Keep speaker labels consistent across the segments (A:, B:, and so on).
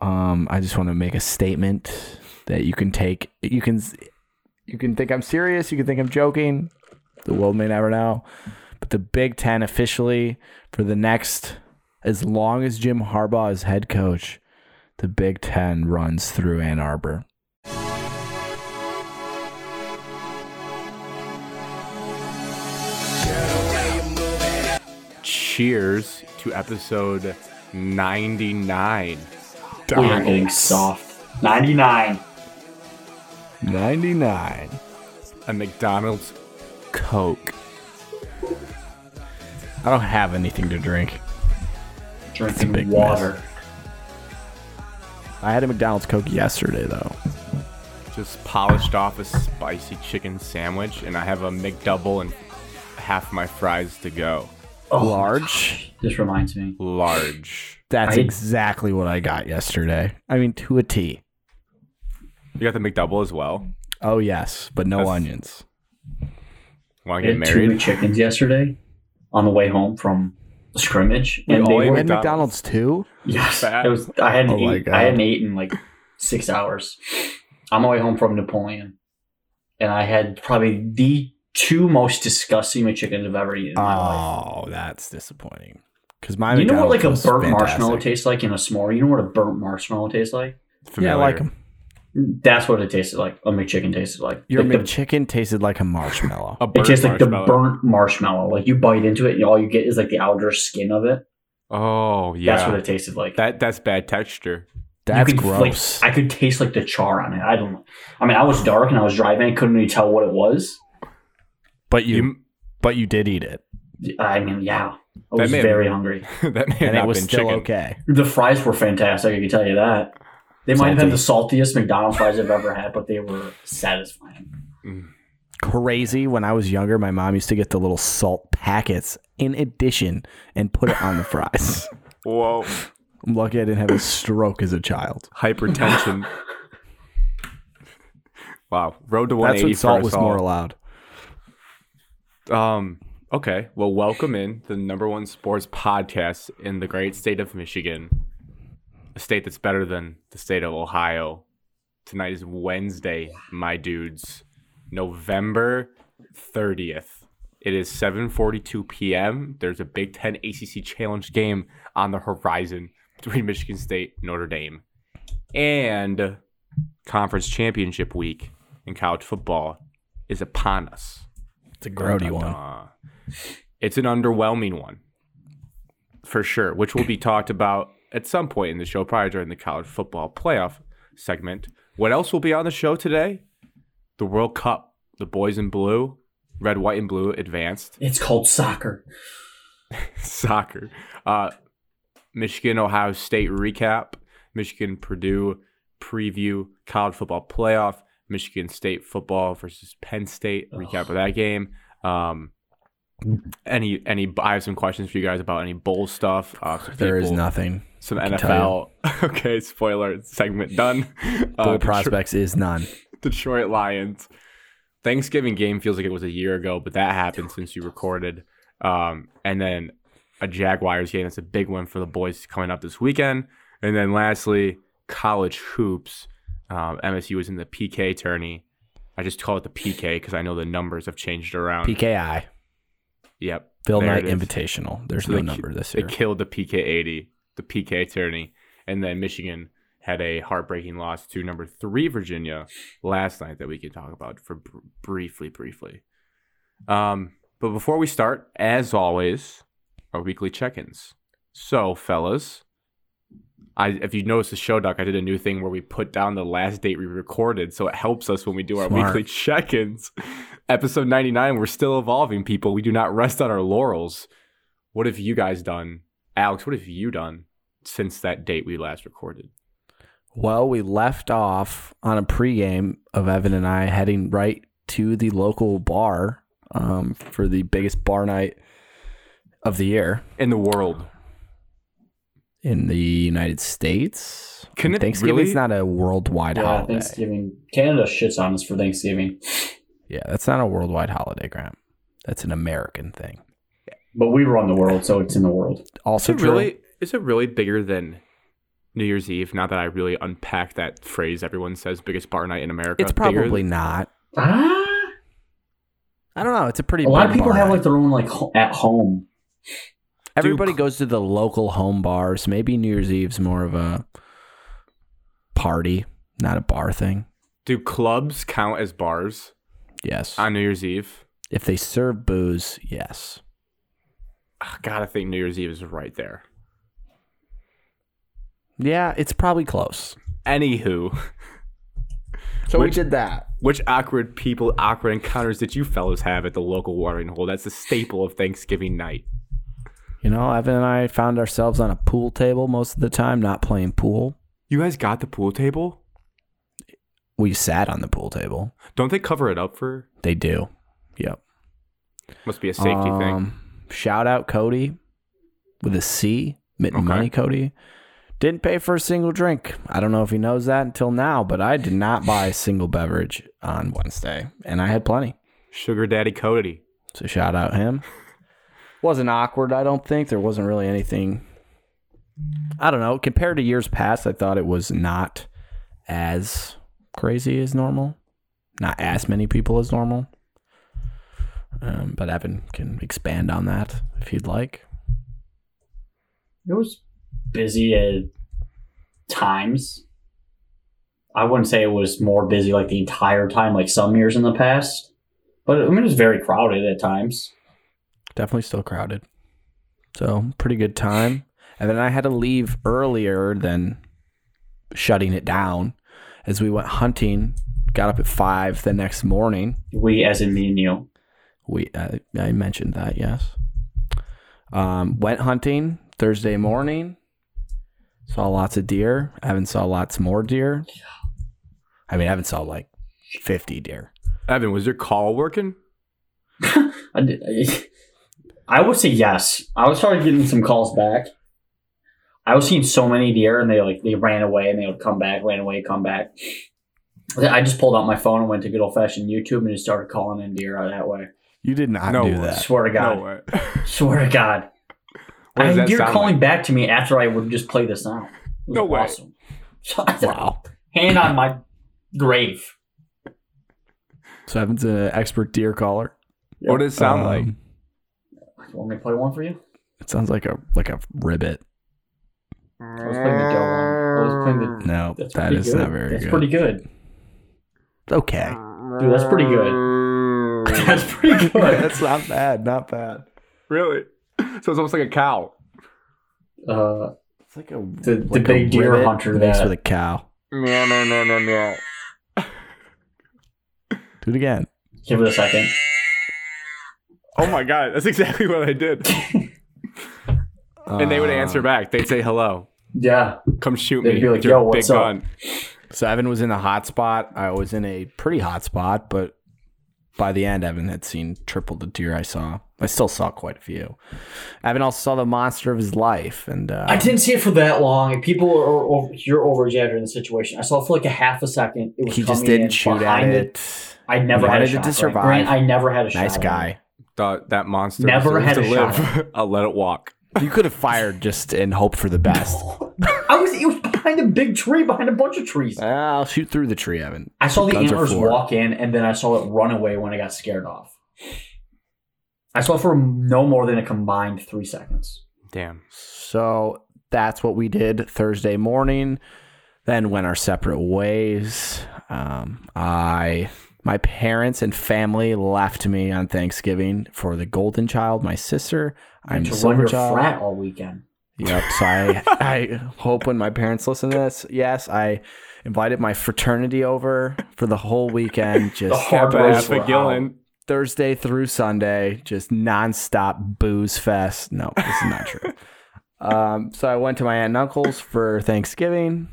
A: Um, I just want to make a statement that you can take. You can you can think I'm serious. You can think I'm joking. The world may never know. But the Big Ten officially for the next as long as Jim Harbaugh is head coach, the Big Ten runs through Ann Arbor.
B: Cheers to episode 99.
C: We are getting soft. 99.
A: 99.
B: A McDonald's
A: Coke. I don't have anything to drink. big
C: Drinking
A: mess.
C: water.
A: I had a McDonald's Coke yesterday, though.
B: just polished off a spicy chicken sandwich, and I have a McDouble and half my fries to go.
C: Oh,
A: Large?
C: This reminds me.
B: Large.
A: That's
C: I-
A: exactly what I got yesterday. I mean, to a T.
B: You got the McDouble as well?
A: Oh, yes, but no
B: That's-
A: onions.
B: Want
C: I
B: to get
C: had two new
B: married?
C: chickens yesterday on the way home from the scrimmage,
B: Wait,
C: and
B: all
C: they
B: you
C: were
A: And McDonald's,
B: McDonald's.
A: too?
C: yes.
B: fat?
C: It was. I hadn't.
A: Oh my
C: eat-
A: God.
C: I hadn't eaten in like six hours. I'm away home from Napoleon, and I had probably the two most disgusting chickens I've ever eaten in my life.
A: Oh, that's disappointing. Because my
C: you know what like
A: McDonald's
C: a
A: was
C: burnt marshmallow
A: fantastic.
C: tastes like in a s'more? You know what a burnt marshmallow tastes like?
A: Yeah, I like them.
C: That's what it tasted like. A McChicken tasted like.
A: Your
C: Like the- Oh,
A: McChicken tasted like a marshmallow.
B: A
C: it
B: burnt
C: tastes like the
B: marshmallow.
C: burnt marshmallow. Like you bite into it and all you get is like the outer skin of it.
B: Oh, yeah.
C: That's what it tasted like.
B: that, that's bad texture.
C: You
A: That's
C: could, like,
A: gross.
C: I could taste like the char on it. I don't. I mean, I was dark and I was driving. I couldn't really tell what it was.
A: but you,
B: You-
A: but you did eat it,
C: I mean, yeah, I
B: That
C: was
B: may have-
C: very hungry.
B: that may have
A: and
B: not
A: it was
B: been
A: still
B: chicken.
A: okay.
C: The fries were fantastic. I can tell you that. They might have had the saltiest McDonald's fries I've ever had, but they were satisfying.
A: Crazy. When I was younger, my mom used to get the little salt packets in addition and put it on the fries.
B: Whoa.
A: I'm lucky I didn't have a stroke as a child.
B: Hypertension. wow. Road to
A: That's
B: 180
A: when salt
B: for us
A: was
B: all.
A: more allowed.
B: Um. Okay. Well, welcome in the number one sports podcast in the great state of Michigan, a state that's better than the state of Ohio. Tonight is Wednesday, my dudes, November thirtieth. It is seven forty-two p.m. There's a Big Ten ACC Challenge game on the horizon between Michigan State, Notre Dame, and conference championship week in college football is upon us.
A: It's a grody
B: Dun, dun,
A: one.
B: dun. It's an underwhelming one, for sure, which will be talked about at some point in the show, probably during the college football playoff segment. What else will be on the show today? The World Cup, the boys in blue, red, white, and blue advanced
C: It's called soccer.
B: soccer. Uh, Michigan Ohio State recap, Michigan Purdue preview, college football playoff, Michigan State football versus Penn State recap of that game. Um, any any I have some questions for you guys about any bowl stuff. Uh, some
A: There is
B: people-
A: nothing.
B: Some
A: I can tell
B: NFL. okay, spoiler segment done. Uh,
A: Bull
B: Detro-
A: prospects is none.
B: Detroit Lions. Thanksgiving game feels like it was a year ago, but that happened since you recorded. Um, and then a Jaguars game. That's a big one for the boys coming up this weekend. And then lastly, college hoops. Um, MSU was in the PK tourney. I just call it the PK because I know the numbers have changed around.
A: PKI.
B: Yep.
A: Bill
B: There
A: Knight
B: it is.
A: Invitational. There's
B: So
A: no
B: they ki-
A: number this
B: They
A: year.
B: killed the PK 80, the PK tourney. And then Michigan had a heartbreaking loss to number three Virginia last night that we can talk about for br- briefly, briefly. Um, but before we start, as always, our weekly check-ins. So, fellas, I if you notice the show doc, I did a new thing where we put down the last date we recorded, so it helps us when we do our
A: Smart.
B: weekly check-ins. Episode ninety nine, we're still evolving, people. We do not rest on our laurels. What have you guys done, Alex? What have you done since that date we last recorded?
A: Well, we left off on a pregame of Evan and I heading right to the local bar um, for the biggest bar night of the year
B: In the world,
A: in the United States.
B: Can it
A: Thanksgiving's
B: really-
A: not a worldwide
C: Yeah,
A: holiday.
C: Thanksgiving. Canada shits on us for Thanksgiving,
A: Yeah, that's not a worldwide holiday, Graham. That's an American thing.
C: but we run the world, so it's in the world.
A: Also
B: is it
A: true.
B: really is it really bigger than New Year's Eve. Not that I really unpack that phrase everyone says biggest bar night in America.
A: It's
B: Bigger
A: probably not.
C: Ah,
A: I don't know. It's a pretty.
C: a lot of
A: big
C: people
A: bar
C: have
A: night.
C: like their own like ho- at home.
A: Everybody
B: Duke.
A: goes to the local home bars. Maybe New Year's Eve's more of a party, not a bar thing.
B: Do clubs count as bars
A: Yes.
B: on New Year's Eve?
A: if they serve booze, yes.
B: Ah, God, I think New Year's Eve is right there.
A: Yeah, it's probably close.
B: Anywho,
A: So
B: we Which-
A: did that.
B: which awkward people, awkward encounters did you fellows have at the local watering hole? That's a staple of Thanksgiving night.
A: You know, Evan and I found ourselves on a pool table most of the time, not playing pool.
B: You guys got the pool table?
A: We sat on the pool table.
B: Don't they cover it up for?
A: They do. Yep.
B: Must be a safety thing.
A: Um, Shout out Cody with a C, Mitten
B: Okay.
A: Money Cody. Didn't pay for a single drink. I don't know if he knows that until now, but I did not buy a single beverage on Wednesday, and I had plenty.
B: Sugar Daddy Cody.
A: So shout out him. Wasn't awkward, I don't think. There wasn't really anything. I don't know. Compared to years past, I thought it was not as crazy as normal. Not as many people as normal. Um, but Evan can expand on that if he'd like.
C: It was busy at times. I wouldn't say it was more busy like the entire time, like some years in the past. But I mean, it was very crowded at times.
A: Definitely still crowded. So pretty good time. And then I had to leave earlier than shutting it down as we went hunting. Got up at five the next morning.
C: We, as in me and you,
A: We uh, I mentioned that, yes. Um, went hunting Thursday morning. Saw lots of deer. Evan saw lots more deer. I mean, Evan saw like 50 deer.
B: Evan, was your call working?
C: I, did, I, I would say yes. I was started getting some calls back. I was seeing so many deer, and they like they ran away, and they would come back, ran away, come back. I just pulled out my phone and went to good old fashioned YouTube and just started calling in deer that way.
A: You did not
B: No
A: do
B: way.
A: that.
C: Swear to God,
B: No way.
C: swear to God.
B: What does
C: I mean,
B: that
C: you're
B: sound
C: calling
B: like?
C: back to me after I would just play this now. It was
B: No way.
C: awesome.
A: Wow.
C: Hand on my grave.
A: So Evan's an expert deer caller.
B: What does it sound
A: Um,
B: like?
C: You want me to play one for you?
A: It sounds like a like a ribbit.
C: I was playing the doe one. I was playing the.
A: No,
C: That's
A: that
C: pretty
A: is
C: good.
A: not very
C: That's
A: good.
C: pretty good.
A: Okay.
C: Dude, that's pretty good. That's pretty good.
A: That's not bad. Not bad.
B: Really? So it's almost like a cow.
C: Uh,
A: It's like a
C: the
A: like a
C: big deer
A: ribbit
C: hunter
A: mixed
C: that-
A: with a cow.
B: No, no, no, no, no.
A: Do it again.
C: give it a second.
B: Oh my God, that's exactly what I did. And they would
A: Uh,
B: answer back. They'd say hello.
C: Yeah.
B: Come shoot
C: They'd
B: me.
C: be like,
B: with your
C: "Yo, what's
B: big
C: up?"
B: gun.
A: So Evan was in a hot spot. I was in a pretty hot spot, but by the end, Evan had seen triple the deer I saw. I still saw quite a few. Evan also saw the monster of his life, and uh,
C: I didn't see it for that long. and People are, are, over- you're overexaggerating the situation. I saw it for like a half a second. It was
A: he just
C: coming
A: didn't
C: in
A: shoot at
C: behind
A: it.
C: I never had
A: Wanted
C: a
A: it
C: shot.
A: to
C: Frank.
A: survive.
C: Grant, I never had a shot.
A: Nice guy.
B: Th- that monster
C: Never
B: deserves
C: had
B: to
C: a
B: live.
C: shot.
B: I'll let it walk.
A: You could have fired just and hoped for the best.
C: I was it was behind a big tree, behind a bunch of trees.
A: I'll shoot through the tree, Evan.
C: I saw the
A: Guns are
C: antlers
A: for.
C: walk in, and then I saw it run away when I got scared off. I saw it for no more than a combined three seconds.
B: Damn.
A: So that's what we did Thursday morning. Then went our separate ways. Um, I, my parents and family left me on Thanksgiving for the golden child, my sister. I'm
C: to
A: the
C: run
A: silver
C: your
A: child.
C: frat all weekend.
A: Yep. So I, I hope when my parents listen to this, yes, I invited my fraternity over for the whole weekend.
C: The
A: Just
C: hard roads
B: Kappa
C: were
B: Alpha Gillen.
A: Thursday through Sunday, just nonstop booze fest. No, this is not true. Um, so I went to my aunt and uncle's for Thanksgiving.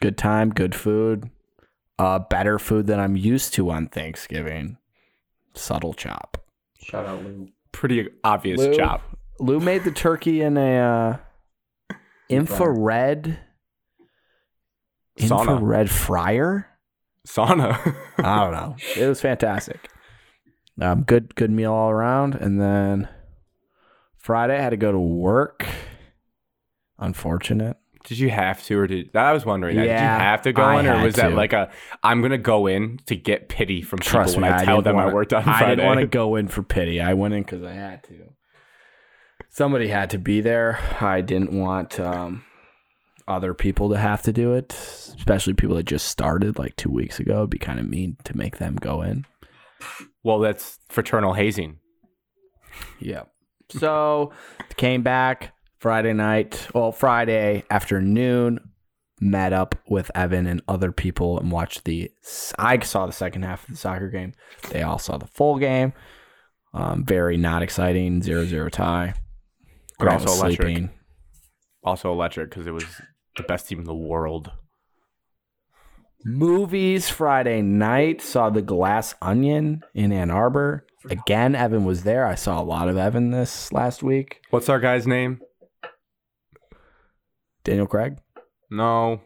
A: Good time, good food, uh, better food than I'm used to on Thanksgiving. Subtle chop.
C: out. Shout out Lou.
B: Pretty obvious
A: Lou.
B: chop.
A: Lou made the turkey in a uh, infrared
B: Sauna.
A: infrared fryer.
B: Sauna.
A: I
C: Ah.
A: don't know. It was fantastic. Um, good good meal all around, and then Friday I had to go to work. Unfortunate.
B: Did you have to, or did I was wondering? that. Did you
A: Yeah,
B: have to go
A: I
B: in, or
A: had
B: was that
A: to.
B: like a I'm gonna go in to get pity from
A: Trust
B: people
A: me,
B: when I, tell
A: didn't
B: them
A: wanna,
B: I worked on
A: I
B: Friday?
A: didn't want to go in for pity. I went in because I had to. Somebody had to be there. I didn't want um, other people to have to do it, especially people that just started like two weeks ago. It'd be kind of mean to make them go in.
B: well, that's fraternal hazing.
A: Yeah. So came back Friday night, well, Friday afternoon, met up with Evan and other people and watched the. I saw the second half of the soccer game. They all saw the full game. Um, very not exciting, zero zero tie.
B: But
A: Grant was
B: also electric.
A: sleeping.
B: Also electric because it was the best team in the world.
A: Movies Friday night saw The Glass Onion in Ann Arbor. Again, Evan was there. I saw a lot of Evan this last week.
B: What's our guy's name?
A: Daniel Craig.
B: No,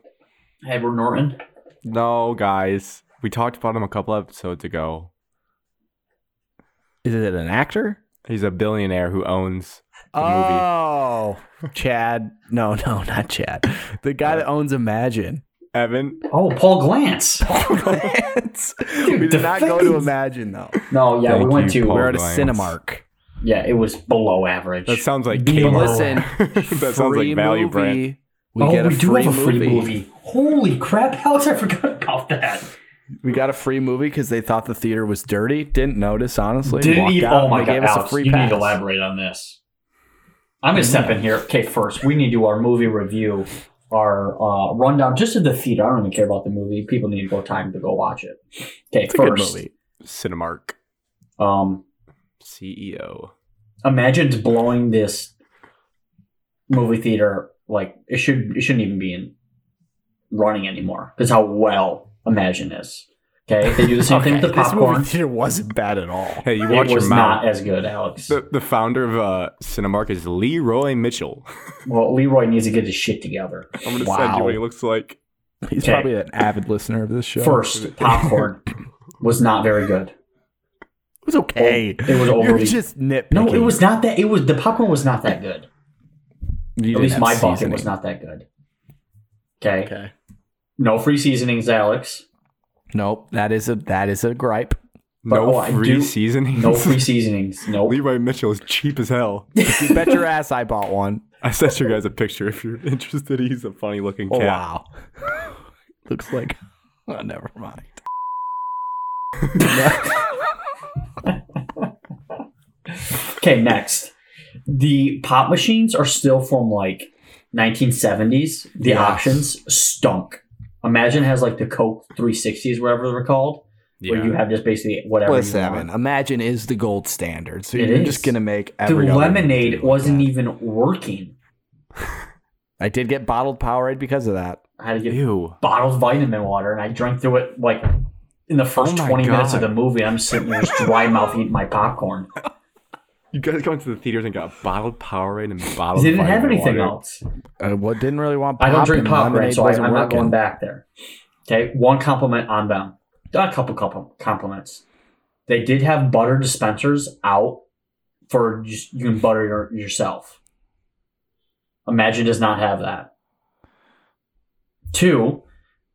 C: Edward Norton.
B: no, guys. We talked about him a couple episodes ago.
A: Is it an actor?
B: He's a billionaire who owns the movie.
A: oh, Chad. No, no, not Chad. The guy that owns Imagine.
B: Evan.
C: Oh, Paul Glantz.
A: we did not go to
C: defense.
A: Imagine though.
C: No, yeah,
B: Thank
C: we went
B: you,
C: to.
B: Paul.
A: We're at a
B: Glance.
A: Cinemark.
C: Yeah, it was below average.
B: That sounds like
C: Be
B: Kmart.
C: below
A: listen,
B: that sounds like value brand.
A: We
C: oh,
A: get a
C: we do
A: free
C: have a free
A: movie.
C: movie. Holy crap, Alex! I forgot about that.
A: We got a free movie because they thought the theater was dirty. Didn't notice, honestly.
C: Didn't
A: Walked
C: even,
A: out
C: oh
A: and
C: my
A: they
C: god,
A: gave us a
C: Alex,
A: free
C: you
A: pass.
C: need to elaborate on this. I'm gonna step in here. Okay, first we need to do our movie review, our uh, rundown just of the theater. I don't even care about the movie. People need to go time to go watch it. Okay,
A: It's a good
C: first,
A: movie.
B: Cinemark E
C: um,
B: CEO.
C: imagine it's blowing this movie theater like it should it shouldn't even be in running anymore. That's how well Imagine is. Okay, they do the same thing with the
A: this
C: popcorn.
A: movie theater wasn't bad at all.
B: Hey, you watch
C: It
B: your
C: was
B: mouth.
C: not as good, Alex.
B: The, the founder of uh, Cinemark is Leroy Mitchell.
C: Well, Leroy needs to get his shit together.
B: I'm gonna send
C: Wow.
B: you what he looks like.
A: He's
C: Okay.
A: probably an avid listener of this show.
C: First, popcorn was not very good.
A: It was okay.
C: Oh, It was
A: You're
C: overly-
A: just nitpicking.
C: No, it was not that. It was the popcorn was not that good.
A: You
C: At
A: didn't
C: least
A: have
C: my bucket
A: seasoning.
C: was not that good. Okay.
A: Okay.
C: No free seasonings, Alex.
A: Nope. That is a that is a gripe.
B: No
C: oh, I
B: free
C: do-
B: seasonings.
C: No free seasonings. No.
B: Leroy Mitchell is cheap as hell.
A: You bet your ass I bought one.
B: I sent you guys a picture if you're interested. He's a funny looking
A: Oh,
B: cat.
A: wow. Looks like. Oh, never mind.
C: Okay. Next, the pop machines are still from like 1970s. The
A: Yes.
C: options stunk. Imagine has like the Coke 360s, whatever they're called, where you have just basically whatever. you
A: Listen,
C: want.
A: Evan, imagine is the gold standard. So
C: It
A: you're
C: is.
A: just gonna make
C: The
A: every other movie
C: lemonade
A: like
C: wasn't
A: that.
C: even working.
A: I did get bottled Powerade because of that.
C: I had to get
B: Ew.
C: bottled vitamin water and I drank through it like in the first
B: Oh my
C: 20 minutes of
B: God.
C: the movie. I'm sitting there just dry mouth eating my popcorn.
B: You guys went to the theaters and got bottled Powerade and bottled.
C: They didn't have
B: vitamin
C: anything
B: water.
C: else.
A: Uh, what didn't really want. Pop
C: I don't drink
A: and
C: pop, right?
A: lemonade
C: So I, I'm
A: wasn't
C: not
A: working.
C: going back there. Okay. One compliment on them. A couple, couple compliments. They did have butter dispensers out for just, you can butter your, yourself. Imagine does not have that. Two,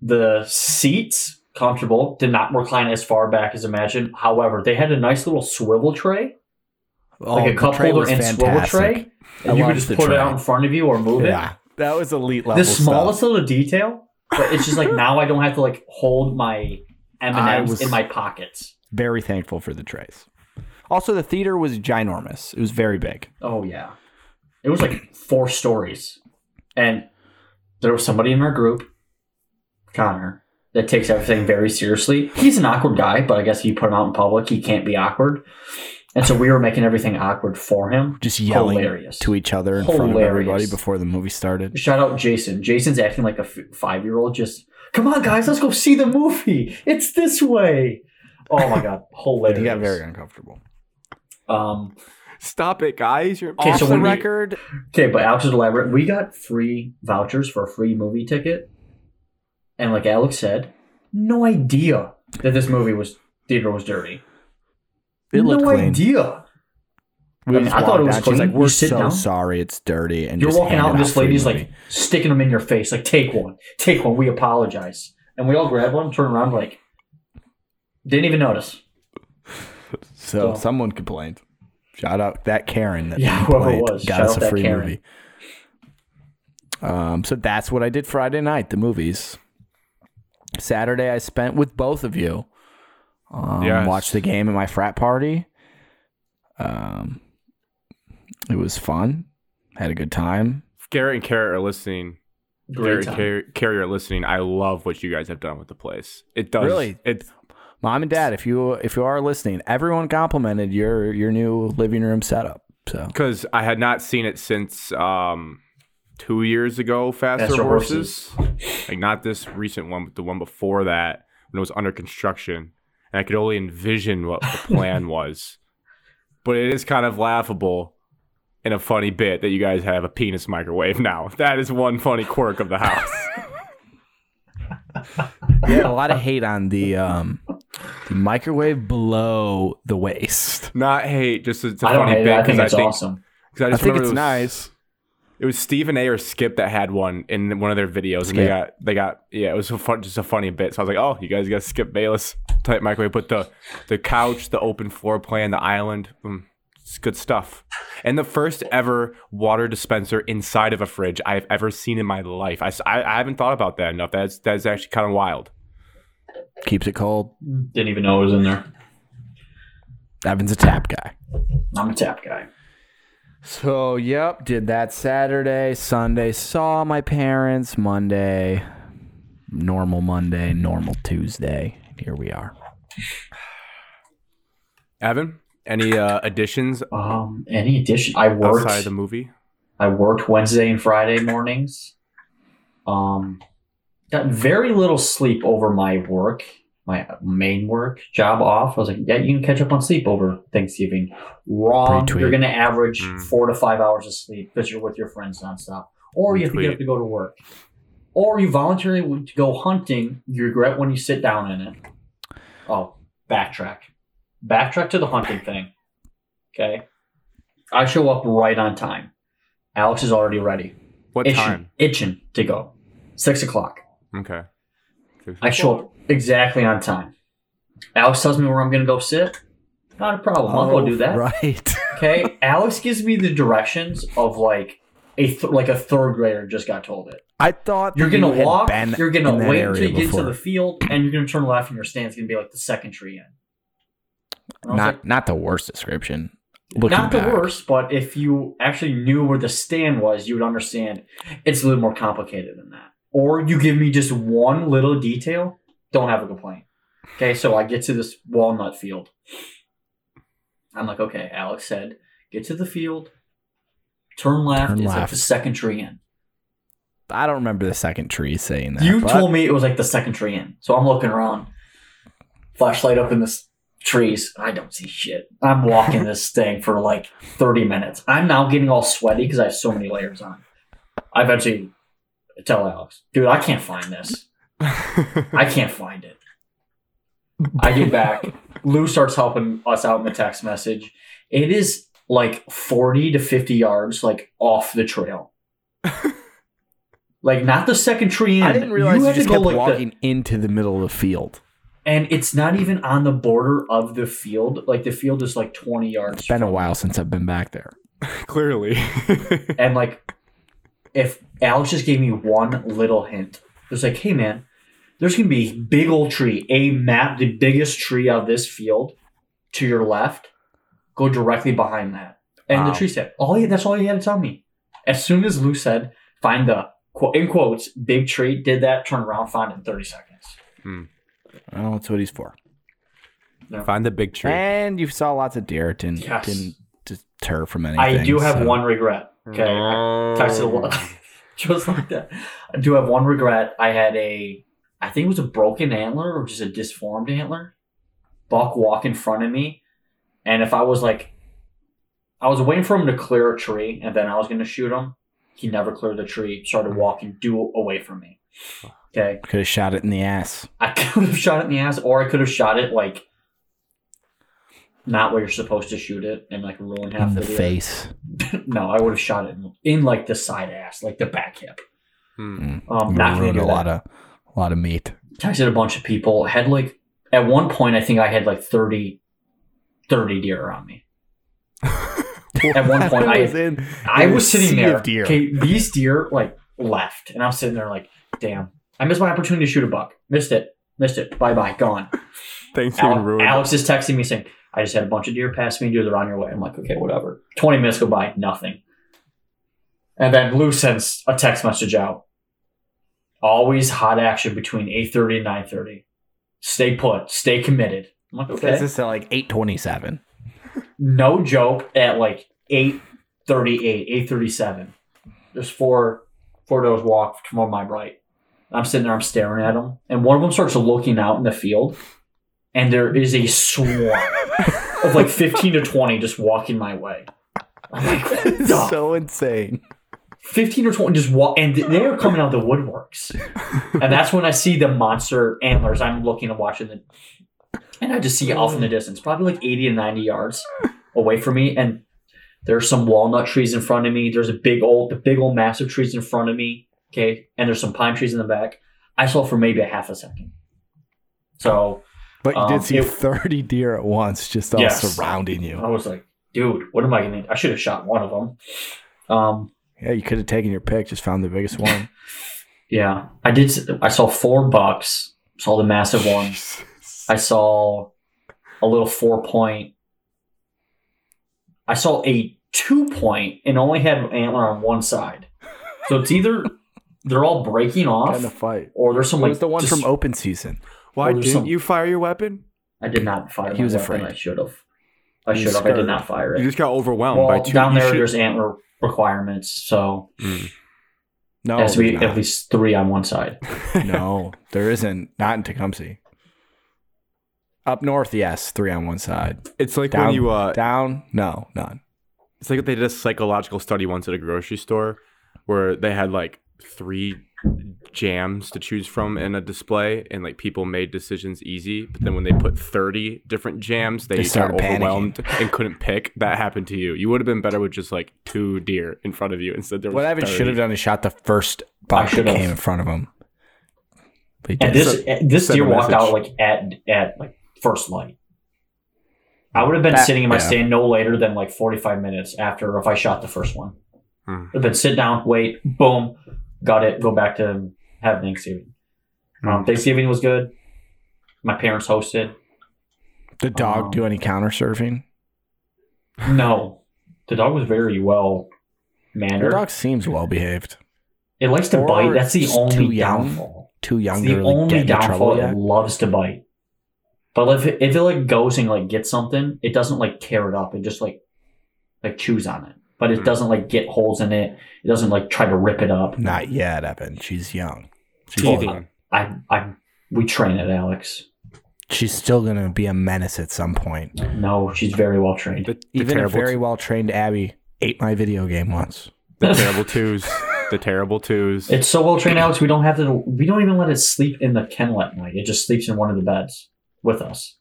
C: the seats comfortable did not recline as far back as Imagine. However, they had a nice little swivel tray,
A: Oh,
C: like a
A: the
C: cup
A: tray was
C: holder and swivel tray,
A: fantastic.
C: and you
A: loved
C: could just
A: the
C: put
A: tray.
C: it out in front of you or move it
A: Yeah, that was elite level.
C: the smallest little detail, but it's just like now I don't have to like hold my M
A: I
C: and M's
A: was-
C: in my pockets.
A: Very thankful for the trays. Also, the theater was ginormous. It was very big.
C: Oh yeah, it was like four stories, and there was somebody in our group, Connor, that takes everything very seriously. He's an awkward guy, but I guess if you put him out in public, he can't be awkward. And so we were making everything awkward for him.
A: Just yelling
C: Hilarious.
A: to each other in front of
C: Hilarious.
A: everybody before the movie started.
C: Shout out Jason. Jason's acting like a f- five year old. Just come on, guys, let's go see the movie. It's this way. Oh my god, hilarious!
A: He got very uncomfortable.
C: Um,
B: Stop it, guys! You're
C: Okay,
B: off
C: so
B: the
C: when we-
B: record.
C: okay, but Alex is elaborate. We got free vouchers for a free movie ticket, and like Alex said, no idea that this movie was theater was dirty.
A: It
C: no
A: looked clean.
C: idea.
A: We
C: I mean,
A: just
C: I
A: walked
C: thought it was
A: out. She's
C: clean.
A: like, we're
C: You sit
A: so
C: down.
A: sorry, it's dirty. And
C: You're
A: just
C: walking out,
A: handed
C: and this
A: free
C: lady's
A: money.
C: like sticking them in your face, like take one, take one. We apologize, and we all grab one, turn around, like didn't even notice.
A: so
C: so-
A: someone complained. Shout out that Karen that
C: Yeah, whoever it
A: complained,
C: was,
A: got
C: shout
A: us
C: out
A: a
C: that
A: free
C: Karen.
A: movie. Um, so that's what I did Friday night, the movies. Saturday I spent with both of you. Um,
B: Yes.
A: Watched the game at my frat party. Um, it was fun. Had a good time.
B: If Garrett and Carrot are listening,
C: Great
B: Garrett and
C: time.
B: Car- Carrot are listening, I love what you guys have done with the place. It does.
A: Really?
B: It,
A: Mom and Dad, if you if you are listening, everyone complimented your your new living room setup. So
B: because I had not seen it since um, two years ago. Faster,
C: Faster
B: horses. like not this recent one, but the one before that when it was under construction, and I could only envision what the plan was. But it is kind of laughable and a funny bit that you guys have a penis microwave now. That is one funny quirk of the house.
A: yeah, a lot of hate on the um the microwave below the waist.
B: not hate, just it's a
C: I don't
B: funny
C: hate it.
B: bit
C: I think
B: because I
C: it's
B: think
C: awesome.
B: 'cause I
A: I
B: just
A: think
B: remember
A: it's
B: it was-
A: nice.
B: It was Stephen A. or Skip that had one in one of their videos, and they
A: Skip.
B: got they got yeah, it was a fun, just a funny bit. So I was like, oh, you guys got Skip Bayless type microwave, but the the couch, the open floor plan, the island, mm, it's good stuff. And the first ever water dispenser inside of a fridge I've ever seen in my life. I, s- I- I haven't thought about that enough. That's that's actually kind of wild.
A: Keeps it cold.
C: Didn't even know it was in there.
A: Evan's a tap guy.
C: I'm a tap guy.
A: So yep, did that Saturday, Sunday, saw my parents Monday, normal Monday, normal Tuesday. Here we are.
B: Evan, any uh, additions
C: Um, any addition? I worked.
B: outside of the movie?
C: I worked Wednesday and Friday mornings. Um, got very little sleep over my work, my main work job off. I was like, yeah, you can catch up on sleep over Thanksgiving. Wrong.
A: Retweet.
C: You're going to average
B: Mm.
C: four to five hours of sleep because you're with your friends nonstop, or you have to
B: Retweet.
C: get up to go to work, or you voluntarily went to go hunting. You regret when you sit down in it. Oh, backtrack, backtrack to the hunting thing. Okay, I show up right on time. Alex is already ready.
B: What
C: itching,
B: time?
C: itching to go. Six o'clock.
B: Okay.
C: I show up exactly on time. Alex tells me where I'm gonna go sit. Not a problem. I'll
B: Oh,
C: go do that.
A: Right.
C: Okay. Alex gives me the directions of like a th- like a third grader just got told it.
A: I thought
C: You're
A: that
C: gonna
A: you had
C: walk.
A: been
C: You're gonna
A: in that
C: wait
A: area
C: until you get
A: before.
C: to the field, and you're gonna turn left, and your stand's gonna be like the second tree in. And I was
A: not
C: like,
A: not the worst description. Looking
C: not the
A: back.
C: worst, but if you actually knew where the stand was, you would understand it's a little more complicated than that. Or you give me just one little detail, don't have a complaint. Okay, so I get to this walnut field. I'm like, okay, Alex said, get to the field, turn left,
A: Turn
C: it's like
A: left.
C: the second tree in.
A: I don't remember the second tree saying that.
C: You
A: but-
C: told me it was like the second tree in. So I'm looking around. Flashlight up in the s- trees. I don't see shit. I'm walking this thing for like 30 minutes. I'm now getting all sweaty because I have so many layers on. I eventually tell Alex, dude, I can't find this. I can't find it. I get back. Lou starts helping us out in the text message. It is like 40 to 50 yards like off the trail. like not the second tree in.
A: I didn't realize you,
C: had to
A: just
C: go,
A: kept
C: like, the-
A: walking into the middle of the field.
C: and it's not even on the border of the field. Like the field is like 20 yards.
A: It's been a
C: from-
A: while since I've been back there.
B: Clearly.
C: And like, if Alex just gave me one little hint, it was like, hey man, there's gonna be a big old tree, a map, the biggest tree of this field to your left. Go directly behind that, and
B: Wow.
C: the tree said, "All you, that's all you had to tell me." As soon as Lou said, "Find the quote in quotes big tree," did that, turn around, found it in 30 seconds.
A: Well, that's what he's for.
B: Find the big tree.
A: And you saw lots of deer. It Didn't
C: Yes.
A: didn't deter from anything.
C: I do have
A: so-
C: one regret. Okay, I texted one just like that. I do have one regret. I had a, I think it was a broken antler or just a disformed antler. Buck walk in front of me, and if I was like, I was waiting for him to clear a tree, and then I was going to shoot him. He never cleared the tree. Started walking due away from me. Okay,
A: Could have shot it in the ass.
C: I could have shot it in the ass, or I could have shot it like not where you're supposed to shoot it and like ruin half
A: in
C: the,
A: the
C: deal.
A: face.
C: No, I would have shot it in, in like the side ass, like the back hip.
B: Hmm.
A: Mm.
C: Um,
A: You
C: not gonna
A: ruined
C: do
A: a
C: that.
A: lot of a lot of meat.
C: texted a bunch of people. Had like at one point, I think I had like 30, 30 deer on me. At one point, I-
A: in,
C: I
A: in a
C: was sitting
A: sea
C: there.
A: of deer.
C: Okay, these deer like left, and I'm sitting there like, damn, I missed my opportunity to shoot a buck. Missed it. Missed it. Bye bye. Gone.
B: Thanksgiving
C: Al-
B: ruined.
C: Alex is texting me saying, I just had a bunch of deer pass me. Deer, they're on your way. I'm like, okay, whatever. Twenty minutes go by, nothing. And then Lou sends a text message out. Always hot action between eight thirty and nine thirty. Stay put. Stay committed. I'm like, okay.
A: This is at like eight twenty seven.
C: no joke at like 838 837 there's four four does walk from my right i'm sitting there i'm staring at them and one of them starts looking out in the field and there is a swarm of like 15 to 20 just walking my way i'm like what the-
A: so insane.
C: 15 or 20 just walk and they are coming out of the woodworks and that's when i see the monster antlers i'm looking and watching the and i just see off in the distance probably like 80 to 90 yards away from me and there's some walnut trees in front of me there's a big old the big old massive trees in front of me okay and there's some pine trees in the back i saw for maybe a half a second so
A: But you
C: Um,
A: did see
C: it-
A: thirty deer at once, just all
C: Yes.
A: surrounding
C: i
A: you.
C: was like dude what am i gonna i should have shot one of them um
A: Yeah, you could have taken your pick, just found the biggest one.
C: Yeah, I did. s- I saw four bucks. Saw the massive one. I saw a little four point. I saw a two point and only had an antler on one side. So it's either they're all breaking off,
A: Kind of fight.
C: or there's some
A: It
C: like
A: was the one
C: just-
A: from open season.
B: Why
C: Well, there's
B: didn't
C: some-
B: you fire your weapon?
C: I did not fire.
A: He
C: my
A: was
C: weapon.
A: afraid.
C: I should have. I
A: He
C: should
A: was
C: have. I did
A: scared.
C: not fire
B: You
C: it.
B: just got overwhelmed by
C: Well,
B: two.
C: down
B: you
C: there,
B: should-
C: there's antler requirements, so
B: Mm.
A: No,
C: it has to be
A: there's not.
C: at least three on one side.
A: no, there isn't. Not in Tecumseh. Up north, yes, three on one side.
B: It's like
A: Down,
B: when you uh,
A: down, no, none.
B: It's like they did a psychological study once at a grocery store where they had like three jams to choose from in a display and like people made decisions easy but then when they put 30 different jams they,
A: They
B: got
A: started panicking.
B: overwhelmed and couldn't pick that happened to you you would have been better with just like two deer in front of you instead there was
A: What Evan
B: 30.
A: should have done is shot the first buck that
C: should've.
A: came in front of him. But he didn't.
C: And this eh, this
B: send a
C: deer walked
B: message.
C: out like at at like first light. I would have been
A: That-
C: sitting in my
A: yeah.
C: stand no later than like forty five minutes after if I shot the first one.
B: Hmm.
C: I've been sit down, wait, boom, got it, go back to have Thanksgiving.
B: Hmm.
C: Um, Thanksgiving was good. My parents hosted.
A: Did dog
C: Um,
A: do any counter surfing?
C: No, the dog was very well
A: Your
C: mannered.
A: dog seems well behaved.
C: it likes to
A: or
C: bite. That's the
A: just too
C: only
A: young.
C: downfall.
A: Too
C: It's
A: young
C: the
A: to really
C: only
A: get into
C: downfall
A: trouble
C: it
A: yet.
C: loves to bite. But if it, if it like goes and like gets something, it doesn't like tear it up. It just like like chews on it. But it
B: Hmm.
C: doesn't like get holes in it. It doesn't like try to rip it up.
A: Not yet, Evan. She's young. She's,
B: teething
C: I I we train it, Alex.
A: she's still gonna be a menace at some point.
C: No, she's very well trained.
B: the, the
A: Even a
B: terrible
A: very well trained Abby ate my video game once.
B: the terrible twos the terrible twos
C: It's so well trained, Alex. We don't have to. We don't even let it sleep in the kennel at night. It just sleeps in one of the beds with us.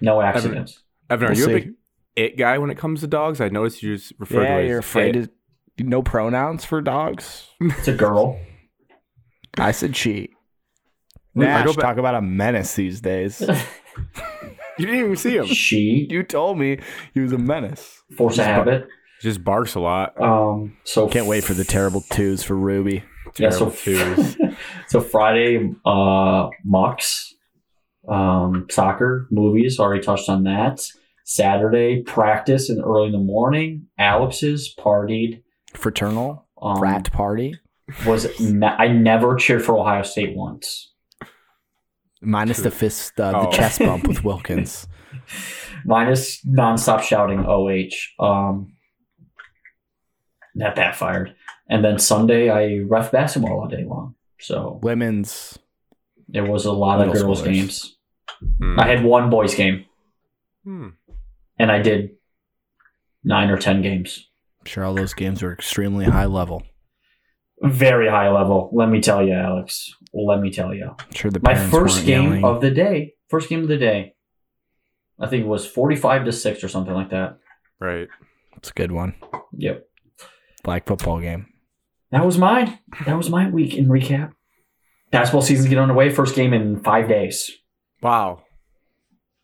C: No accidents.
B: Evan are
A: We'll
B: you
A: see.
B: a big it guy when it comes to dogs I noticed you just referred to
A: yeah,
B: it as
A: you're afraid
B: it.
A: of no pronouns for dogs.
C: It's a girl.
A: I said she.
B: Wait, I
A: Nash,
B: go back-
A: talk about a menace these days.
B: you didn't even see him
C: She
A: you told me he was a menace.
C: force a habit.
B: just barks a lot.
C: Um. So
A: Can't wait for the terrible twos for Ruby.
C: Yeah, so,
B: Terrible
C: so Friday, uh, Mox, um, soccer, movies, already touched on that. Saturday, practice in early in the morning. Alex's partied.
A: Fraternal
C: Um,
A: frat party
C: Was ne- I never cheered for Ohio State once.
A: minus the fist, uh,
B: Oh.
A: the chest bump with Wilkins.
C: Minus nonstop shouting OH. Um, that backfired. And then Sunday, I ref basketball all day long. So
A: Women's
C: it was a lot of
A: Middle
C: girls'
A: schoolers.
C: games.
B: Hmm.
C: I had one boys' game.
B: Hmm.
C: and I did nine or ten games.
A: I'm sure all those games were extremely high level.
C: Very high level, let me tell you, Alex. Let me tell you.
A: I'm sure the
C: My
A: parents
C: first
A: weren't
C: game
A: yelling.
C: of the day, first game of the day, I think it was 45 to 6 or something like that.
B: Right.
A: It's a good one.
C: Yep.
A: Black football game.
C: That was mine. That was my week in recap. Basketball season's getting underway. First game in five days.
B: Wow.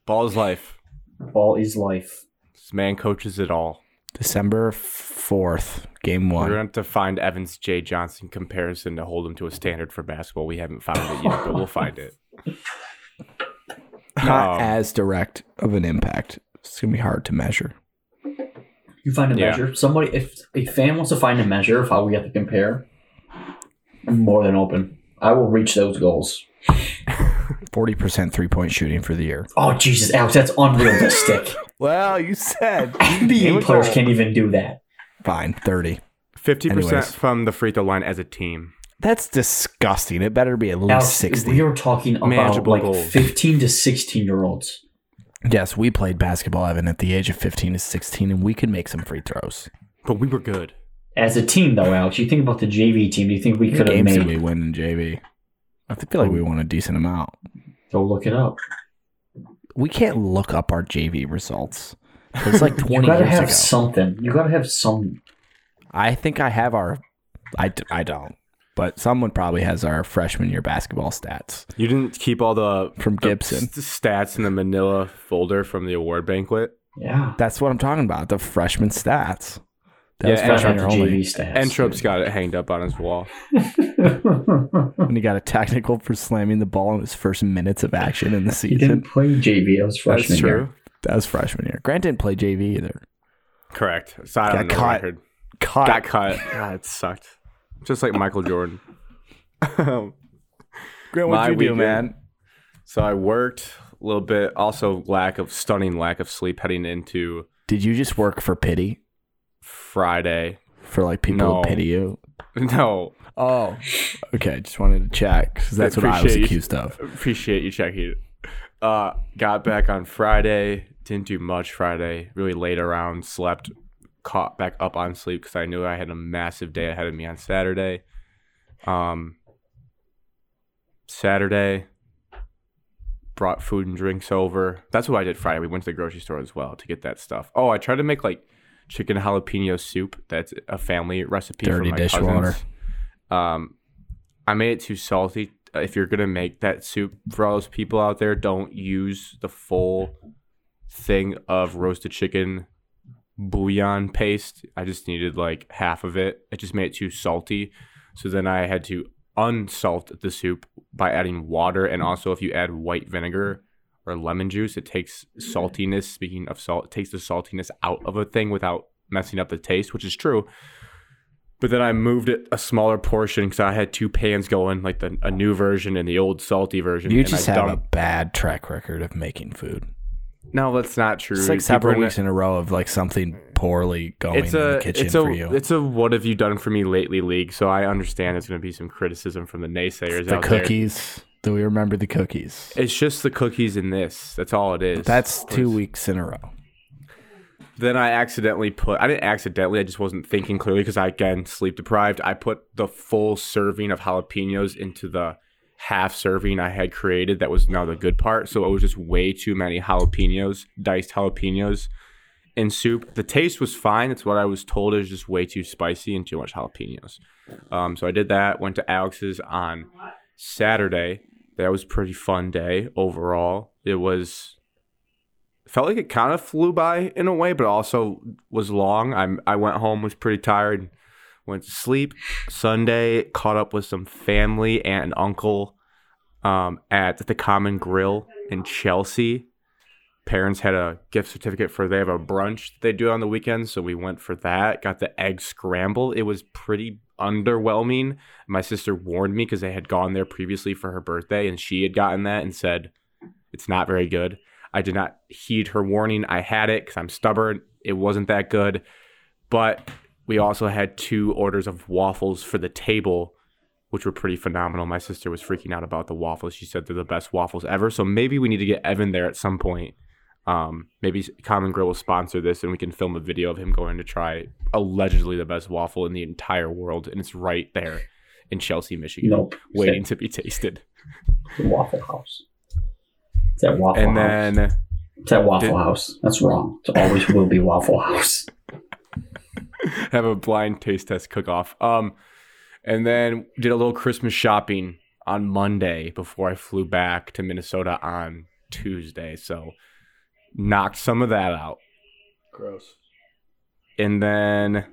B: Ball is life.
C: Ball is life.
B: This man coaches it all.
A: December 4th, game
B: We're
A: one.
B: gonna have to find Evans J. Johnson comparison to hold him to a standard for basketball. We haven't found it yet, but we'll find it.
A: Not
B: Oh.
A: as direct of an impact. It's going to be hard to measure.
C: You find a
B: Yeah.
C: measure. Somebody, if a fan wants to find a measure of how we have to compare, I'm more than open. I will reach those goals.
A: 40% three point shooting for the year.
C: Oh Jesus, Alex, that's unrealistic.
A: Well, you said
C: NBA players can't even do that.
A: fine, 30.
B: Fifty percent
A: Anyways.
B: from the free throw line as a team.
A: That's disgusting. It better be at least
C: Alex,
A: 60.
C: we are talking about
B: Manageable
C: like
B: goals.
C: 15 to 16 year olds.
A: yes, we played basketball, Evan, at the age of 15 to 16, and we could make some free throws.
B: But we were good.
C: As a team, though, Alex, you think about the JV team. Do you think we could have
A: games did
C: made?
A: we win in JV? I feel like we won a decent amount.
C: Go look it up.
A: We can't look up our JV results. It's like 20
C: You gotta
A: years
C: have
A: ago.
C: something. You gotta have some.
A: I think I have our. I, d- I don't. But someone probably has our freshman year basketball stats
B: You didn't keep all the
A: from
B: the
A: Gibson.
B: s- stats in the Manila folder from the award banquet.
C: Yeah.
A: That's what I'm talking about. The freshman stats. That
B: Yeah,
A: was
B: and-
C: That's
A: freshman
C: not
A: year
C: the
A: only.
C: JV stats.
B: Entrop's got it hanged up on his wall.
A: When he got a technical for slamming the ball in his first minutes of action in the
C: he
A: season.
C: didn't play JV. That was freshman
B: That's
C: year.
B: true.
A: That was freshman year. Grant didn't play JV either.
B: Correct. So I
A: Got
B: don't know the
A: caught.
B: record.
A: Caught.
B: Got cut. God, it sucked. Just like Michael Jordan.
A: Grant,
B: My
A: what'd you do,
B: weekend.
A: man?
B: so I worked a little bit. Also, lack of stunning lack of sleep heading into
A: Did you just work for pity?
B: Friday.
A: For like people
B: No.
A: who pity you?
B: No,
A: Oh, okay. Just wanted to check because that's what I was
B: Appreciate you.
A: accused of.
B: appreciate you checking. it. Uh, got back on Friday. Didn't do much Friday. Really laid around. Slept. Caught back up on sleep because I knew I had a massive day ahead of me on Saturday. Um, Saturday. Brought food and drinks over. That's what I did Friday. We went to the grocery store as well to get that stuff. Oh, I tried to make like chicken jalapeno soup. That's a family recipe from
A: Dirty
B: my
A: dishwater.
B: cousins. Um, I made it too salty. Uh, If you're gonna make that soup for all those people out there, don't use the full thing of roasted chicken bouillon paste. I just needed like half of it. It just made it too salty. So then I had to unsalt the soup by adding water and also if you add white vinegar or lemon juice, it takes saltiness. Speaking of salt, it takes the saltiness out of a thing without messing up the taste, which is true. But then I moved it a smaller portion because I had two pans going, like the, a new version and the old salty version.
A: You
B: and
A: just
B: I
A: have a
B: dumped-
A: bad track record of making food.
B: no, that's not true.
A: It's like
B: People
A: several
B: are gonna-
A: weeks in a row of like something poorly going
B: it's
A: in
B: a
A: the kitchen
B: it's a
A: for you.
B: it's a what have you done for me lately league. So I understand there's going to be some criticism from the naysayers
A: the
B: out
A: cookies. Do we remember the cookies?
B: there. It's just the cookies in this. That's all it is.
A: That's two weeks in a row.
B: Then I accidentally put. I didn't accidentally. I just wasn't thinking clearly because I again sleep deprived. I put the full serving of jalapenos into the half serving I had created. That was now the good part. So it was just way too many jalapenos, diced jalapenos, in soup. The taste was fine. It's what I was told. It was just way too spicy and too much jalapenos. Um, so I did that. Went to Alex's on Saturday. That was a pretty fun day overall. It was felt like it kind of flew by in a way, but also was long. I I went home was pretty tired, went to sleep. Sunday caught up with some family, aunt and uncle, um, at the Common Grill in Chelsea. Parents had a gift certificate for they have a brunch that they do on the weekends, so we went for that. Got the egg scramble. It was pretty underwhelming. My sister warned me because they had gone there previously for her birthday, and she had gotten that and said it's not very good. I did not heed her warning. I had it because I'm stubborn. It wasn't that good. But we also had two orders of waffles for the table, which were pretty phenomenal. My sister was freaking out about the waffles. She said they're the best waffles ever. So maybe we need to get Evan there at some point. Um, maybe Common Grill will sponsor this and we can film a video of him going to try allegedly the best waffle in the entire world. And it's right there in Chelsea, Michigan,
C: Nope.
B: waiting to be tasted.
C: The Waffle House. It's at Waffle
B: and
C: House.
B: then
C: It's at Waffle
B: Did-
C: House. That's wrong. It always will be Waffle House.
B: have a blind taste test cook off. Um, and then did a little Christmas shopping on Monday before I flew back to Minnesota on Tuesday. So knocked some of that out,
A: Gross.
B: and then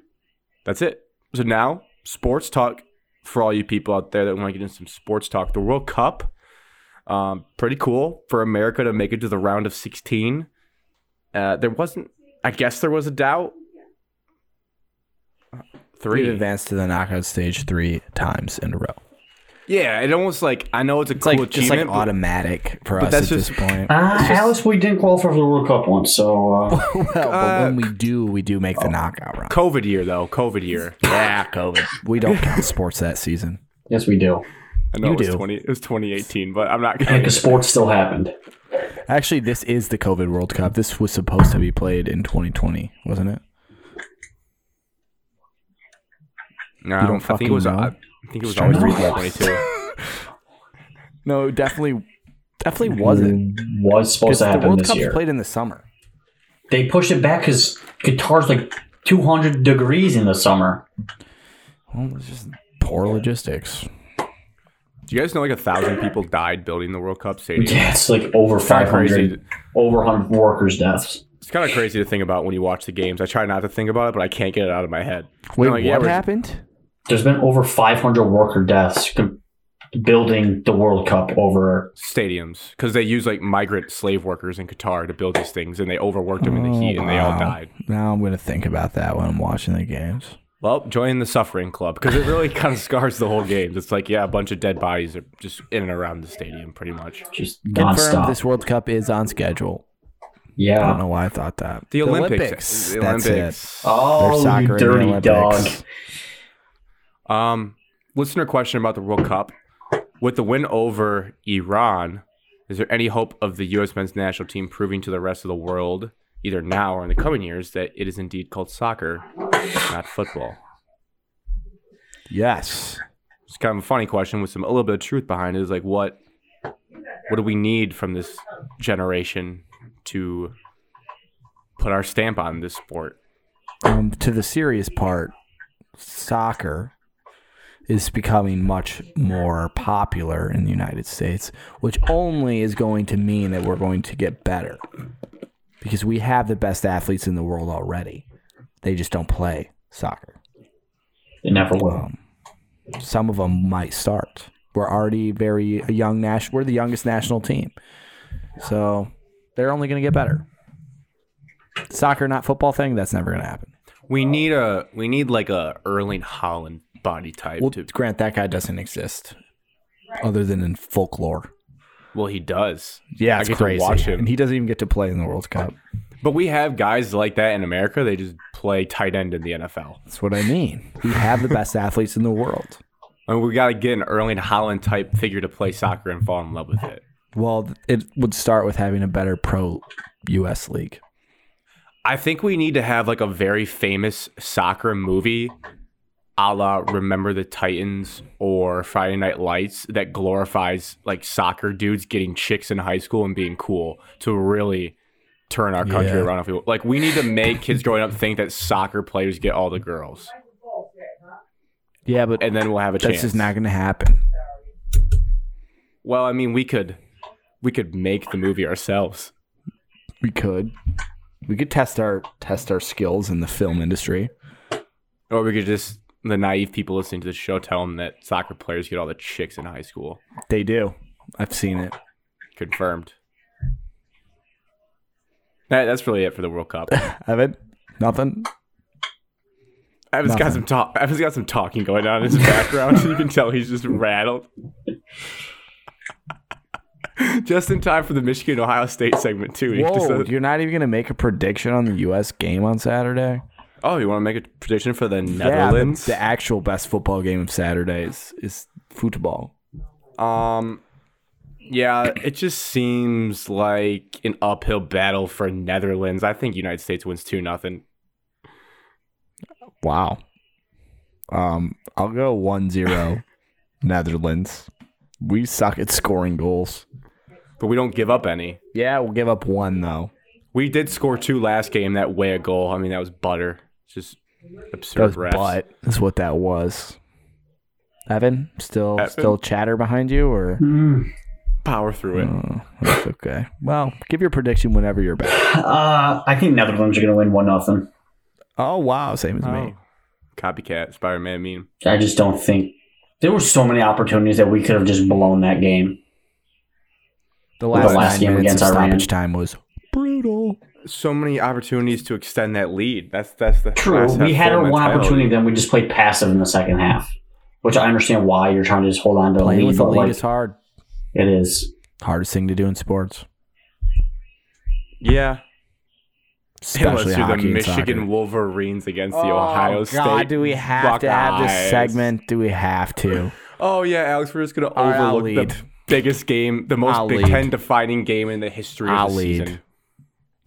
B: that's it. So now sports talk for all you people out there that want to get into some sports talk. The World Cup, um, pretty cool for America to make it to the round of 16. Uh, there wasn't, I guess, there was a doubt. Uh,
A: Three
B: Three
A: advanced to the knockout stage three times in a row.
B: Yeah, it almost like I know it's a
A: It's
B: cool
A: like just like
B: achievement. but-
A: automatic for
B: but
A: us
B: that's
A: at
B: just-
A: this point.
C: Uh, Alice, we didn't qualify for the World Cup once, so uh,
A: well, but when
B: Uh, oh.
A: we do, we do make the knockout round.
B: COVID year though, COVID year.
A: Yeah, COVID. We don't count sports that season.
C: yes, we do.
B: I know
A: You
B: it was
A: do.
B: twenty. It was twenty eighteen, but I'm not.
C: Yeah,
B: Gonna,
C: because sports still happened.
A: Actually, this is the COVID World Cup. This was supposed to be played in 2020, wasn't it?
B: no,
A: don't
B: I think it
A: fucking
B: was.
A: know?
B: I think it was
A: Just
B: always
C: trying to-
B: twenty two.
A: No, it definitely, definitely wasn't.
C: Mm, Was Mm-hmm. supposed
A: Because
C: to
A: the
C: happen
A: World
C: this
A: Cup's
C: year.
A: played in the summer.
C: They pushed it back because Qatar's like 200 degrees in the summer.
A: Well, it's just poor logistics.
B: Do you guys know like a thousand people died building the World Cup stadium?
C: Yeah, it's like over
B: kinda crazy.
C: 500, over 100 workers' deaths.
B: It's kind of crazy to think about when you watch the games. I try not to think about it, but I can't get it out of my head.
A: Wait,
B: I'm like, yeah,
A: what
B: we're-
A: happened?
C: There's been over 500 worker deaths com- building the World Cup over.
B: Stadiums, because they use like migrant slave workers in Qatar to build these things, and they overworked them in the
A: Oh,
B: heat, and they all
A: wow.
B: died.
A: Now I'm gonna think about that when I'm watching the games.
B: Well, join the suffering club because it really kind of scars the whole game. It's like, yeah, a bunch of dead bodies are just in and around the stadium, pretty much.
C: Just
A: Confirmed,
C: nonstop.
A: this World Cup is on schedule. I don't
C: yeah.
A: know why I thought that.
B: The Olympics. The
A: That's it. There's
B: Olympics.
C: Oh,
A: soccer
C: you
A: in the
C: dirty dog.
A: Olympics.
B: Um, listener question about the World Cup: With the win over Iran, is there any hope of the U.S. men's national team proving to the rest of the world, either now or in the coming years, that it is indeed called soccer, not football?
A: Yes.
B: It's kind of a funny question with some a little bit of truth behind it. Is like what, what do we need from this generation to put our stamp on this sport?
A: Um, to the serious part, soccer is becoming much more popular in the United States, which only is going to mean that we're going to get better because we have the best athletes in the world already. They just don't play soccer.
C: It never will.
A: Um, some of them might start. We're already very a young national. We're the youngest national team, so they're only going to get better. Soccer, not football thing. That's never going to happen.
B: We need a we need like a Erling Holland body type.
A: Well,
B: to,
A: Grant, that guy doesn't exist, other than in folklore.
B: well, he does.
A: Yeah,
B: I
A: it's
B: get to
A: crazy.
B: watch him.
A: and he doesn't even get to play in the World Cup.
B: But we have guys like that in America. They just play tight end in the NFL.
A: That's what I mean. We have the best athletes in the world.
B: I mean, we got to get an Erling Holland type figure to play soccer and fall in love with it.
A: Well, it would start with having a better pro U.S. league.
B: I think we need to have like a very famous soccer movie a la Remember the Titans or Friday Night Lights that glorifies like soccer dudes getting chicks in high school and being cool to really turn our country
A: Yeah.
B: around. If we, like, we need to make kids growing up think that soccer players get all the girls,
A: Yeah, but
B: and then we'll have a
A: that's
B: chance.
A: just not going to happen.
B: Well, I mean, we could we could make the movie ourselves.
A: We could, we could test our test our skills in the film industry.
B: Or we could just the naive people listening to the show tell them that soccer players get all the chicks in high school.
A: They do. I've seen it.
B: Confirmed. That, that's really it for the World Cup.
A: Evan, nothing.
B: Evan's got
A: Nothing.
B: some talk. Evan's got some talking going on in his background. you can tell he's just rattled. just in time for the Michigan Ohio State segment too. He just
A: Whoa,
B: said-
A: you're not even going to make a prediction on the U.S. game on Saturday.
B: oh, you want to make a prediction for the
A: Yeah, the,
B: Netherlands?
A: the actual best football game of Saturdays is football.
B: Um, yeah, it just seems like an uphill battle for Netherlands. I think United States wins two nothing.
A: Wow. Um, I'll go 1-0 Netherlands. We suck at scoring goals.
B: But we don't give up any.
A: Yeah, we'll give up one though.
B: We did score two last game that way a goal. I mean, that was butter. It's just
A: That
B: absurd
A: was
B: refs.
A: butt. That's what that was. Evan, still
B: Evan?
A: still chatter behind you, or
C: Mm.
B: Power through it.
A: oh, that's okay. Well, give your prediction whenever you're back.
C: Uh, I think Netherlands are going to win one nothing.
A: Oh wow, same as
B: Oh.
A: me.
B: Copycat Spider Man meme.
C: I just don't think there were so many opportunities that we could have just blown that game.
A: The last,
C: last game
A: nine minutes
C: against
A: of
C: Iran.
A: stoppage time was brutal.
B: So many opportunities to extend that lead. That's that's the
C: True,
B: that's that
C: we had
B: full
C: our one
B: mentality.
C: opportunity, then we just played passive in the second half, which I understand why you're trying to just hold on to the
A: Playing
C: lead,
A: with the
C: but
A: lead
C: like
A: is hard.
C: it is.
A: Hardest thing to do in sports,
B: Yeah,
A: especially
B: it was
A: hockey
B: through the
A: and
B: Michigan
A: soccer.
B: Wolverines against the Ohio State.
A: Oh, God, do we have to have this
B: Buckeyes.
A: segment? Do we have to?
B: Oh yeah, Alex, we're just gonna
A: All right, I'll
B: overlook
A: lead.
B: the biggest game, the most
A: I'll
B: Big
A: lead.
B: Ten defining game in the history of
A: I'll
B: the
A: lead.
B: season.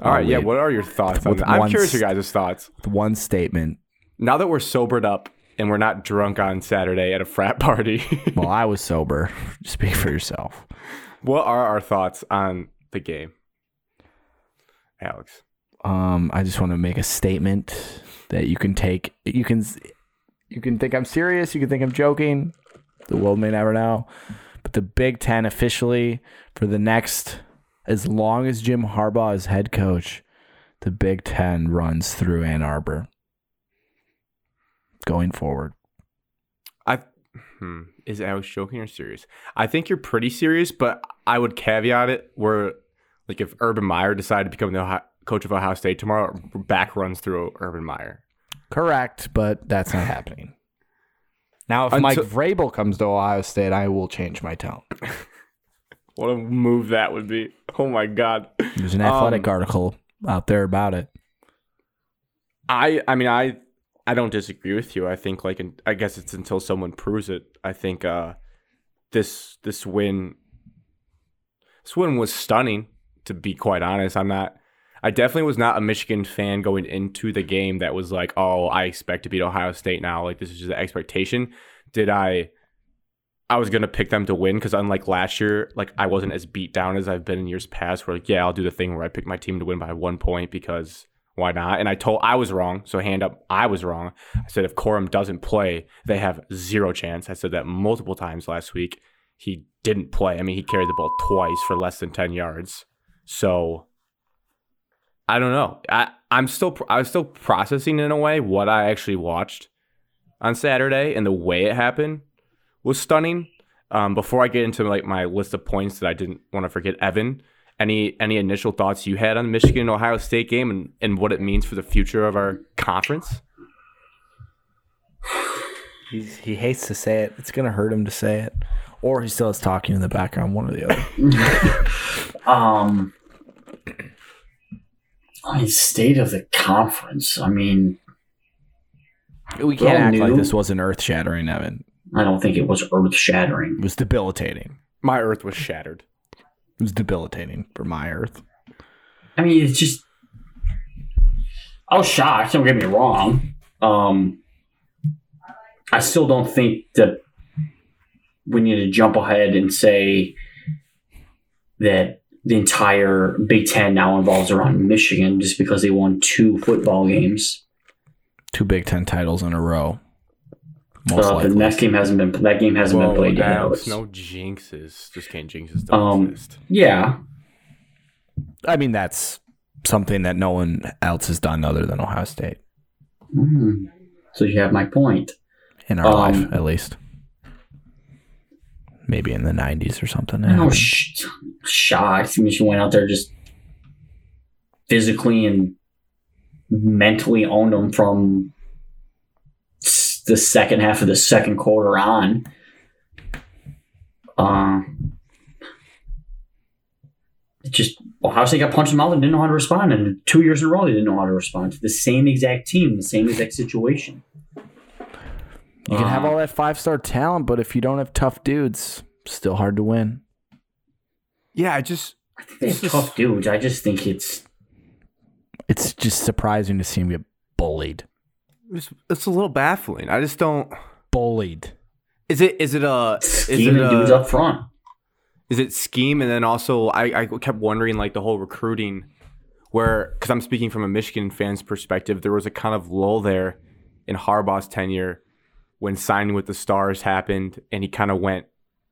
B: All right,
A: I'll
B: yeah.
A: lead.
B: What are your thoughts on
A: With
B: that? I'm
A: one
B: curious your
A: st-
B: guys' thoughts.
A: With One statement.
B: Now that we're sobered up and we're not drunk on Saturday at a frat party,
A: Well, I was sober. Speak for yourself.
B: what are our thoughts on the game, Alex?
A: Um, I just want to make a statement that you can take. You can, you can think I'm serious. You can think I'm joking. The world may never know. But the Big Ten officially for the next, as long as Jim Harbaugh is head coach, the Big Ten runs through Ann Arbor. Going forward,
B: I hmm, is Alex joking or serious? I think you're pretty serious, but I would caveat it where, like, if Urban Meyer decided to become the Ohio, coach of Ohio State tomorrow, back runs through Urban Meyer.
A: correct, but that's not happening. Now, if
B: Until-
A: Mike Vrabel comes to Ohio State, I will change my tone.
B: What a move that would be! Oh my god.
A: There's an
B: Um,
A: athletic article out there about it.
B: I I mean I I don't disagree with you. I think like in, I guess it's until someone proves it. I think uh this this win this win was stunning to be quite honest. I'm not I definitely was not a Michigan fan going into the game that was like, "Oh, I expect to beat Ohio State now." Like this is just the expectation. Did I I was going to pick them to win cuz unlike last year, like I wasn't as beat down as I've been in years past where like, yeah, I'll do the thing where I pick my team to win by 1 point because why not? And I told I was wrong. So hand up, I was wrong. I said if Corum doesn't play, they have zero chance. I said that multiple times last week. He didn't play. I mean, he carried the ball twice for less than ten yards. So I don't know. I I'm still I was still processing in a way what I actually watched on Saturday and the way it happened was stunning. Um, before I get into like my list of points that I didn't want to forget, Evan, any any initial thoughts you had on the Michigan Ohio State game and, and what it means for the future of our conference?
A: He's, he hates to say it. It's gonna hurt him to say it, or he still is talking in the background. One or the other.
C: Um, I mean, state of the conference. I mean,
A: We
C: can't act like this
A: wasn't earth shattering, Evan.
C: I don't think it was earth
A: It
C: shattering.
A: was debilitating.
B: My earth was shattered.
A: It was debilitating for my earth.
C: I mean, it's just. I was shocked. Don't get me wrong. Um, I still don't think that we need to jump ahead and say that the entire Big Ten now involves around Michigan just because they won two football games.
A: Two Big Ten titles in a row. Most
C: Uh, the
A: likely.
C: next game hasn't been that game hasn't been played yet.
B: Alex,
C: Alex.
B: no jinxes. Just can't jinxes don't
C: Um,
B: exist.
C: Yeah,
A: I mean, that's something that no one else has done other than Ohio State
C: Mm. So you have my point.
A: in our
C: Um,
A: life, at least. Maybe in the '90s or something.
C: I was sh- shocked. I mean, she went out there just physically and mentally owned them from s- the second half of the second quarter on. Um, it just Ohio State got punched in the mouth and didn't know how to respond. And two years in a row, they didn't know how to respond to the same exact team, the same exact situation.
A: You can have
C: Uh,
A: all that five star talent, but if you don't have tough dudes, still hard to win.
B: Yeah, I just
C: They're
B: It's just-
C: tough dudes. I just think it's
A: It's just surprising to see him get bullied.
B: it's, it's a little baffling. I just don't
A: Bullied.
B: is it is it a is it uh,
C: scheming dudes
B: a,
C: up front.
B: is it scheme and then also I, I kept wondering like the whole recruiting where because I'm speaking from a Michigan fan's perspective, there was a kind of lull there in Harbaugh's tenure when signing with the Stars happened, and he kind of went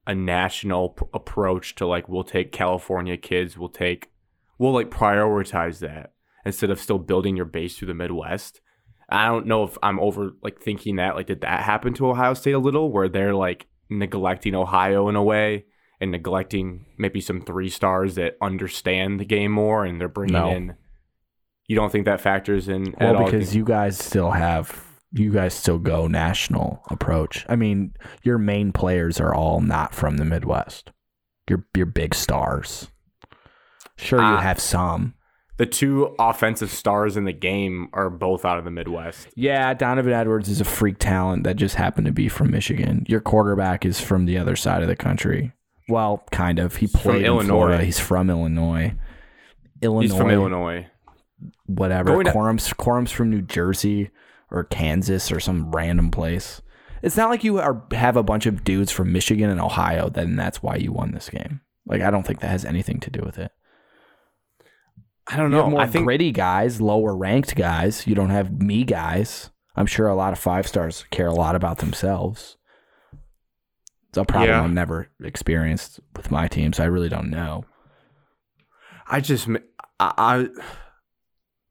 B: a national p- approach to like we'll take California kids, we'll take we'll like prioritize that instead of still building your base through the Midwest. I don't know if I'm over like thinking that like did that happen to Ohio State a little where they're like neglecting Ohio in a way and neglecting maybe some three stars that understand the game more and they're bringing
A: No.
B: in. You don't think that factors in at
A: Well,
B: all?
A: because you guys still have you guys still go national approach. I mean, your main players are all not from the Midwest. Your your big stars. Sure, you
B: Ah.
A: have some.
B: the two offensive stars in the game are both out of the Midwest.
A: Yeah, Donovan Edwards is a freak talent that just happened to be from Michigan. Your quarterback is from the other side of the country. Well, kind of. He
B: from
A: played in
B: Illinois.
A: Florida. He's from Illinois. Illinois.
B: He's from Illinois.
A: whatever.
B: Going to-
A: Quorum's Quorum's from New Jersey or Kansas or some random place. It's not like you are have a bunch of dudes from Michigan and Ohio, then that's why you won this game. Like I don't think that has anything to do with it.
B: I don't
A: You have
B: know.
A: more
B: I think
A: gritty guys, lower ranked guys. You don't have me guys. I'm sure a lot of five stars care a lot about themselves. It's a problem
B: Yeah.
A: I've never experienced with my team, so I really don't know.
B: I just m- I. I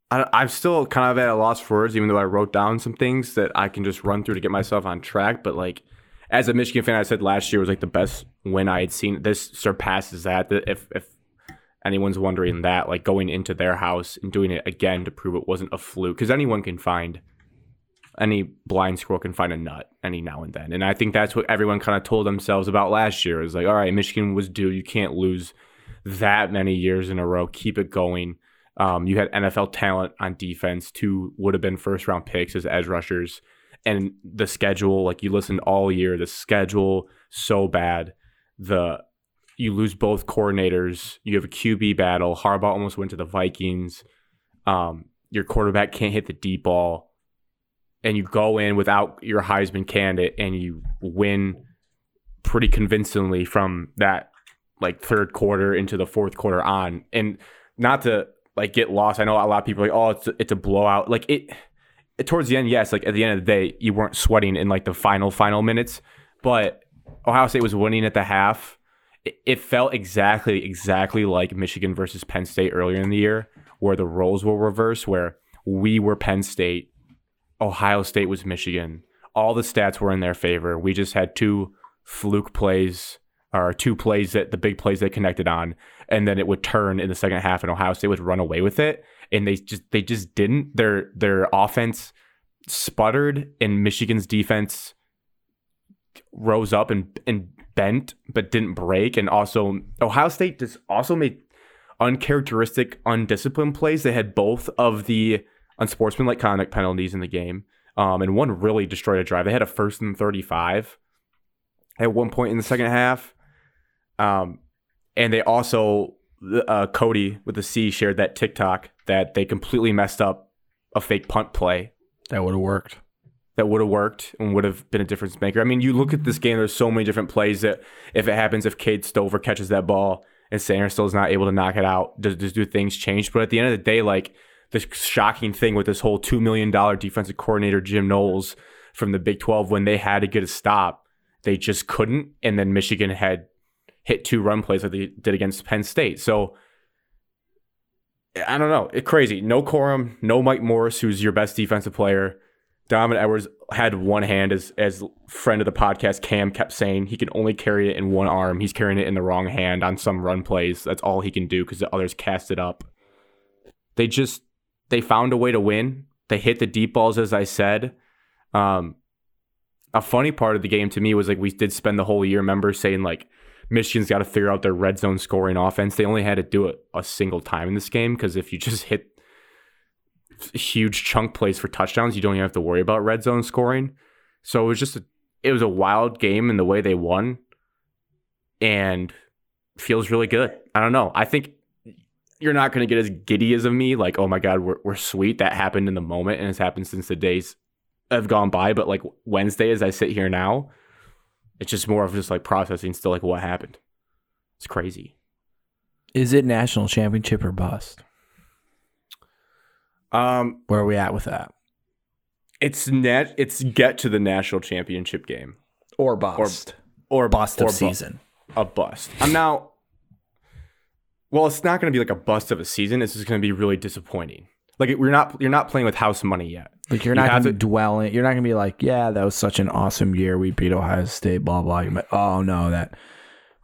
B: I, am still kind of at a loss for words, even though I wrote down some things that I can just run through to get myself on track. But like, as a Michigan fan, I said last year was like the best win I had seen. This surpasses that. That If if anyone's wondering that, like going into their house and doing it again to prove it wasn't a fluke, because anyone can find any blind squirrel can find a nut any now and then. And I think that's what everyone kind of told themselves about last year is like, all right, Michigan was due. You can't lose that many years in a row. Keep it going. Um, you had NFL talent on defense, two would have been first round picks as edge rushers. And the schedule, like you listened all year, the schedule so bad. The you lose both coordinators. You have a QB battle. Harbaugh almost went to the Vikings. Um, your quarterback can't hit the deep ball, and you go in without your Heisman candidate, and you win pretty convincingly from that like third quarter into the fourth quarter on. And not to like get lost. I know a lot of people are like, oh, it's a, it's a blowout. Like it, it- towards the end, yes. Like at the end of the day, you weren't sweating in like the final final minutes, but Ohio State was winning at the half. It, it felt exactly exactly like Michigan versus Penn State earlier in the year, where the roles were reversed, where we were Penn State, Ohio State was Michigan. All the stats were in their favor. We just had two fluke plays or two plays that the big plays they connected on, and then it would turn in the second half, and Ohio State would run away with it, and they just they just didn't. Their their offense sputtered, and Michigan's defense rose up and and bent, but didn't break, and also Ohio State just also made uncharacteristic, undisciplined plays. They had both of the unsportsmanlike conduct penalties in the game, um, and one really destroyed a drive. They had a first and thirty-five at one point in the second half. Um, and they also uh, Cody with the C shared that TikTok that they completely messed up a fake punt play
A: That would have worked.
B: that would have worked and would have been a difference maker. I mean, you look at this game, there's so many different plays that if it happens, if Cade Stover catches that ball and Sanders still is not able to knock it out, does, does do things change? But at the end of the day, like the shocking thing with this whole $2 million defensive coordinator, Jim Knowles from the Big 12, when they had to get a stop, they just couldn't. And then Michigan had hit two run plays that they did against Penn State. So, I don't know. It crazy. No Corum, no Mike Morris, who's your best defensive player. Donovan Edwards had one hand, as as friend of the podcast Cam kept saying he can only carry it in one arm. He's carrying it in the wrong hand on some run plays. That's all he can do because the others cast it up. They just they found a way to win. They hit the deep balls, as I said. Um, a funny part of the game to me was like we did spend the whole year, remember, saying like Michigan's got to figure out their red zone scoring offense. They only had to do it a single time in this game because if you just hit huge chunk plays for touchdowns, you don't even have to worry about red zone scoring. So it was just a, it was a wild game in the way they won, and feels really good. I don't know. I think you're not going to get as giddy as of me, like oh my god, we're we're sweet. That happened in the moment, and it's happened since the days have gone by. But like Wednesday, as I sit here now, it's just more of just like processing still like what happened. It's crazy.
A: Is it national championship or bust?
B: Um,
A: Where are we at with that?
B: it's net. It's get to the national championship game
A: Or bust.
B: or
A: bust of
B: or bu-
A: season.
B: a bust. I'm now. Well, it's not going to be like a bust of a season. It's just going to be really disappointing. Like it- we're not you're not playing with house money yet.
A: Like you're
B: You
A: not
B: have
A: going to dwell in. You're not going to be like, yeah, that was such an awesome year. We beat Ohio State. Blah blah. You're like, oh no, that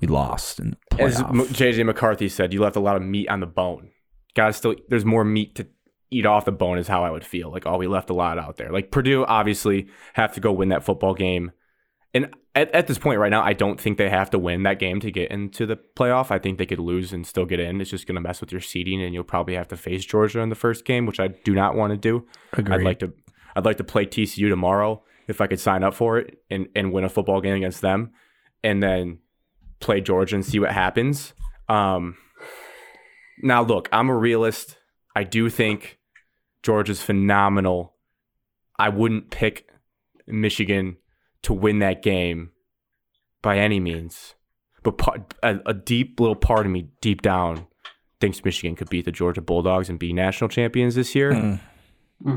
A: we lost and
B: As M- JJ McCarthy said, you left a lot of meat on the bone. Got to still there's more meat to eat off the bone is how I would feel. Like oh, we left a lot out there. Like Purdue obviously have to go win that football game. And at, at this point right now, I don't think they have to win that game to get into the playoff. I think they could lose and still get in. It's just going to mess with your seeding, and you'll probably have to face Georgia in the first game, which I do not want to do. I'd like to I'd like to play TCU tomorrow if I could sign up for it and, and win a football game against them and then play Georgia and see what happens. Um, now look, I'm a realist. I do think Georgia's phenomenal. I wouldn't pick Michigan to win that game by any means. But pa- a, a deep little part of me, deep down, thinks Michigan could beat the Georgia Bulldogs and be national champions this year.
A: Mm.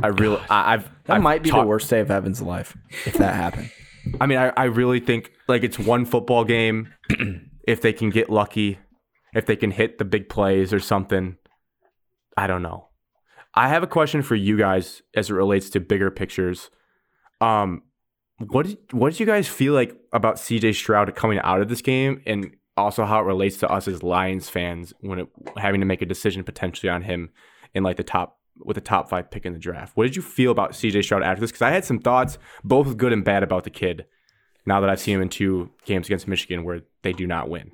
B: I really, I, I've
A: That
B: I've
A: might be
B: talked-
A: the worst day of Evan's life if that happened.
B: I mean, I, I really think like it's one football game. if they can get lucky, if they can hit the big plays or something, I don't know. I have a question for you guys as it relates to bigger pictures. Um, what did, what did you guys feel like about CJ Stroud coming out of this game, and also how it relates to us as Lions fans when it, having to make a decision potentially on him in like the top with the top five pick in the draft? What did you feel about CJ Stroud after this? Because I had some thoughts, both good and bad, about the kid. Now that I've seen him in two games against Michigan where they do not win.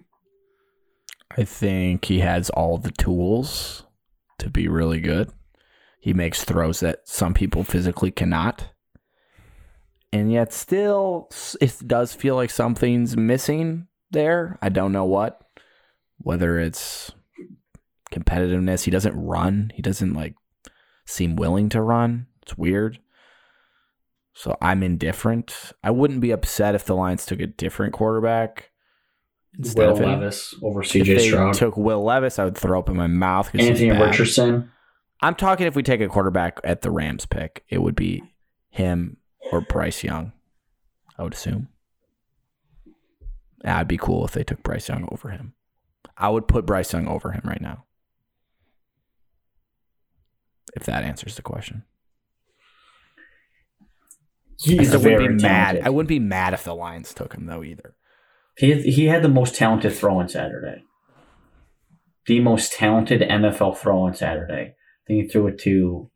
A: I think he has all the tools to be really good. He makes throws that some people physically cannot. And yet, still, s- it does feel like something's missing there. I don't know what. Whether it's competitiveness, he doesn't run, he doesn't like seem willing to run. It's weird. So I'm indifferent. I wouldn't be upset if the Lions took a different quarterback instead
C: Will
A: of him.
C: Levis over
A: If
C: CJ
A: they
C: Stroud.
A: took Will Levis, I would throw up in my mouth. 'cause he's
C: Anthony
A: bad.
C: Richardson.
A: I'm talking if we take a quarterback at the Rams pick, it would be him or Bryce Young, I would assume. And I'd be cool if they took Bryce Young over him. I would put Bryce Young over him right now. If that answers the question.
C: He's
A: I wouldn't
C: very
A: be mad.
C: talented.
A: I wouldn't be mad if the Lions took him though either.
C: He, he had the most talented throw on Saturday. The most talented NFL throw on Saturday. I think he threw it to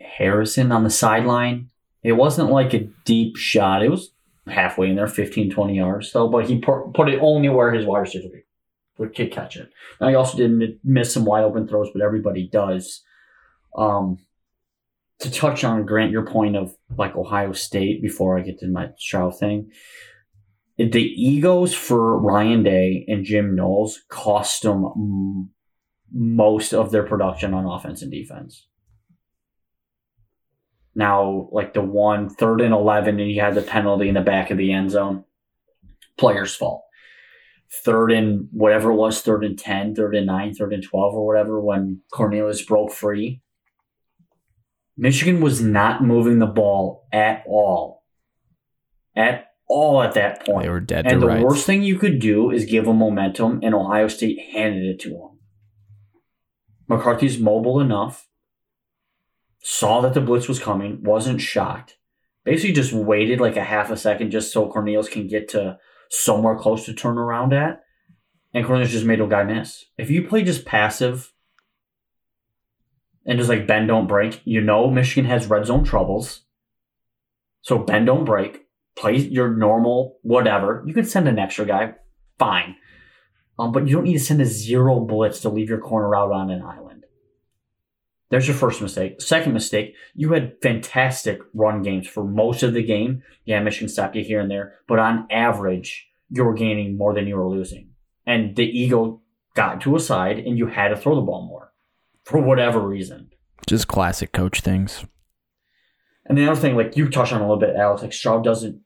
C: Harrison on the sideline. It wasn't like a deep shot. It was halfway in there, 15, 20 yards. So, but he put, put it only where his wide receiver could- would kick catch it. Now, he also did mi- miss some wide open throws, but everybody does. Um, to touch on, Grant, your point of like Ohio State before I get to my Stroud thing the egos for Ryan Day and Jim Knowles cost them m- most of their production on offense and defense. Now, like the one third and 11, and he had the penalty in the back of the end zone, player's fault. Third and whatever it was, third and 10, third and 9, third and 12, or whatever, when Cornelius broke free, Michigan was not moving the ball at all. At all at that point.
A: They were dead
C: And
A: to
C: the
A: rights.
C: worst thing you could do is give them momentum, and Ohio State handed it to them. McCarthy's mobile enough, saw that the blitz was coming, wasn't shocked. Basically, just waited like a half a second just so Cornelius can get to somewhere close to turn around at, and Cornelius just made a guy miss. If you play just passive and just like bend don't break, you know Michigan has red zone troubles. So bend don't break play your normal whatever. You can send an extra guy, fine. Um, but you don't need to send a zero blitz to leave your corner out on an island. There's your first mistake. Second mistake, you had fantastic run games for most of the game. Yeah, Michigan stopped you here and there, but on average, you were gaining more than you were losing. And the ego got to a side, and you had to throw the ball more for whatever reason.
A: Just classic coach things.
C: And the other thing, like you touched on a little bit, Alex, like Stroud doesn't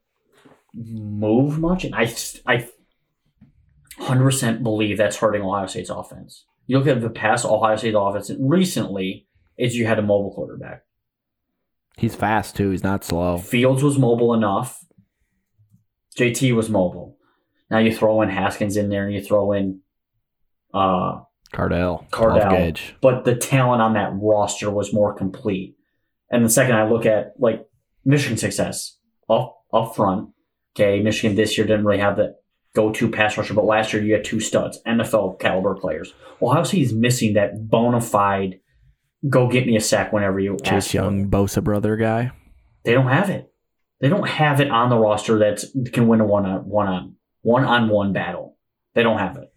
C: move much, and I, I, hundred percent believe that's hurting Ohio State's offense. You look at the past Ohio State offense recently, is you had a mobile quarterback.
A: He's fast too. He's not slow.
C: Fields was mobile enough. JT was mobile. Now you throw in Haskins in there and you throw in uh
A: Cardell.
C: Cardell.
A: Off gauge.
C: but the talent on that roster was more complete. And the second I look at like Michigan success up up front, okay, Michigan this year didn't really have that go-to pass rusher, but last year you had two studs, NFL caliber players. Ohio State's missing that bona fide go get me a sack whenever you ask
A: Chase
C: for it.
A: Young, Bosa brother guy.
C: They don't have it. They don't have it on the roster that can win a one on one on one on one battle. They don't have it.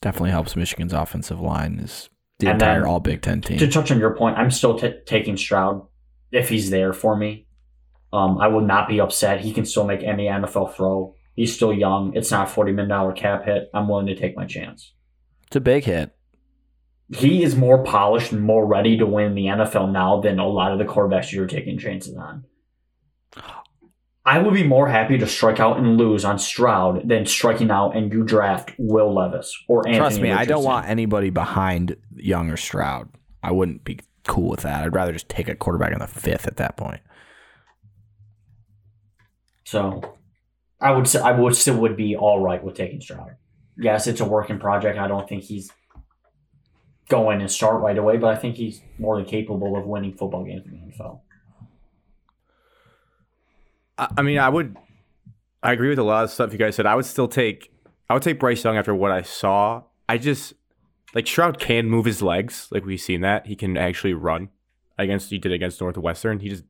A: Definitely helps Michigan's offensive line is the
C: And
A: entire
C: then-
A: all Big Ten
C: To
A: team.
C: touch on your point, I'm still t- taking Stroud if he's there for me. Um, I will not be upset. He can still make any NFL throw. He's still young. It's not a forty million dollar cap hit. I'm willing to take my chance.
A: It's a big hit.
C: He is more polished and more ready to win the NFL now than a lot of the quarterbacks you're taking chances on. I would be more happy to strike out and lose on Stroud than striking out and you draft Will Levis or Anthony.
A: Trust me, I don't
C: Richardson.
A: want anybody behind Young or Stroud. I wouldn't be cool with that. I'd rather just take a quarterback in the fifth at that point.
C: So I would say I would still would be all right with taking Stroud. Yes, it's a working project. I don't think he's going and start right away, but I think he's more than capable of winning football games in the NFL.
B: I, I mean, I would. I agree with a lot of stuff you guys said. I would still take. I would take Bryce Young after what I saw. I just like Shroud can move his legs, like we've seen that he can actually run. Against he did against Northwestern. He just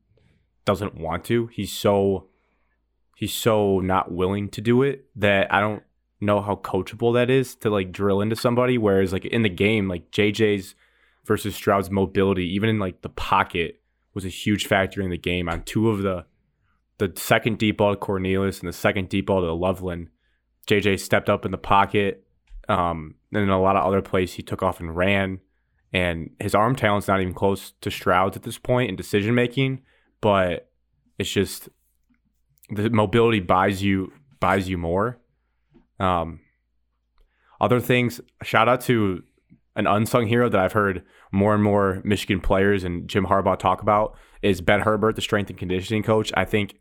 B: doesn't want to. He's so he's so not willing to do it that I don't know how coachable that is to like drill into somebody. Whereas like in the game, like JJ's versus Stroud's mobility, even in like the pocket, was a huge factor in the game on two of the the second deep ball to Cornelius and the second deep ball to Loveland. JJ stepped up in the pocket. Um, and in a lot of other plays, he took off and ran. And his arm talent's not even close to Stroud's at this point in decision making, but it's just the mobility buys you buys you more. Um, other things. Shout out to an unsung hero that I've heard more and more Michigan players and Jim Harbaugh talk about is Ben Herbert, the strength and conditioning coach. I think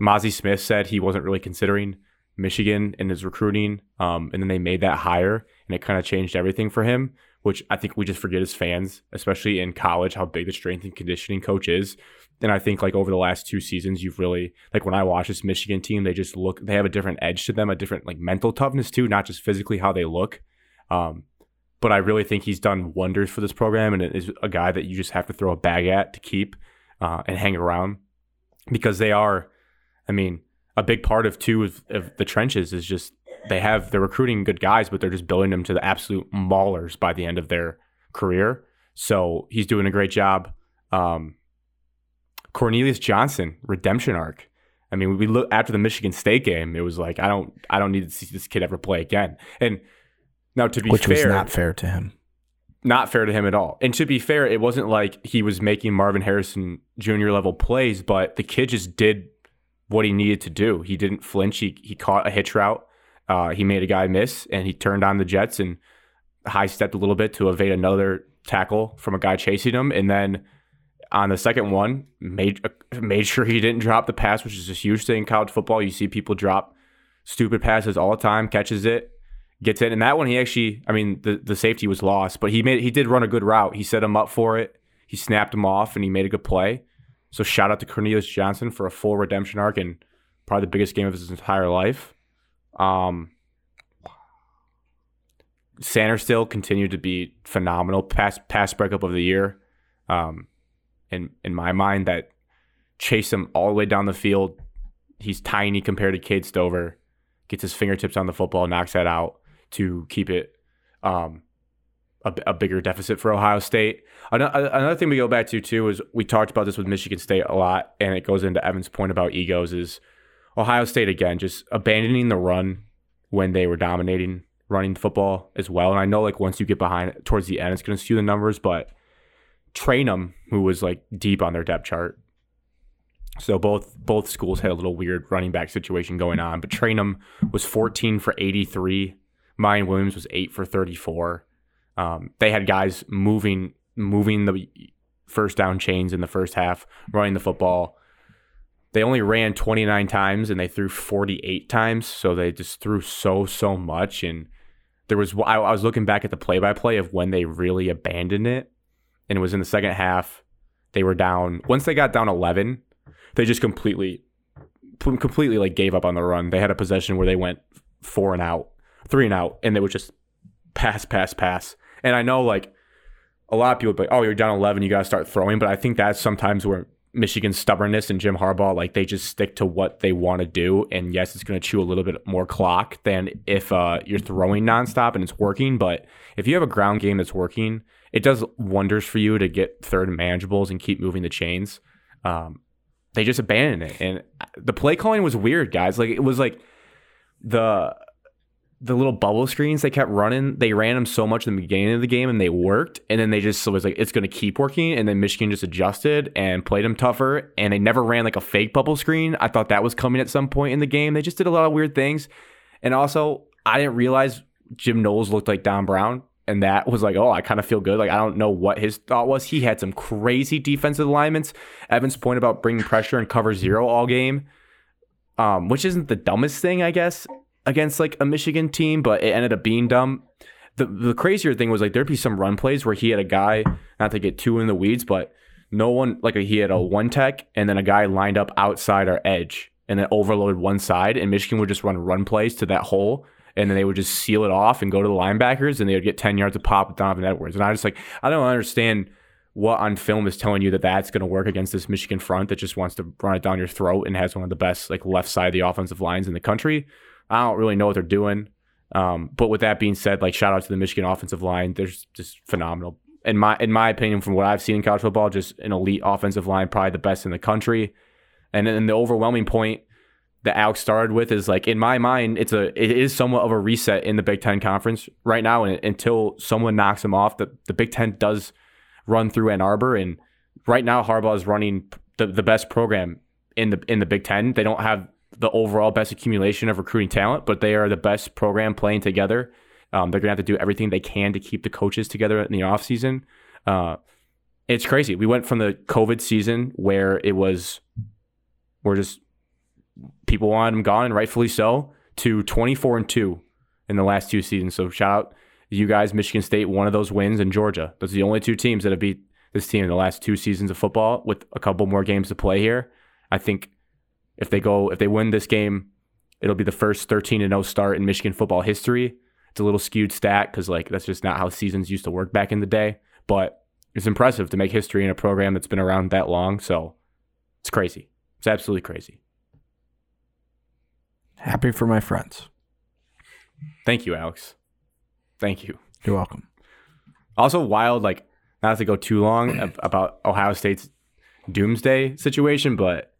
B: Mozzie Smith said he wasn't really considering Michigan in his recruiting, um, and then they made that hire, and it kind of changed everything for him. Which I think we just forget as fans, especially in college, how big the strength and conditioning coach is. And I think like over the last two seasons, you've really like when I watch this Michigan team, they just look they have a different edge to them, a different like mental toughness too, not just physically how they look. Um, but I really think he's done wonders for this program, and it is a guy that you just have to throw a bag at to keep uh, and hang around because they are. I mean, a big part of two of, of the trenches is just they have they're recruiting good guys, but they're just building them to the absolute maulers by the end of their career. So he's doing a great job. Um, Cornelius Johnson redemption arc. I mean, we look after the Michigan State game. It was like I don't, I don't need to see this kid ever play again. And now, to be
A: Which was
B: fair,
A: not fair to him.
B: not fair to him at all. And to be fair, it wasn't like he was making Marvin Harrison Jr. level plays, but the kid just did what he needed to do. He didn't flinch. He he caught a hitch route. Uh, he made a guy miss, and he turned on the Jets and high stepped a little bit to evade another tackle from a guy chasing him, and then on the second one made made sure he didn't drop the pass, which is a huge thing in college football. You see people drop stupid passes all the time, catches it, gets in. And that one, he actually, I mean, the, the safety was lost, but he made he did run a good route. He set him up for it. He snapped him off, and he made a good play. So shout out to Cornelius Johnson for a full redemption arc and probably the biggest game of his entire life. Um, Sanders still continued to be phenomenal pass pass breakup of the year. Um, in in my mind, that chased him all the way down the field. He's tiny compared to Cade Stover gets his fingertips on the football, knocks that out to keep it um, a, a bigger deficit for Ohio State. Another, another thing we go back to too is we talked about this with Michigan State a lot, and it goes into Evan's point about egos. Is Ohio State again just abandoning the run when they were dominating running the football as well? And I know like once you get behind towards the end, it's going to skew the numbers, but Trainum, who was like deep on their depth chart. So both both schools had a little weird running back situation going on, but Trainum was 14 for 83. Mayan Williams was 8 for 34. Um, they had guys moving moving the first down chains in the first half, running the football. They only ran 29 times and they threw 48 times, so they just threw so so much. And there was I, I was looking back at the play by play of when they really abandoned it, and it was in the second half. They were down once they got down 11, they just completely completely like gave up on the run. They had a possession where they went four and out, three and out, and they would just pass, pass, pass. And I know like a lot of people, but oh, you're down eleven, you got to start throwing. But I think that's sometimes where Michigan's stubbornness and Jim Harbaugh, like they just stick to what they want to do. And yes, it's going to chew a little bit more clock than if uh, you're throwing nonstop and it's working. But if you have a ground game that's working, it does wonders for you to get third and manageables and keep moving the chains. Um, they just abandoned it. And uh, the play calling was weird, guys. Like it was like the the little bubble screens they kept running. They ran them so much in the beginning of the game, and they worked. And then they just was like, it's going to keep working. And then Michigan just adjusted and played them tougher. And they never ran like a fake bubble screen. I thought that was coming at some point in the game. They just did a lot of weird things. And also, I didn't realize Jim Knowles looked like Don Brown. And that was like, oh, I kind of feel good. Like, I don't know what his thought was. He had some crazy defensive alignments. Evan's point about bringing pressure and cover zero all game, um, which isn't the dumbest thing, I guess, against like a Michigan team, but it ended up being dumb. The, the crazier thing was like there'd be some run plays where he had a guy, not to get too in the weeds, but no one, like he had a one tech and then a guy lined up outside our edge and then overloaded one side, and Michigan would just run run plays to that hole and then they would just seal it off and go to the linebackers and they would get 10 yards of pop with Donovan Edwards. And I was just like, I don't understand what on film is telling you that that's going to work against this Michigan front that just wants to run it down your throat and has one of the best like left side of the offensive lines in the country. I don't really know what they're doing. Um, but with that being said, like shout out to the Michigan offensive line. They're just phenomenal. In my in my opinion, from what I've seen in college football, just an elite offensive line, probably the best in the country. And then the overwhelming point that Alex started with is like in my mind, it's a it is somewhat of a reset in the Big Ten conference right now. And until someone knocks them off, the, the Big Ten does run through Ann Arbor, and right now Harbaugh is running the, the best program in the in the Big Ten. They don't have the overall best accumulation of recruiting talent, but they are the best program playing together. Um, they're going to have to do everything they can to keep the coaches together in the offseason. Uh, it's crazy. We went from the COVID season where it was, we're just, people wanted them gone, and rightfully so, to 24 and 2 in the last two seasons. So shout out you guys, Michigan State, one of those wins, and Georgia. Those are the only two teams that have beat this team in the last two seasons of football with a couple more games to play here. I think if they go if they win this game it'll be the first 13 and 0 start in michigan football history it's a little skewed stat because like that's just not how seasons used to work back in the day but it's impressive to make history in a program that's been around that long so it's crazy it's absolutely crazy
A: Happy for my friends.
B: thank you alex thank you
A: You're welcome.
B: also wild like not to go too long ab- about ohio state's doomsday situation but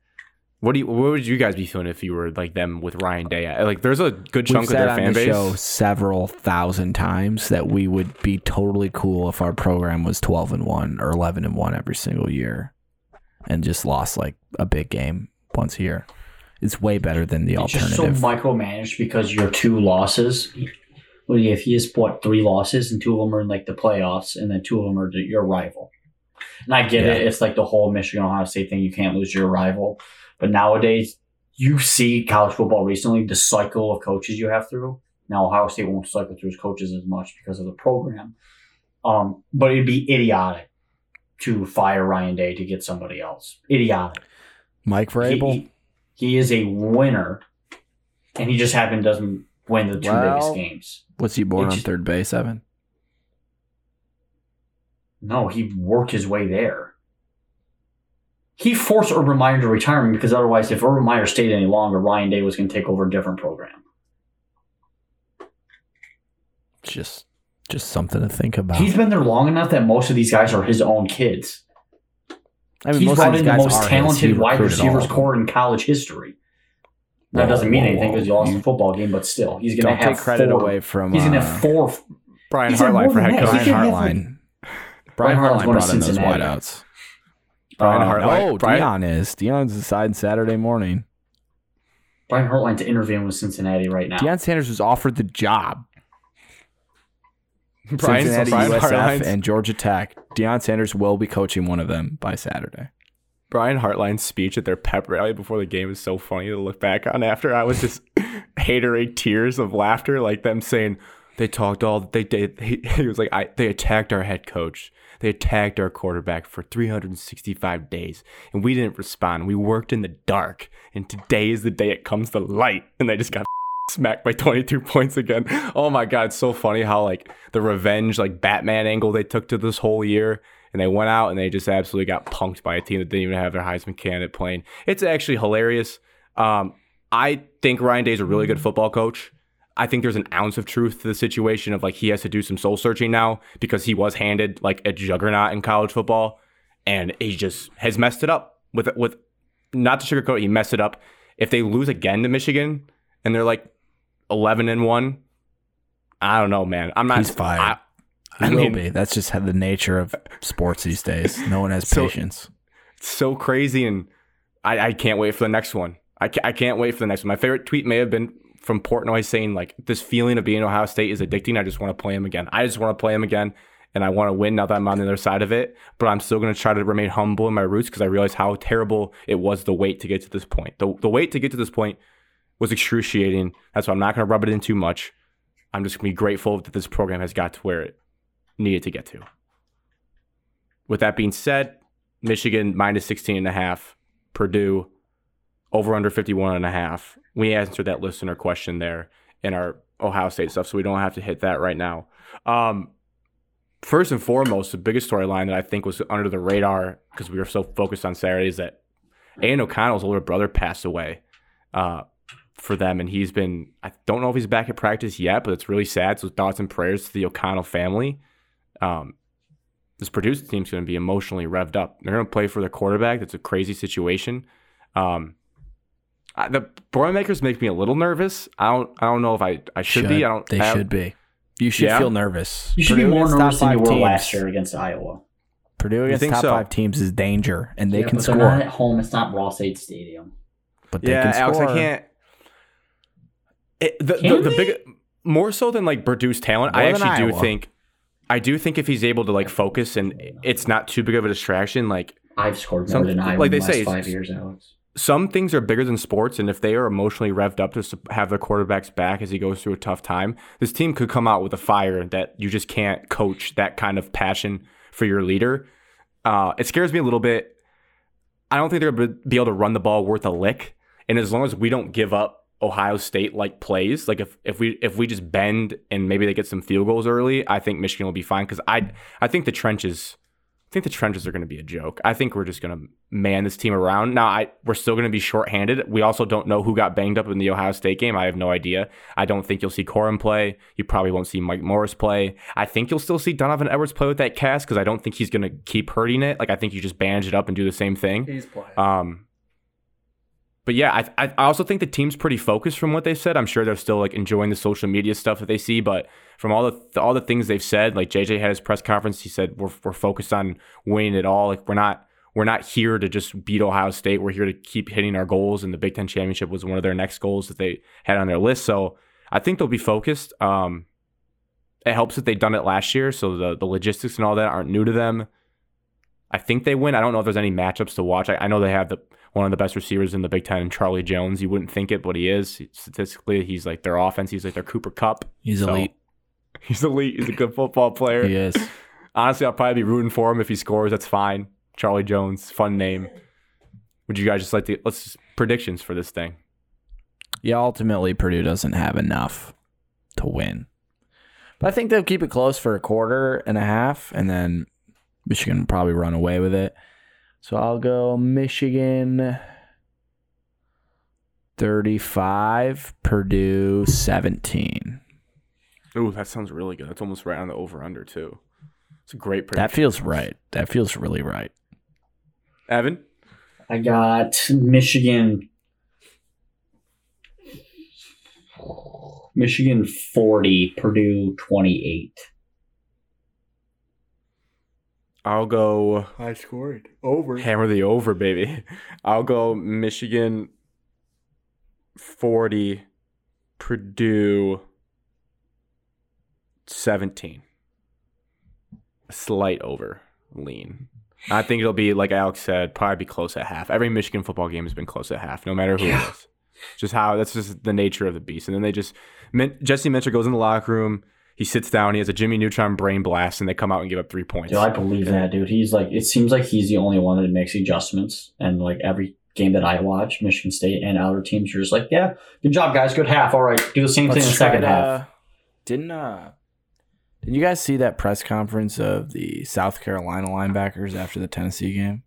B: what do you, what would you guys be feeling if you were like them with Ryan Day? Like, there's a good
A: We've
B: chunk of their
A: said
B: fan
A: on the
B: base.
A: show several thousand times that we would be totally cool if our program was 12 and 1 or 11 and 1 every single year and just lost like a big game once a year. It's way better than the
C: It's just so
A: alternative.
C: micromanaged because your two losses. Well, yeah, if he has what three losses and two of them are in like the playoffs, and then two of them are to your rival. And I get it; it's like the whole Michigan Ohio State thing. You can't lose to your rival, but nowadays you see college football recently the cycle of coaches you have through. Now Ohio State won't cycle through his coaches as much because of the program, um, but it'd be idiotic to fire Ryan Day to get somebody else. Idiotic.
A: Mike
C: He-
A: Vrabel?
C: He, he is a winner, and he just happened doesn't win the two
A: Well-
C: biggest games.
A: What's he born on
C: It's-
A: third base, Evan?
C: No, he worked his way there. He forced Urban Meyer to retirement because otherwise, if Urban Meyer stayed any longer, Ryan Day was going to take over a different program.
A: It's Just just something to think about.
C: He's been there long enough that most of these guys are his own kids.
A: I
C: He's
A: most of
C: brought
A: these
C: in the
A: guys
C: most
A: are his. He
C: talented wide
A: recruited all
C: receivers
A: of them.
C: core in college history. That
A: Whoa,
C: doesn't mean
A: whoa,
C: anything
A: whoa.
C: because you lost
A: You
C: the football game, but still, he's going
A: Don't
C: to have
A: take credit
C: four,
A: away from
C: He's going to
A: uh,
C: have four
B: Brian
C: He's had
B: Hartline
C: more
B: for
C: than
B: head
A: Brian
B: coach.
C: that. He should have, like-
A: Hartline. Brian
C: Hartline's
A: Hartline
C: going to
A: brought in those
C: Cincinnati.
A: wideouts.
B: Brian
A: Uh,
B: Hartline.
A: Oh,
B: Brian-
A: Dion is. Dion's deciding Saturday morning.
C: Brian Hartline's interviewing with Cincinnati right now.
A: Deion Sanders was offered the job.
B: Brian's-
A: Cincinnati
B: Brian
A: USF
B: Hartline's-
A: and Georgia Tech. Deion Sanders will be coaching one of them by Saturday.
B: Brian Hartline's speech at their pep rally before the game is so funny to look back on after. I was just haterade tears of laughter, like them saying they talked all they did. He, he was like, I, they attacked our head coach. They attacked our quarterback for 365 days, and we didn't respond. We worked in the dark, and today is the day it comes to light. And they just got smacked by 22 points again. Oh my god, it's so funny how like the revenge like Batman angle they took to this whole year and they went out and they just absolutely got punked by a team that didn't even have their Heisman candidate playing. It's actually hilarious. Um I think Ryan Day's a really good football coach. I think there's an ounce of truth to the situation of like he has to do some soul searching now because he was handed like a juggernaut in college football and he just has messed it up with with not to sugarcoat, it, he messed it up. If they lose again to Michigan and they're like 11 and 1 i don't know man i'm not
A: He's fired.
B: I-
A: He
B: I
A: will
B: mean-
A: be. That's just how the nature of sports these days. No one has
B: So-
A: patience.
B: it's so crazy and I, I can't wait for the next one I, ca- I can't wait for the next one my favorite tweet may have been from portnoy saying like this feeling of being ohio state is addicting i just want to play him again i just want to play him again and i want to win now that i'm on the other side of it but i'm still going to try to remain humble in my roots because i realize how terrible it was the wait to get to this point the, the wait to get to this point was excruciating that's why i'm not going to rub it in too much i'm just going to be grateful that this program has got to where it needed to get to with that being said Michigan minus 16 and a half, Purdue over under 51 and a half. We answered that listener question there in our Ohio State stuff, so we don't have to hit that right now. Um, first and foremost, the biggest storyline that I think was under the radar because we were so focused on Saturday is that Aiden O'Connell's older brother passed away uh, for them, and he's been, I don't know if he's back at practice yet, but it's really sad. So thoughts and prayers to the O'Connell family. Um, this Purdue team's going to be emotionally revved up. They're going to play for their quarterback. That's a crazy situation. Um, I, the Boilermakers make me a little nervous. I don't. I don't know if I, I should, be. I don't.
A: They
B: I don't-
A: should be. You should
B: Yeah.
A: feel nervous.
C: You should
A: Purdue
C: be more
A: against top
C: nervous than you
A: five
C: were
A: teams.
C: last year against Iowa.
A: Purdue against
B: think
A: top
B: so?
A: five teams is danger, and they
C: Yeah,
A: can
C: but They're not
A: score.
C: at home. It's not Ross Aid Stadium.
A: But they
B: Yeah,
A: can
B: Alex,
A: score.
B: I can't. It, the, the,
C: Can
B: the
C: they?
B: big more so than like Purdue's talent, I
A: More than
B: actually do
A: Iowa.
B: think, I do think if he's able to like focus and it's not too big of a distraction, like
C: I've scored more
B: Some-
C: than Iowa
B: like they
C: in the last
B: say,
C: five years, Alex.
B: some things are bigger than sports, and if they are emotionally revved up to s- have their quarterbacks back as he goes through a tough time, this team could come out with a fire that you just can't coach that kind of passion for your leader. Uh, it scares me a little bit. I don't think they're going to be able to run the ball worth a lick. And as long as we don't give up Ohio State like plays, like if, if we if we just bend and maybe they get some field goals early, I think Michigan will be fine because I I think the trenches I think the trenches are going to be a joke. I think we're just going to man this team around. Now, I we're still going to be shorthanded. We also don't know who got banged up in the Ohio State game. I have no idea. I don't think you'll see Corum play. You probably won't see Mike Morris play. I think you'll still see Donovan Edwards play with that cast because I don't think he's going to keep hurting it. Like I think you just bandage it up and do the same thing.
D: He's playing.
B: Um, but yeah, I, I I also think the team's pretty focused from what they said. I'm sure they're still like enjoying the social media stuff that they see, but from all the all the things they've said, like JJ had his press conference, he said we're we're focused on winning it all. Like we're not we're not here to just beat Ohio State. We're here to keep hitting our goals, and the Big Ten championship was one of their next goals that they had on their list. So I think they'll be focused. Um, it helps that they've done it last year, so the the logistics and all that aren't new to them. I think they win. I don't know if there's any matchups to watch. I, I know they have the one of the best receivers in the Big Ten, Charlie Jones. You wouldn't think it, but he is. Statistically, he's like their offense. He's like their Cooper Cup.
A: He's
B: So- er,
A: elite.
B: He's elite. He's a good football player.
A: He is.
B: Honestly, I'll probably be rooting for him if he scores. That's fine. Charlie Jones, fun name. Would you guys just like to let's just predictions for this thing?
A: Yeah, ultimately Purdue doesn't have enough to win. But I think they'll keep it close for a quarter and a half, and then Michigan will probably run away with it. So I'll go Michigan 35, Purdue 17.
B: Ooh, that sounds really good. That's almost right on the over under too. It's a great prediction.
A: That feels right. That feels really right.
B: Evan,
C: I got Michigan. Michigan 40, Purdue 28.
B: I'll go
D: I scored over.
B: Hammer the over, baby. I'll go Michigan 40, Purdue 17. slight over lean. I think it'll be like Alex said, probably be close at half. Every Michigan football game has been close at half, no matter who it is. Just how that's just the nature of the beast. And then they just Min- Jesse Minter goes in the locker room, he sits down, he has a Jimmy Neutron brain blast, and they come out and give up three points.
C: Dude, I believe that, dude. He's like, it seems like he's the only one that makes adjustments. And like every game that I watch, Michigan State and other teams, you're just like, yeah, good job, guys. Good half. All right, do the same thing in the
A: try
C: second
A: to-
C: half.
A: Didn't uh, did you guys see that press conference of the South Carolina linebackers after the Tennessee game?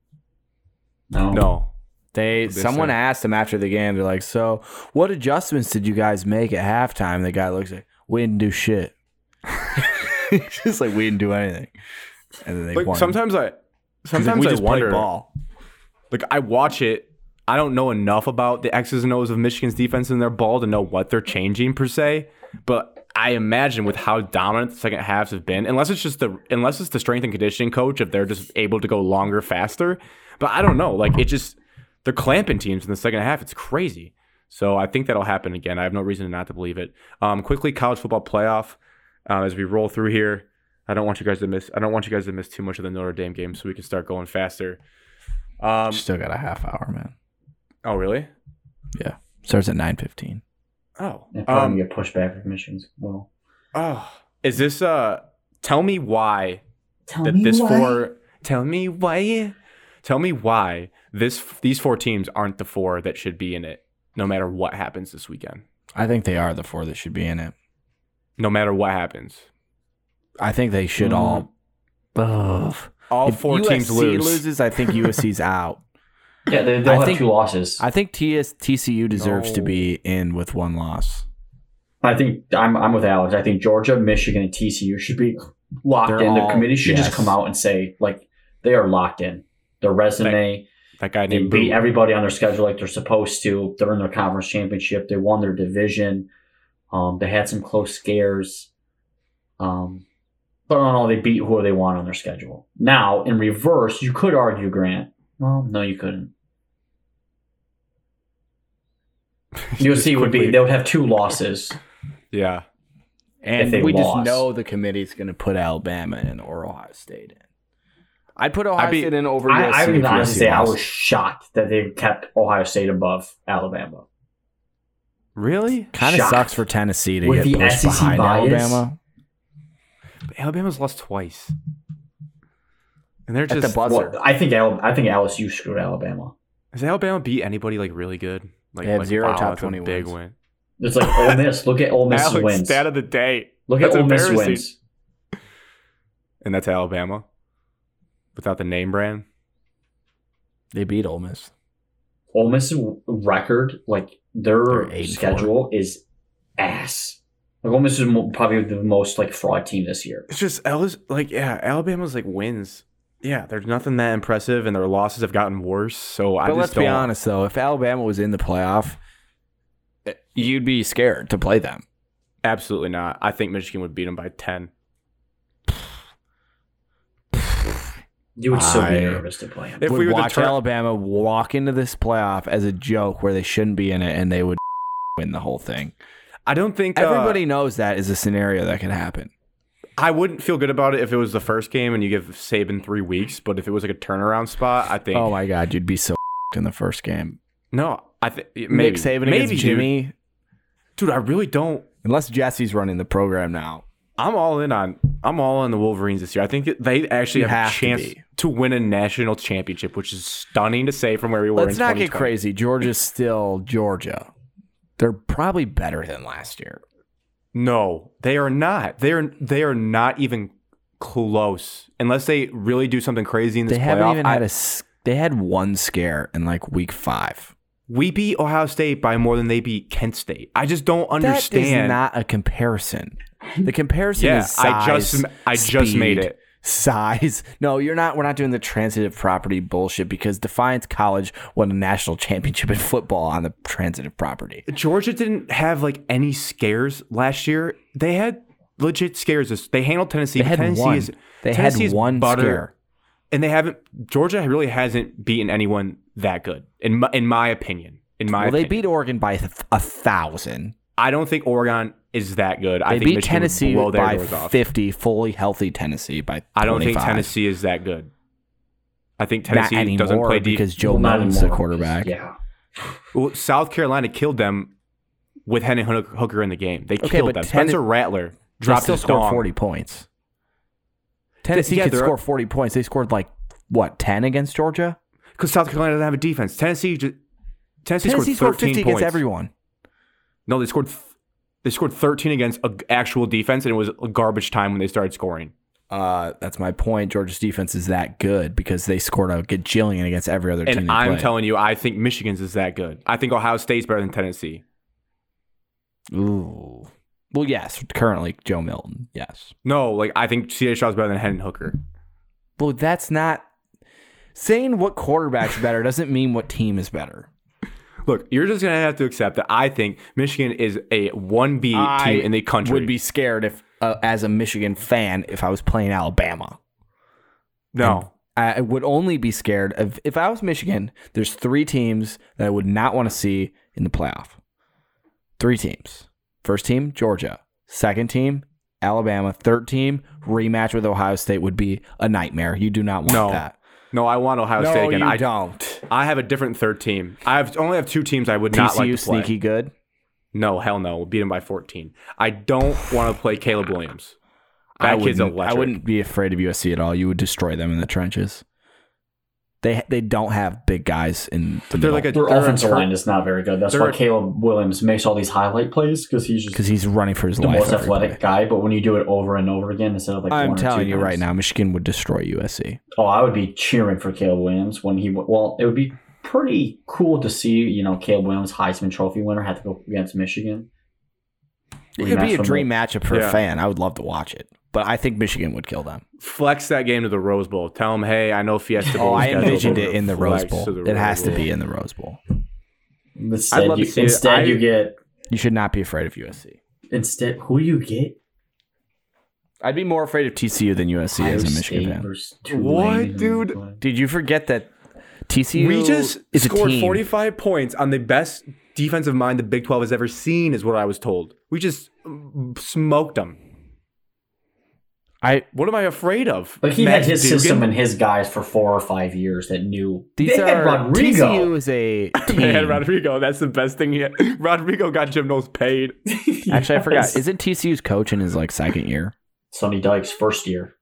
C: No.
B: no.
A: They
B: What'd they
A: someone
B: say?
A: asked them after the game. They're like, "So, what adjustments did you guys make at halftime?" the guy looks like, "We didn't do shit." It's just like we didn't do anything, and then they
B: Like
A: won.
B: sometimes I
A: 'Cause, like,
B: sometimes
A: we
B: I
A: just played
B: wonder
A: ball.
B: like I watch it. I don't know enough about the X's and O's of Michigan's defense and their ball to know what they're changing per se. But I imagine with how dominant the second halves have been, unless it's just the unless it's the strength and conditioning coach, if they're just able to go longer, faster. But I don't know. Like it just they're clamping teams in the second half. It's crazy. So I think that'll happen again. I have no reason not to believe it. Um, quickly, college football playoff uh, as we roll through here. I don't want you guys to miss. I don't want you guys to miss too much of the Notre Dame game, so we can start going faster. Um,
A: Still got a half hour, man.
B: Oh, really?
A: Starts at nine fifteen.
B: Oh.
C: It'd
B: Um,
C: probably get pushed back with missions. Well,
B: oh. Is this uh tell me why
C: tell
B: that this four tell me why tell me why this these four teams aren't the four that should be in it no matter what happens this weekend.
A: I think they are the four that should be in it.
B: No matter what happens.
A: I think they should
C: Mm-hmm.
A: all. Ugh.
B: Mm. All
A: If
B: four teams
A: USC
B: lose.
A: loses, I think USC's out.
C: Yeah, they, they'll
A: I
C: have
A: think-
C: two losses. I,
A: I think TS, TCU deserves to
B: No.
A: be in with one loss.
C: think I'm, I'm with Alex. I think Georgia, Michigan, and TCU should be locked
A: They're
C: in.
A: all-
C: the committee should
A: yes.
C: just come out and say, like, they are locked in. Their resume,
B: That guy
C: they
B: named
C: beat
B: Boo.
C: everybody on their schedule like they're supposed to. They're in their conference championship. They won their division. Um, they had some close scares. Um, but on all, they beat who they want on their schedule. Now, in reverse, you could argue, Grant. Well, no, you couldn't. USC would be,
B: quickly-
C: they would have two losses.
B: Yeah.
A: And
C: they
A: we just
C: lost.
A: know the committee's going to put Alabama in or Ohio State in. I'd put Ohio
B: I'd be-
A: State in over
C: I,
A: USC.
C: I
A: if
C: would honestly
A: USC
C: say I
A: lost.
C: was shocked that they kept Ohio State above Alabama.
B: Really?
A: Kind of
C: shocked.
A: sucks for Tennessee to
C: With
A: get
C: the
A: pushed
C: SEC
A: behind
C: bias.
A: Alabama
B: Alabama's lost twice. And they're
A: at
B: just
A: the buzzer.
C: Well, I think Al- I think LSU screwed Alabama.
B: Has Alabama beat anybody like really good? Like,
A: They have
B: like,
A: zero
B: wow,
A: top
B: that's a
A: 20
B: big
A: wins.
B: win.
C: It's like Ole Miss. Look at Ole Miss's
B: Alex,
C: wins.
B: stat of the day.
C: Look at
B: That's
C: Ole Miss
B: embarrassing.
C: wins.
B: And that's Alabama. Without the name brand.
A: They beat Ole Miss.
C: Ole Miss's record, like
A: They're
C: their
A: eight and
C: schedule, is ass. Like Ole Miss is mo- probably the most like fraud team this year.
B: It's just Ellis like yeah, Alabama's like wins. Yeah, there's nothing that impressive and their losses have gotten worse. So I
A: But
B: just
A: let's
B: don't
A: be honest, though. If Alabama was in the playoff, eh, you'd be scared to play them.
B: absolutely not. I think Michigan would beat them by 10.
C: You would still
A: I-
C: be nervous to play him.
B: If
A: would
B: we were the
A: watch
B: tur-
A: Alabama walk into this playoff as a joke where they shouldn't be in it and they would win the whole thing.
B: I don't think uh,
A: Everybody knows that is a scenario that can happen.
B: I wouldn't feel good about it if it was the first game and you give Saban 3 weeks, but if it was like a turnaround spot, I think
A: Oh my god, you'd be so in the first game.
B: No, I think maybe
A: Nick Saban
B: maybe,
A: against Jimmy.
B: Dude. dude, I really don't
A: Unless Jesse's running the program now.
B: I'm all in on I'm all in the Wolverines this year. I think that they actually
A: You
B: have,
A: have
B: a
A: to
B: chance to,
A: be.
B: win a national championship, which is stunning to say from where we were.
A: Let's
B: in
A: not get
B: 2020.
A: crazy. Georgia's still Georgia. They're probably better than last year.
B: No, they are not. They are they are not even close. Unless they really do something crazy in this
A: They haven't
B: playoff.
A: even
B: I-
A: had a. s- They had one scare in like week five.
B: we beat Ohio State by more than they beat Kent State. I just don't
A: That is
B: understand.
A: not a comparison. The comparison
B: yeah,
A: is
B: I just
A: size,
B: I just
A: speed,
B: made it.
A: size. No, you're not. We're not doing the transitive property bullshit because Defiance College won a national championship in football on the transitive property.
B: Georgia didn't have like any scares last year. They had legit scares. This- They handled Tennessee.
A: They had
B: Tennessee
A: one.
B: is
A: They
B: Tennessee
A: had
B: is
A: one
B: butter.
A: scare.
B: and they haven't. Georgia really hasn't beaten anyone that good, in my, in my opinion. In my
A: Well, they
B: opinion.
A: beat Oregon by th- a thousand.
B: I don't think Oregon is that good. I
A: They
B: think
A: beat
B: Michigan would
A: Tennessee
B: blow their
A: by
B: doors off.
A: 50, fully healthy Tennessee by.
B: I don't think
A: 25.
B: Tennessee is that good. I think
A: Not
B: Tennessee
A: anymore
B: doesn't play deep.
A: because Joe
C: Well, not
A: Milton's the
C: anymore.
A: quarterback.
C: Yeah.
B: Well, South Carolina killed them with Henry Hook- Hooker in the game. They
A: Okay,
B: killed
A: but
B: them.
A: Tenn-
B: Spencer Rattler
A: They
B: dropped
A: still
B: his
A: scored
B: dong.
A: forty points. Tennessee
B: yeah,
A: could
B: they're-
A: score forty points. They scored like what ten against Georgia.
B: because South Carolina doesn't have a defense. Tennessee just Tennessee,
A: Tennessee
B: scored,
A: scored
B: 13
A: fifty
B: points.
A: against everyone.
B: No, they scored th- they scored 13 against a g- actual defense, and it was garbage time when they started scoring.
A: Uh, that's my point. Georgia's defense is that good because they scored a gajillion against every other team.
B: And
A: they
B: I'm
A: played.
B: telling you, I think Michigan's is that good. I think Ohio State's better than Tennessee.
A: Ooh. Well, yes, currently Joe Milton. Yes.
B: No, like I think C.J. Stroud's better than Henry Hooker.
A: Well, that's not saying what quarterback's better doesn't mean what team is better.
B: Look, you're just gonna have to accept that I think Michigan is a one B team in the country.
A: Would be scared if, uh, as a Michigan fan, if I was playing Alabama.
B: no.
A: I would only be scared of if I was Michigan. There's three teams that I would not want to see in the playoff. Three teams. First team, Georgia. Second team, Alabama. Third team, rematch with Ohio State would be a nightmare. You do not want
B: No.
A: that.
B: No, I want Ohio State again. I
A: don't.
B: I have a different third team. I have only have two teams I would not
A: TCU
B: like to play.
A: sneaky good.
B: No, hell no. We'll beat him by 14. I don't want to play Caleb Williams. That
A: I
B: kid's
A: wouldn't-
B: electric.
A: I wouldn't be afraid of USC at all. You would destroy them in the trenches. They they don't have big guys in the
B: But they're like a
A: middle
C: Their
B: they're a
C: offensive
B: tur-
C: line is not very good. That's
B: they're
C: why
B: a-
C: Caleb Williams makes all these highlight plays because he's just
A: because he's running for his
C: the
A: life.
C: most
A: every
C: athletic
A: play.
C: guy. But when you do it over and over again instead of like
A: I'm
C: one or
A: telling
C: two
A: you right
C: times-
A: now, Michigan would destroy USC.
C: Oh, I would be cheering for Caleb Williams when he. Well, it would be pretty cool to see you know Caleb Williams Heisman Trophy winner have to go against Michigan.
A: It would be
C: Rematch
A: a
C: from
A: dream matchup for
B: Yeah.
A: a fan. I would love to watch it, but I think Michigan would kill them.
B: Flex that game to the Rose Bowl. Tell them, hey, I know Fiesta Bowl.
A: Oh,
B: is
A: I
B: scheduled,
A: envisioned
B: but
A: it in the Rose
B: flex
A: Bowl.
B: to the
A: It has
B: Rose
A: to
B: Bowl.
A: be in the Rose Bowl.
C: Instead,
B: love
C: you,
B: to see it.
C: instead
B: I-
C: you get
A: You should not be afraid of USC.
C: instead who do you get?
A: I'd be more afraid of TCU than USC as a
C: Iowa
A: Michigan
C: State
A: fan.
C: versus Tulane
B: What,
C: and-
B: dude?
A: Did you forget that TCU
B: We just
A: is a
B: scored
A: team?
B: 45 points on the best defensive mind the Big 12 has ever seen, is what I was told. We just mm, smoked them.
A: I
B: What am I afraid of?
C: But he
B: Max
C: had his
B: Dugan?
C: system and his guys for four or five years that knew.
A: these
C: they
A: are
C: had Rodrigo.
A: TCU is a
B: They had
A: team.
B: Rodrigo. That's the best thing he had. Rodrigo got Jim Knowles paid.
A: Actually, I forgot.
C: Yes.
A: Isn't TCU's coach in his like second year
C: Sonny Dykes first year.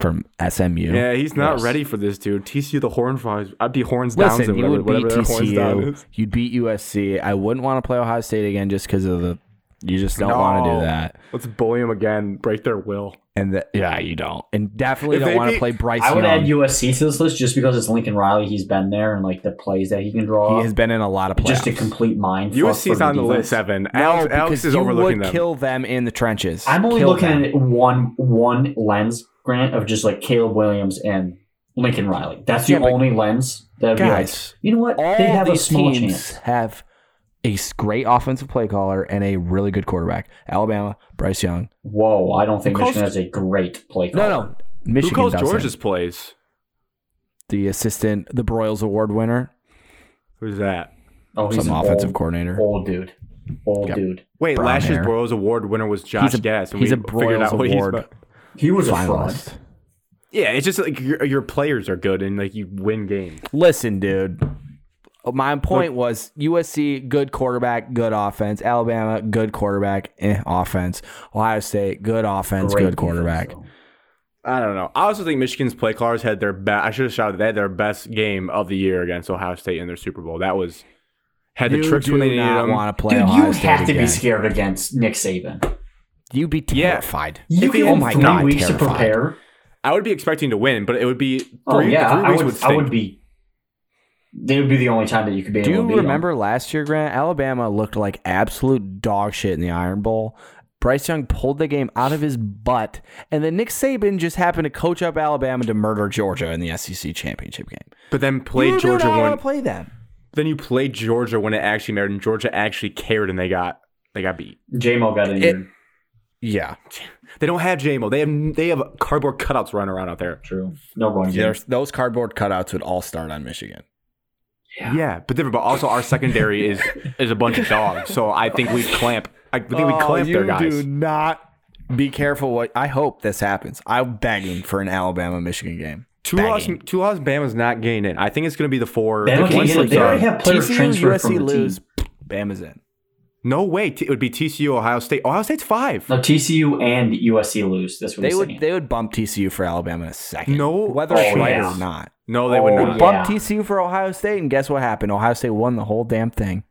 A: from SMU?
B: Yeah, he's not
C: Yes.
B: ready for this, dude. TCU the horn fries. I'd be horns down.
A: Listen, you
B: whatever,
A: would beat
B: whatever their horns down
A: TCU.
B: is.
A: You'd beat USC. I wouldn't want to play Ohio State again just because of the. You just don't want to do
B: No.
A: that.
B: Let's bully him again. Break their will.
A: And the, yeah, you don't. And definitely
B: If
A: don't
B: they
A: want to
B: beat-
A: play Bryce
C: I would
A: Young.
C: add USC to this list just because it's Lincoln Riley. He's been there and like the plays that he can draw.
A: he has been in a lot of playoffs.
C: just a complete mind. fuck
B: USC's
C: for
B: on the
C: defense.
B: list seven.
A: no,
B: Alex,
A: because
B: Alex is
A: you
B: overlooking
A: would
B: them.
A: kill them in the trenches.
C: I'm only
A: Kill
C: looking
A: them.
C: at it one one lens, Grant, of just like Caleb Williams and Lincoln Riley. That's the
A: Yeah, but-
C: only lens that would be like,
A: Guys,
C: you know what?
A: All
C: They have a
A: these
C: small
A: teams
C: chance.
A: have a s- great offensive play caller and a really good quarterback. Alabama, Bryce Young.
C: Whoa, I don't think
B: Who calls-
C: Michigan has a great play
A: No,
C: caller.
A: no.
B: Who
A: Michigan
B: calls
A: doesn't.
B: Georgia's plays?
A: the assistant, the Broyles Award winner,
B: Who's that?
C: Oh, he's
A: some
C: an
A: offensive
C: old,
A: coordinator.
C: Old dude. Old
A: Yep.
C: dude.
B: Wait,
A: Brown
B: last year's
A: hair.
B: Broyles Award winner was Josh
A: a-
B: Gass. and
A: he's a
B: we figured out
A: Broyles
B: what he's
A: Award.
B: been-
C: He was a fraud.
A: finalist.
B: Yeah, it's just like your, your players are good and like you win games.
A: Listen, dude. Uh, My point was USC good quarterback, good offense. Alabama good quarterback, eh, offense. Ohio State good offense,
C: Great
A: good quarterback.
C: defense,
B: I don't know. I also think Michigan's play callers had their best. I should have shouted. They had their best game of the year against Ohio State in their Super Bowl. That was had the
A: you
B: tricks
A: do
B: when they needed
A: not
B: them.
A: want to
C: though.
A: play
C: Dude,
A: Ohio
C: you
A: State
C: have to
A: again.
C: be scared against Nick Saban.
A: You'd be
B: Yeah.
A: terrified.
C: You
B: If he-
C: give
B: oh
C: him
B: my
C: three
A: God,
C: weeks to
A: terrified.
C: prepare.
B: I would be expecting to win, but it would be three,
C: Oh yeah,
B: three
C: I
B: weeks
C: would,
B: would,
C: I
B: stink.
C: would be. They would be the only time that you could be
A: Do
C: able to
A: you
C: beat 'em.
A: remember last year, Grant? Alabama looked like absolute dog shit in the Iron Bowl. Bryce Young pulled the game out of his butt, and then Nick Saban just happened to coach up Alabama to murder Georgia in the SEC championship game.
B: but then played
A: you
B: Georgia
A: do not want
B: when
A: to play them.
B: then you played Georgia when it actually mattered, and Georgia actually cared, and they got they got beat.
C: JMO got injured.
A: Yeah,
B: They don't have JMO. They have they have cardboard cutouts running around out there.
C: True. No run game.
A: There's, those cardboard cutouts would all start on Michigan.
B: Yeah, but different. But also our secondary is is a bunch of dogs. So I think we clamp I think
C: Oh,
B: we clamped
A: you
B: their guys.
A: do not be careful. What I hope this happens. I'm begging for an Alabama Michigan game.
B: Two laws,
A: Begging.
B: two laws. Bama's not getting in. I think it's going to be the four.
C: Bama
B: like,
C: can't
B: one
C: get in.
B: slips
C: They already
B: up.
C: have players transfer from the team.
A: Bama's in.
B: No way. T- it would be TCU, Ohio State. Ohio State's five.
C: No, TCU and USC lose. That's what
A: They
C: he's
A: would
C: saying.
A: they would bump TCU for Alabama in a second.
B: No.
A: whether
C: Oh,
A: it's right
C: yeah.
A: or not.
B: No, they would
C: Oh,
B: not.
C: yeah.
A: Bump TCU for Ohio State, and guess what happened? Ohio State won the whole damn thing.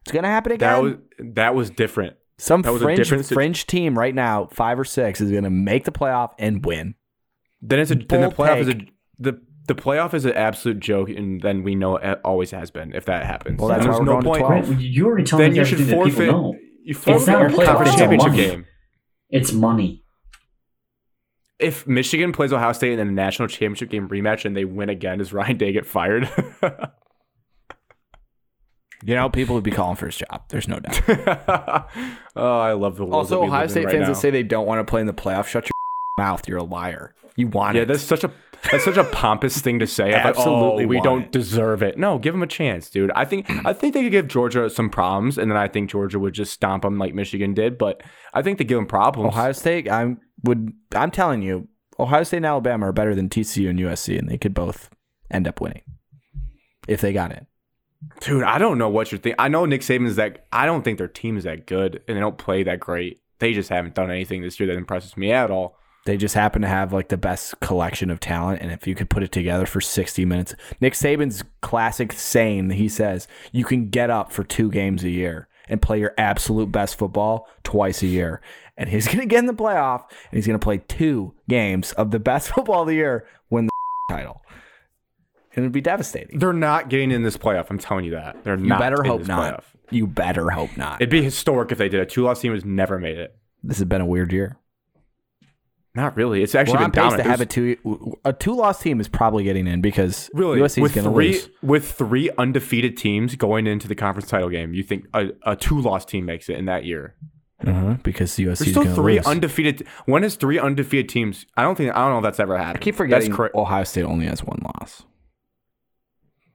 A: It's gonna happen again.
B: That was that was different.
A: Some
B: that was a
A: fringe
B: different si-
A: fringe team right now, five or six, is gonna make the playoff and win.
B: Then it's a then the
A: Bold
B: playoff is a the the playoff is an absolute joke, and then we know it always has been. If that happens,
A: Well, that's
B: Then
A: why
B: there's
A: we're
B: no
A: going to
B: point.
A: 12.
C: Right, You already told
B: Then
C: me
B: you should
C: everything that people
B: forfeit.
C: know.
B: You
C: not a
B: forfeit
C: playoff,
B: your conference
C: it's a
B: championship
C: one.
B: game.
C: It's money.
B: If Michigan plays Ohio State in a national championship game rematch and they win again, does Ryan Day get fired? Oh,
A: You know, people would be calling for his job. There's no doubt.
B: oh, I love the world that
A: also,
B: we
A: Ohio
B: live in
A: State
B: right
A: fans
B: now.
A: that say they don't want to play in the playoff, shut your mouth. You're a liar. You want
B: Yeah,
A: it.
B: that's such a that's such a pompous thing to say. Like,
A: Absolutely
B: oh, we
A: want
B: don't
A: it.
B: deserve it. No, give them a chance, dude. I think I think they could give Georgia some problems, and then I think Georgia would just stomp them like Michigan did. But I think they give them problems.
A: Ohio State, I'm would I'm telling you, Ohio State and Alabama are better than TCU and USC, and they could both end up winning if they got in.
B: dude, I don't know what you're thinking. I know Nick Saban's that. I don't think their team is that good, and they don't play that great. They just haven't done anything this year that impresses me at all.
A: They just happen to have like the best collection of talent, and if you could put it together for 60 minutes, Nick Saban's classic saying that he says you can get up for two games a year and play your absolute best football twice a year, and he's gonna get in the playoff and he's gonna play two games of the best football of the year, win the title, and it'd be devastating.
B: They're not getting in this playoff. I'm telling you that. They're
A: You
B: not.
A: better
B: in
A: hope
B: this
A: not.
B: playoff.
A: You better hope not.
B: It'd be historic if they did. A two-loss team has never made it.
A: this has been a weird year.
B: Not really. It's actually
A: We're
B: been
A: on pace
B: dominant.
A: to have
B: There's-
A: a two a two loss team is probably getting in because
B: Really,
A: USC is
B: with
A: going to
B: three
A: lose.
B: with three undefeated teams going into the conference title game, you think a, a two loss team makes it in that year?
A: Uh-huh, because USC
B: There's
A: is
B: still
A: going to
B: three
A: lose.
B: undefeated. When is three undefeated teams? I don't think I don't know if that's ever happened.
A: I keep forgetting
B: That's correct.
A: Ohio State only has one loss.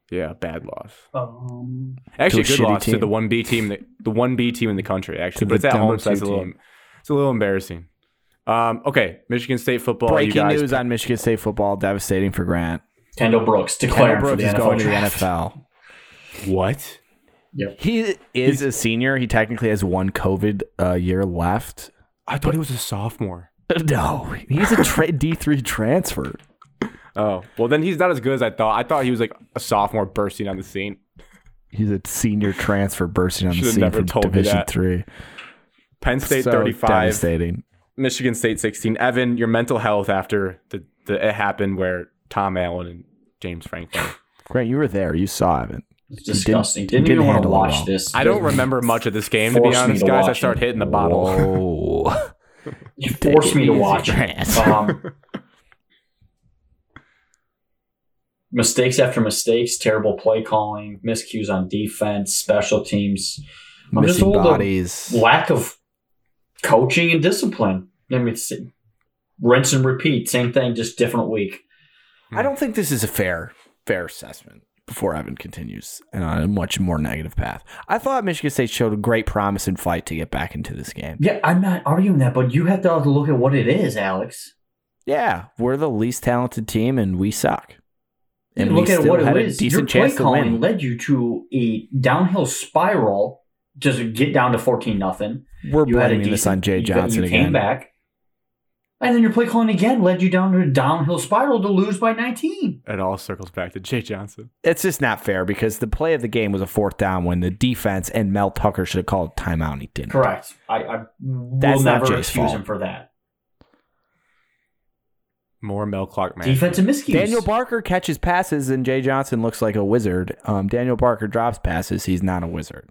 B: Yeah, bad loss.
C: Um,
B: Actually,
A: a
B: good
A: shitty
B: loss to
A: team.
B: the one B team, that, the one B team in the country. Actually,
A: To
B: but it's
A: the
B: at
A: number
B: home, so that's a
A: two
B: little,
A: team.
B: it's a little embarrassing. Um, okay, Michigan State football. you
A: Breaking
B: guys,
A: news on Michigan State football: devastating for Grant.
C: Kendall Brooks
A: Kendall
C: declaring
A: Brooks is
C: for the NFL
A: going to the
C: draft.
A: NFL.
B: What?
A: He is a senior. He technically has one COVID uh, year left.
B: I thought he was a sophomore.
A: No, he's a tra- D three transfer.
B: Oh well, then he's not as good as I thought. I thought he was like a sophomore bursting on the scene.
A: He's a senior transfer bursting on the
B: Should've
A: scene
B: never
A: from
B: told me
A: Division
B: that.
A: three.
B: Penn State
A: So
B: 35,
A: devastating.
B: Michigan State 16. Evan, your mental health after the, the it happened where Tom Allen and James Franklin.
A: Grant, you were there. You saw it.
C: It's disgusting. Didn't,
A: didn't
C: even want to
A: handle it
C: watch
A: well.
C: this.
B: I don't remember much of this game to be
C: Forced me
B: honest,
C: to
B: guys. I
C: watch
B: started
C: him.
B: hitting the bottle.
A: Oh.
C: You forced me to
A: Easy,
C: watch it.
A: Grant.
C: Um, mistakes after mistakes, terrible play calling, miscues on defense, special teams, I'm just
A: Missing
C: old, though.
A: bodies.
C: lack of coaching and discipline. I mean, it's rinse and repeat, same thing, just different week.
A: I don't think this is a fair fair assessment. Before Evan continues and on a much more negative path, I thought Michigan State showed a great promise and fight to get back into this game.
C: Yeah, I'm not arguing that, but you have to look at what it is, Alex.
A: Yeah, we're the least talented team and we suck.
C: You look
A: we
C: at
A: still
C: what it
A: had a
C: is. Your
A: decent
C: play
A: chance to
C: calling
A: win.
C: led you to a downhill spiral. Just get down to fourteen nothing.
A: We're
C: You had a
A: blaming this on
C: decent-
A: Jay
C: you-
A: Johnson
C: you
A: again.
C: Came back, and then your play calling again led you down to a downhill spiral to lose by nineteen.
B: It all circles back to Jay Johnson.
A: it's just not fair because the play of the game was a fourth down when the defense and Mel Tucker should have called a timeout and he didn't.
C: Correct. I, I will
A: That's not
C: never
A: Jay's
C: excuse
A: fault.
C: him for that.
B: More Mel Clark man.
C: Defensive miscues.
A: Daniel Barker catches passes and Jay Johnson looks like a wizard. Um, Daniel Barker drops passes. He's not a wizard.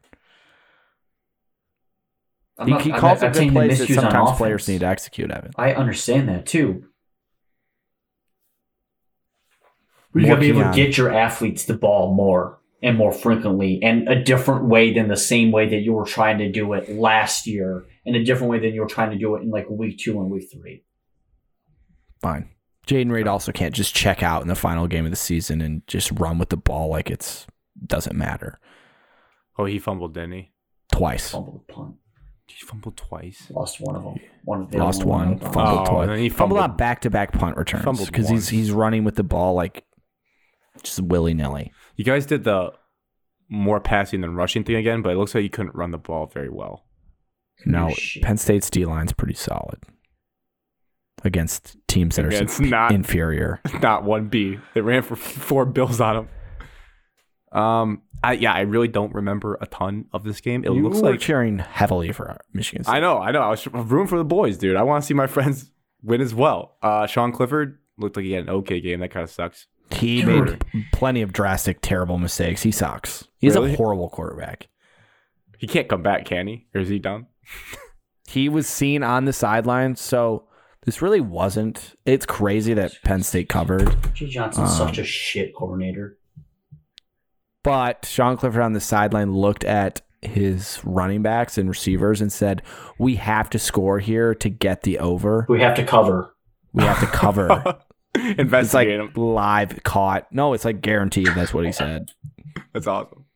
C: I'm
A: He,
C: not-
A: he
C: I'm
A: calls
C: not- I'm
A: a good
C: saying the
A: plays that
C: miscues on
A: sometimes
C: offense.
A: players need to execute, Evan.
C: I understand that too. You gotta be
A: Working
C: able to
A: on-
C: get your athletes the ball more and more frequently, and a different way than the same way that you were trying to do it last year, and a different way than you were trying to do it in like week two and week three.
A: Fine. Jaden Reed also can't just check out in the final game of the season and just run with the ball like it's doesn't matter.
B: Oh, he fumbled, didn't he?
A: Twice.
C: Fumble the punt.
B: He fumbled twice.
C: Lost one of them. One of the
A: Lost one,
C: Fumbled.
A: fumbled
B: Oh,
A: twice,
B: and then he
A: fumbled,
B: fumbled-
A: on back-to-back punt returns
B: fumbled
A: because he's
B: once.
A: he's running with the ball like just willy-nilly.
B: You guys did the more passing than rushing thing again, but it looks like you couldn't run the ball very well.
A: No,
C: Shit.
A: Penn State's D line's pretty solid against teams that
B: Against
A: are sup-
B: not-
A: inferior.
B: Not one B. They ran for four bills on him. Um, I yeah, I really don't remember a ton of this game. It
A: you
B: looks
A: were
B: like
A: cheering heavily for Michigan State.
B: I know, I know. I was room for the boys, dude. I want to see my friends win as well. Uh, Sean Clifford looked like he had an okay game. That kind of sucks.
A: He made plenty of drastic, terrible mistakes. He sucks. He's
B: Really?
A: a horrible quarterback.
B: He can't come back, can he? Or is he done?
A: He was seen on the sideline, so this really wasn't. It's crazy that Penn State covered,
C: Jay Johnson's such a
A: Um,
C: shit coordinator.
A: but Sean Clifford on the sideline looked at his running backs and receivers and said, "We have to score here to get the over.
C: We have to cover.
A: We have to cover." It's like
B: Investigate him.
A: live caught. No, it's like guaranteed. That's what he said.
B: That's awesome.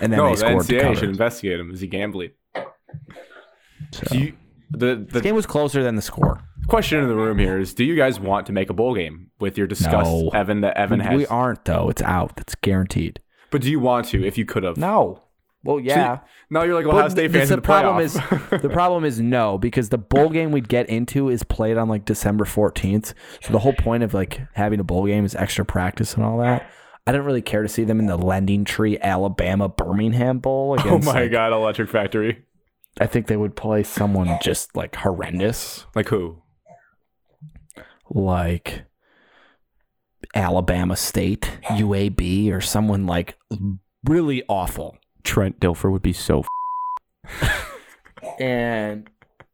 A: And then
B: no,
A: they
B: the
A: scored to
B: NCAA should
A: cover.
B: investigate him. Is he gambling?
A: So.
B: Do you, the
A: This
B: the
A: game was closer than the score.
B: question in the room here is: Do you guys want to make a bowl game with your disgust,
A: No.
B: Evan? That Evan has,
A: We aren't though. It's out. It's guaranteed.
B: but do you want to? If you could have,
A: No. Well, yeah.
B: no, you're like Ohio
A: But
B: State
A: th-
B: fans.
A: the,
B: in the
A: problem is
B: playoff.
A: the problem is no because the bowl game we'd get into is played on like December 14th. So the whole point of like having a bowl game is extra practice and all that. I don't really care to see them in the Lending Tree Alabama Birmingham Bowl
B: oh
A: against
B: my
A: like-
B: god, Electric Factory!
A: I think they would play someone just like horrendous.
B: Like who?
A: like Alabama State, UAB, or someone like really awful.
B: Trent Dilfer would be so. F-
A: And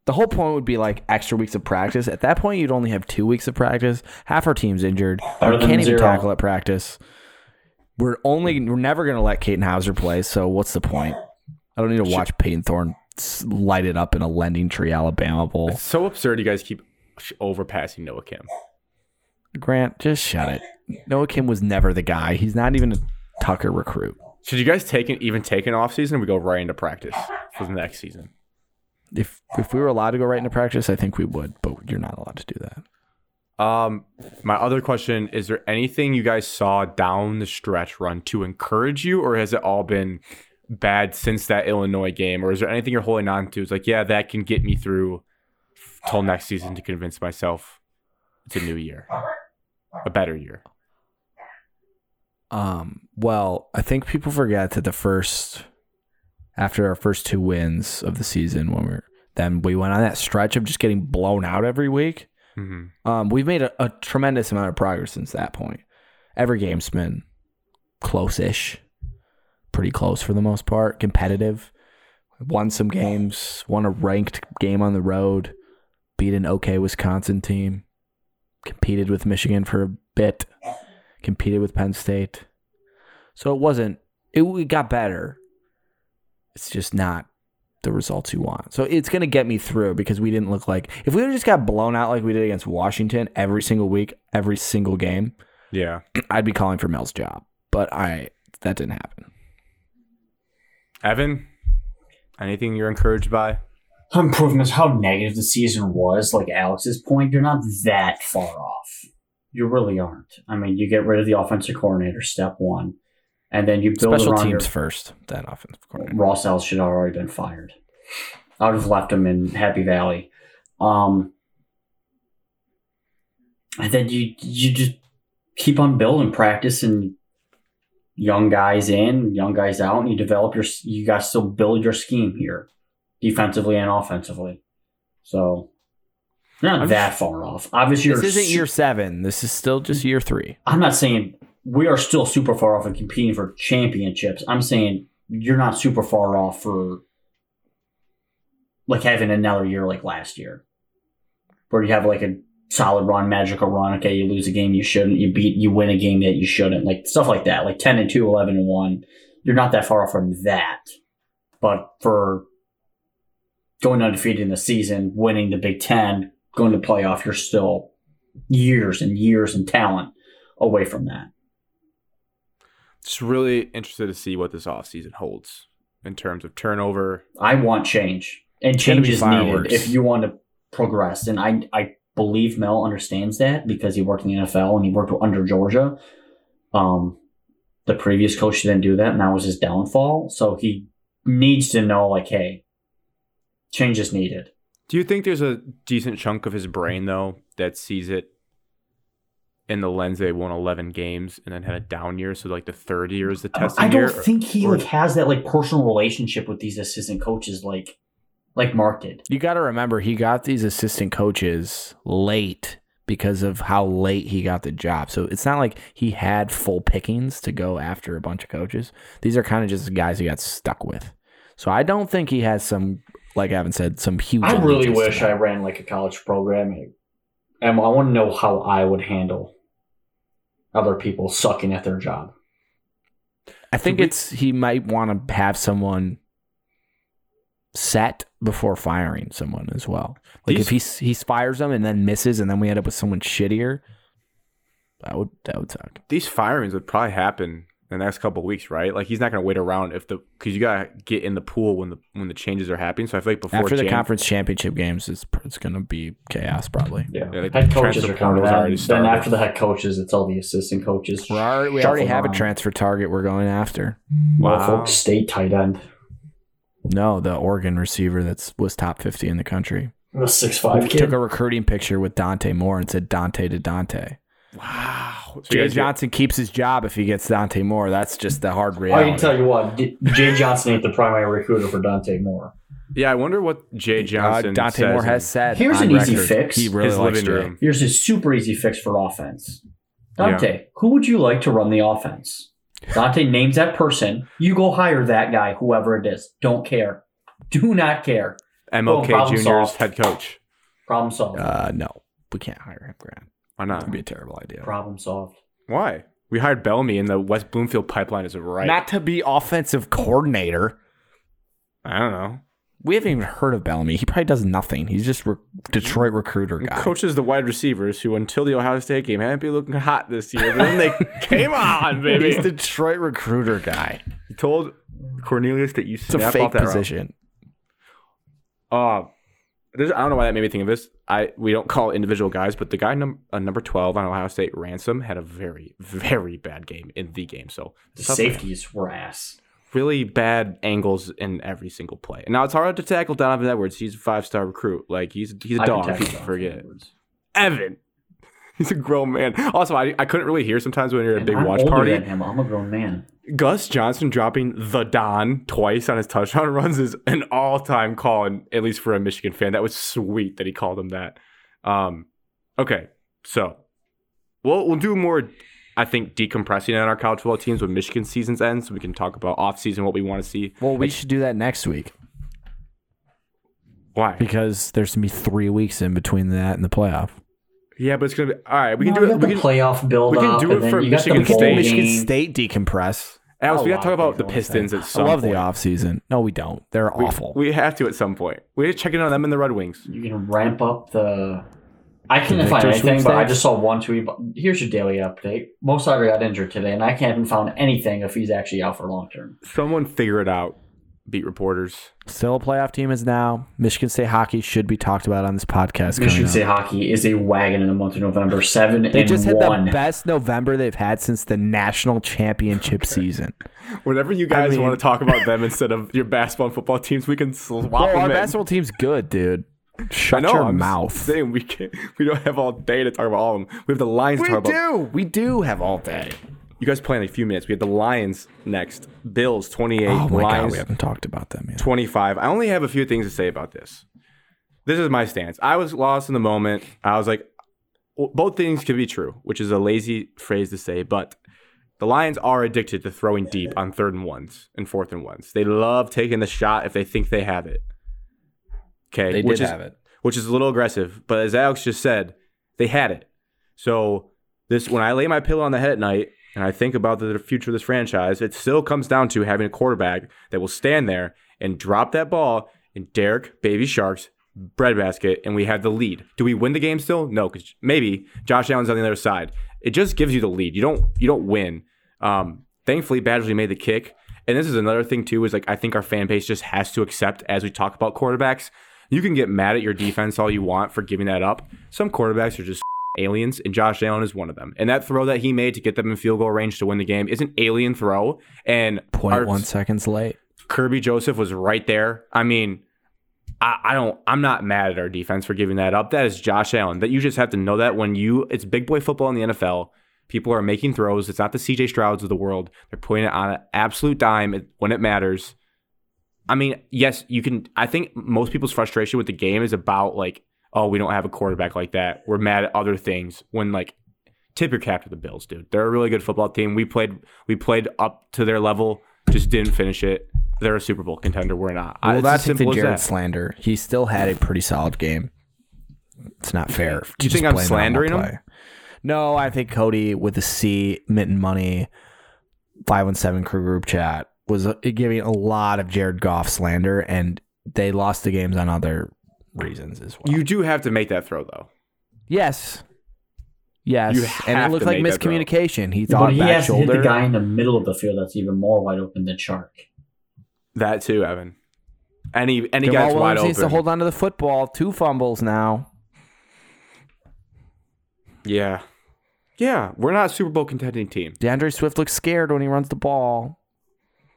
A: the whole point would be like extra weeks of practice. At that point, you'd only have two weeks of practice. Half our team's injured.
C: Better
A: we
C: than
A: can't even
C: zero.
A: tackle at practice. We're only we're never gonna let Caden Hauser play. So what's the point? I don't need to watch Peyton Thorne s- light it up in a Lending Tree, Alabama bowl.
B: it's so absurd. You guys keep sh- overpassing Noah Kim.
A: Grant, just shut it. Noah Kim was never the guy. He's not even a Tucker recruit.
B: Should you guys take an, even take an off season? Or we go right into practice for the next season.
A: if if we were allowed to go right into practice, I think we would, but you're not allowed to do that.
B: Um, my other question is: There anything you guys saw down the stretch run to encourage you, or has it all been bad since that Illinois game? Or is there anything you're holding on to? It's like, yeah, that can get me through till next season to convince myself it's a new year, a better year.
A: Um, well, I think people forget that the first after our first two wins of the season when we were then we went on that stretch of just getting blown out every week.
B: Mm-hmm.
A: Um, we've made a, a tremendous amount of progress since that point. Every game's been close-ish, pretty close for the most part, competitive. Won some games, won a ranked game on the road, beat an okay Wisconsin team, competed with Michigan for a bit, competed with Penn State. So it wasn't. It we got better. It's just not the results you want. So it's going to get me through because we didn't look like if we just got blown out like we did against Washington every single week, every single game,
B: Yeah,
A: I'd be calling for Mel's job. But I that didn't happen.
B: Evan, anything you're encouraged by?
C: Improvements. How negative the season was. Like Alex's point, you're not that far off. You really aren't. I mean, you get rid of the offensive coordinator, step one, and then you build
A: Special
C: around
A: teams
C: your
A: first, then offensive coordinator.
C: Ross Ellis should have already been fired. I would have left him in Happy Valley. Um, and then you you just keep on building practice and young guys in, young guys out, and you develop your you guys still build your scheme here, defensively and offensively. So you're not
B: I'm
C: that far off. Obviously,
A: This
C: you're
A: isn't
C: su-
A: year seven. This is still just year three.
C: I'm not saying we are still super far off of competing for championships. I'm saying you're not super far off for like having another year like last year, where you have like a solid run, magical run. Okay, you lose a game you shouldn't, you beat, you win a game that you shouldn't, like stuff like that, like 10 and 2, 11 and 1. You're not that far off from that. But for going undefeated in the season, winning the Big Ten, going to playoff, you're still years and years and talent away from that.
B: Just really interested to see what this offseason holds in terms of turnover.
C: I want change. and
A: gonna
C: change
A: be
C: is needed
A: fireworks.
C: if you want to progress. And I I believe Mel understands that because he worked in the NFL and he worked under Georgia. Um, the previous coach didn't do that, and that was his downfall. So he needs to know, like, hey, change is needed.
B: Do you think there's a decent chunk of his brain though that sees it in the lens they won 11 games and then had a down year, so like the third year is the testing
C: I don't
B: year?
C: think he
B: or-
C: like has that like personal relationship with these assistant coaches, like like Mark did.
A: You got to remember, he got these assistant coaches late because of how late he got the job. So it's not like he had full pickings to go after a bunch of coaches. These are kind of just guys he got stuck with. So I don't think he has some, like Evan said, some huge.
C: I really
A: allegiance to
C: wish
A: that.
C: I ran like a college program, and I want to know how I would handle other people sucking at their job.
A: I think
B: we-
A: it's he might want to have someone set before firing someone as well. Like
B: These-
A: if he s- he fires them and then misses, and then we end up with someone shittier. That would that would suck.
B: These firings would probably happen in the next couple of weeks, right? Like he's not going to wait around if the because you got to get in the pool when the when the changes are happening. So I feel like before
A: After the
B: Jan-
A: conference championship games, it's pr- it's gonna be chaos probably.
C: Yeah,
B: Yeah, like,
C: head
B: the
C: coaches
B: transfer
C: are coming
B: portal's
C: out.
B: already
C: Then
B: started.
C: after the head coaches, it's all the assistant coaches.
A: We're already, we
C: Shuffle
A: already have a
C: around.
A: transfer target we're going after.
B: Wow.
C: Norfolk State tight end,
A: No, the Oregon receiver that's was top fifty in the country.
C: the six five kid.
A: Took a recruiting picture with Dante Moore and said Dante to Dante.
B: Wow. So you
A: Jay
B: guys get- Oh,
A: Johnson keeps his job if he gets Dante Moore. That's just the hard
C: I
A: reality.
C: can tell you what, Jay Johnson ain't the primary recruiter for Dante Moore.
B: Yeah, I wonder what Jay Johnson
A: Uh, Dante
B: says
A: Moore
B: in
A: has said.
C: Here's
A: on
C: an easy
A: record,
C: fix.
A: He really
B: his
A: likes
B: living
A: Jay.
B: room.
C: Here's a super easy fix for offense. Dante, who would you like to run the offense? Dante names that person. You go hire that guy, whoever it is. Don't care. Do not care.
B: MLK
C: Oh, problem
B: Junior's
C: solved.
B: head coach.
C: Problem solved.
A: Uh, no, we can't hire him. Grant,
B: Why
A: that
B: not?
A: would be a terrible idea.
C: Problem solved.
B: Why? We hired Bellamy, and the West Bloomfield pipeline is right.
A: Not to be offensive coordinator.
B: I don't know.
A: We haven't even heard of Bellamy. He probably does nothing. He's just re- Detroit recruiter guy.
B: Coaches the wide receivers who, until the Ohio State game, haven't been looking hot this year. But then they came on, baby.
A: He's the Detroit recruiter guy.
B: He told Cornelius that you
A: It's a
B: snap
A: fake
B: off that
A: position.
B: Route. Uh, there's, I don't know why that made me think of this. I we don't call individual guys, but the guy num- uh, number twelve on Ohio State, Ransom, had a very very bad game in the game. So
C: The
B: tough-
C: safeties were ass.
B: really bad angles in every single play. Now it's hard to tackle Donovan Edwards. He's a five star recruit. Like he's he's a
C: I
B: dog.
C: can
B: People
C: text off
B: forget
C: afterwards.
B: Evan. He's a grown man. Also, I, I couldn't really hear sometimes when you're at a
C: And
B: big
C: I'm
B: watch
C: older
B: party.
C: than him. I'm a grown man.
B: Gus Johnson dropping the Don twice on his touchdown runs is an all time call, and at least for a Michigan fan, that was sweet that he called him that. Um, okay, so we'll we'll do more. I think decompressing on our college football teams when Michigan seasons end, so we can talk about off season what we want to see.
A: Well, we should do that next week
B: Why?
A: because there's gonna be three weeks in between that and the playoff.
B: Yeah, but it's gonna be all right. We can
C: No,
B: do
C: you
B: it.
C: got
B: We
C: the
B: can,
C: playoff build
B: can
C: up,
B: do
C: and
B: it
C: then
B: for
C: you got the
B: Michigan
C: bowl
B: State.
A: Michigan
C: game.
A: State decompress.
B: Alex, we
C: A
B: got to talk
C: lot of
B: about the
C: things I wanna
B: Pistons
C: say.
B: at some
A: I love
B: point.
A: the offseason. No, we don't. They're
B: We-
A: awful.
B: We have to at some point. We need to check in on them and the Red Wings.
C: You can ramp up the. I couldn't
A: The
C: find
A: Victor
C: anything, but I
A: sweepstakes?
C: just saw one tweet. But here's your daily update. Most Ivory got injured today, and I haven't found anything if he's actually out for long term.
B: Someone figure it out. Beat reporters.
A: Still a playoff team is now. Michigan State hockey should be talked about on this podcast. coming
C: Michigan
A: up.
C: State hockey is a wagon in the month of November. Seven
A: They
C: and
A: just had
C: one.
A: the best November they've had since the national championship season.
B: Whenever you guys
A: mean-
B: want to talk about them instead of your basketball and football teams, we can swap
A: Well,
B: them
A: our
B: in.
A: basketball team's good, dude. Shut your
B: I'm
A: mouth.
B: Saying we can we don't have all day to talk about all of them. We have the Lions to talk about.
A: We do have all day.
B: You guys play in a few minutes. We have the Lions next. Bills twenty eight.
A: Oh my god,
B: Lions
A: we haven't talked about them yet.
B: 25. I only have a few things to say about this. This is my stance. I was lost in the moment. I was like, well, both things could be true, which is a lazy phrase to say, but the Lions are addicted to throwing deep on third and ones and fourth and ones. They love taking the shot if they think they have it. Okay, which is,
A: it.
B: which is a little aggressive. But as Alex just said, they had it. So this, when I lay my pillow on the head at night and I think about the future of this franchise, it still comes down to having a quarterback that will stand there and drop that ball in Derek Baby Sharks breadbasket, and we have the lead. Do we win the game still? No, because maybe Josh Allen's on the other side. It just gives you the lead. You don't you don't win. Um, thankfully, Badgley made the kick. And this is another thing too is like I think our fan base just has to accept as we talk about quarterbacks. You can get mad at your defense all you want for giving that up. Some quarterbacks are just aliens, and Josh Allen is one of them. And that throw that he made to get them in field goal range to win the game is an alien throw. And our-
A: Point one seconds late.
B: Kirby Joseph was right there. I mean, I, I don't. I'm not mad at our defense for giving that up. That is Josh Allen. That you just have to know that when you, it's big boy football in the NFL. People are making throws. It's not the CJ Strouds of the world. They're putting it on an absolute dime it- when it matters. I mean, yes, you can. I think most people's frustration with the game is about like, oh, we don't have a quarterback like that. We're mad at other things. When like, tip your cap to the Bills, dude. They're a really good football team. We played, we played up to their level. Just didn't finish it. They're a Super Bowl contender. We're not. I-
A: Well,
B: it's as
A: that's the
B: simple as
A: Jared
B: that.
A: slander. He still had a pretty solid game. It's not fair. to
B: You
A: just
B: think I'm
A: blame it on
B: slandering
A: one
B: him?
A: play. No, I think Cody with a C, Mitten Money, 517 crew group chat was uh, giving a lot of Jared Goff slander, and they lost the games on other reasons as well.
B: You do have to make that throw though.
A: yes. Yes.
B: You
A: and it
B: have
A: looked
B: to
A: like
B: make that throw.
A: miscommunication. He thought
C: But he
A: back
C: has to
A: shoulder.
C: hit the guy in the middle of the field that's even more wide open than Shark.
B: That too, Evan. Any any
A: Jamal
B: guy's
A: Williams
B: wide
A: needs to
B: open.
A: hold on to the football. Two fumbles now.
B: yeah, yeah. We're not a Super Bowl contending team.
A: DeAndre Swift looks scared when he runs the ball.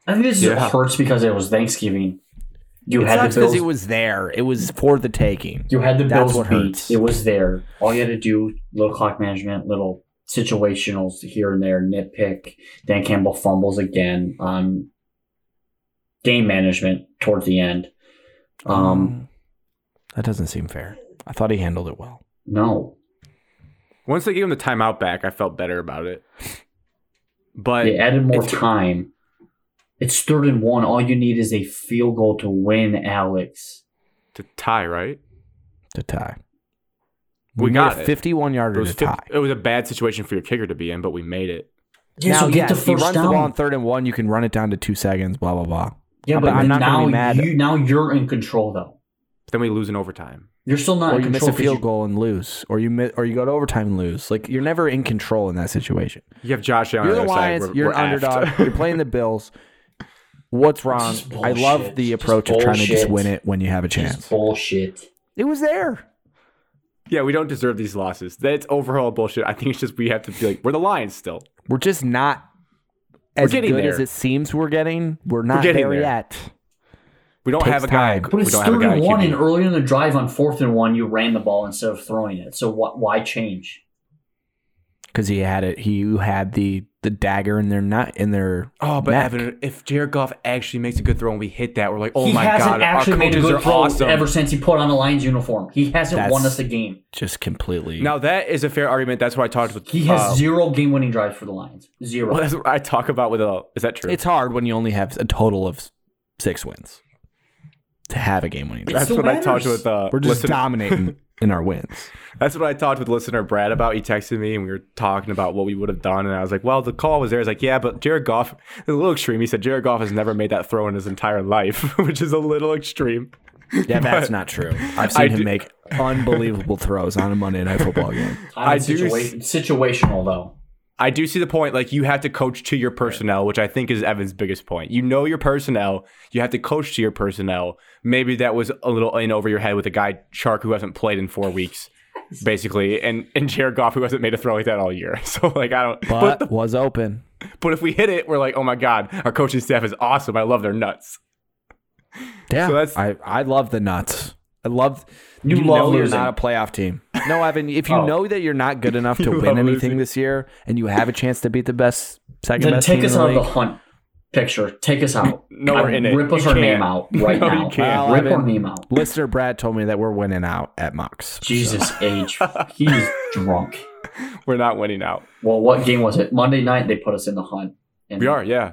C: I think this
B: Yeah.
C: just hurts because it was Thanksgiving. You
A: It
C: had
A: sucks
C: the
A: because
C: Bills.
A: it was there. It was for the taking.
C: you had the
A: that's
C: Bills
A: what
C: beat.
A: hurts.
C: It was there. All you had to do, little clock management, little situationals here and there, nitpick. Dan Campbell fumbles again. Um, game management towards the end.
A: Mm.
C: Um,
A: that doesn't seem fair. I thought he handled it well.
C: no,
B: Once they gave him the timeout back, I felt better about it. But
C: they added more
B: it's-
C: time. It's third and one. All you need is a field goal to win, Alex.
B: to tie, right?
A: To tie,
B: We
A: made
B: got
A: a
B: it.
A: 51
B: It
A: yarder
B: was,
A: to
B: fif-
A: tie.
B: it was a bad situation for your kicker to be in, but we made it.
C: Yeah,
A: now,
C: so get
A: yes,
C: the
A: he
C: first
A: runs
C: down.
A: the ball on third and one. You can run it down to two seconds. Blah blah blah.
C: yeah,
A: I'm-
C: but
A: I'm
C: then
A: not gonna be
C: now
A: mad.
C: you now you're in control though.
B: But then we lose in overtime.
C: You're still not
A: Or
C: in
A: you miss
C: control.
A: a
C: 'cause
A: field
C: you-
A: goal and lose, or you miss, or you go to overtime and lose. Like you're never in control in that situation.
B: You have Josh Allen.
A: You're the
B: on the other side.
A: Lions.
B: We're-
A: You're
B: we're
A: an underdog.
B: effed.
A: You're playing the Bills. What's wrong?
C: This is
A: I love
C: bullshit.
A: the
C: This
A: approach
C: is
A: of trying to just
C: bullshit.
A: win it when you have a
C: Just
A: chance.
C: bullshit.
A: It was there.
B: yeah, we don't deserve these losses. That's overall bullshit. I think it's just we have to be like we're the Lions still.
A: We're just not as
B: getting
A: good
B: there.
A: as it seems we're getting. We're not
B: getting
A: there,
B: there.
A: yet.
B: We don't
A: Takes
B: have a guy.
A: time.
C: But
B: We
C: it's
B: don't have a
C: third
B: guy.
C: and one,
B: QB.
C: and early in the drive on fourth and one, you ran the ball instead of throwing it. So wh- why change?
A: Because he had it. He had the the dagger in their nut in their.
B: Oh, but
A: neck.
B: Evan, if Jared Goff actually makes a good throw and we hit that, we're like, oh
C: he
B: my
C: hasn't
B: god, our
C: actually made a
B: coaches
C: good
B: are
C: throw
B: awesome.
C: ever since he put on the Lions uniform. He hasn't won
A: That's-
C: us a game.
A: just completely.
B: Now that is a fair argument. That's what I talked with.
C: He has
B: uh,
C: zero game winning drives for the Lions. Zero.
B: well, that's what I talk about with a. Is that true?
A: it's hard when you only have a total of six wins to have a game winning.
C: It's-
B: that's
C: the
B: what I talked
C: winners.
B: with. Uh,
A: We're just
B: listen-
A: dominating in our wins.
B: That's what I talked with listener Brad about. He texted me and we were talking about what we would have done. And I was like, well, the call was there. He's like, yeah, but Jared Goff is a little extreme. He said Jared Goff has never made that throw in his entire life, which is a little extreme.
A: Yeah, that's
B: But
A: not true. I've
B: I
A: seen him
B: do-
A: make unbelievable throws on a Monday night football game.
C: I,
B: I do
C: situational though.
B: I do see the point. Like, you have to coach to your personnel, which I think is Evan's biggest point. You know your personnel. You have to coach to your personnel. Maybe that was a little in over your head with a guy, Shark, who hasn't played in four weeks, basically, and, and Jared Goff, who hasn't made a throw like that all year. So, like, I don't.
A: But was open.
B: But if we hit it, we're like, oh my god, our coaching staff is awesome. I love their nuts.
A: Yeah,
B: So that's-
A: I I love the nuts. I love you,
C: You love
A: know you're
C: losing.
A: not a playoff team. No, Evan, if you
C: Oh.
A: know that you're not good enough
B: You
A: to
B: love
A: win anything
B: losing.
A: this year, and you have a chance to beat the best second
C: Then
A: best
C: take
A: team
C: us
A: in the
C: out of
A: league,
C: the hunt picture. Take us out.
B: No, we're
C: I-
B: in it.
C: Rip us
B: You
C: our
B: can't.
C: name out right
B: No, you
C: now.
B: can't.
C: Rip
A: Well,
C: our name out.
A: listener Brad told me that we're winning out at Mox.
C: Jesus age. He's drunk.
B: We're not winning out.
C: Well, what game was it? Monday night they put us in the hunt. And
B: We are, yeah.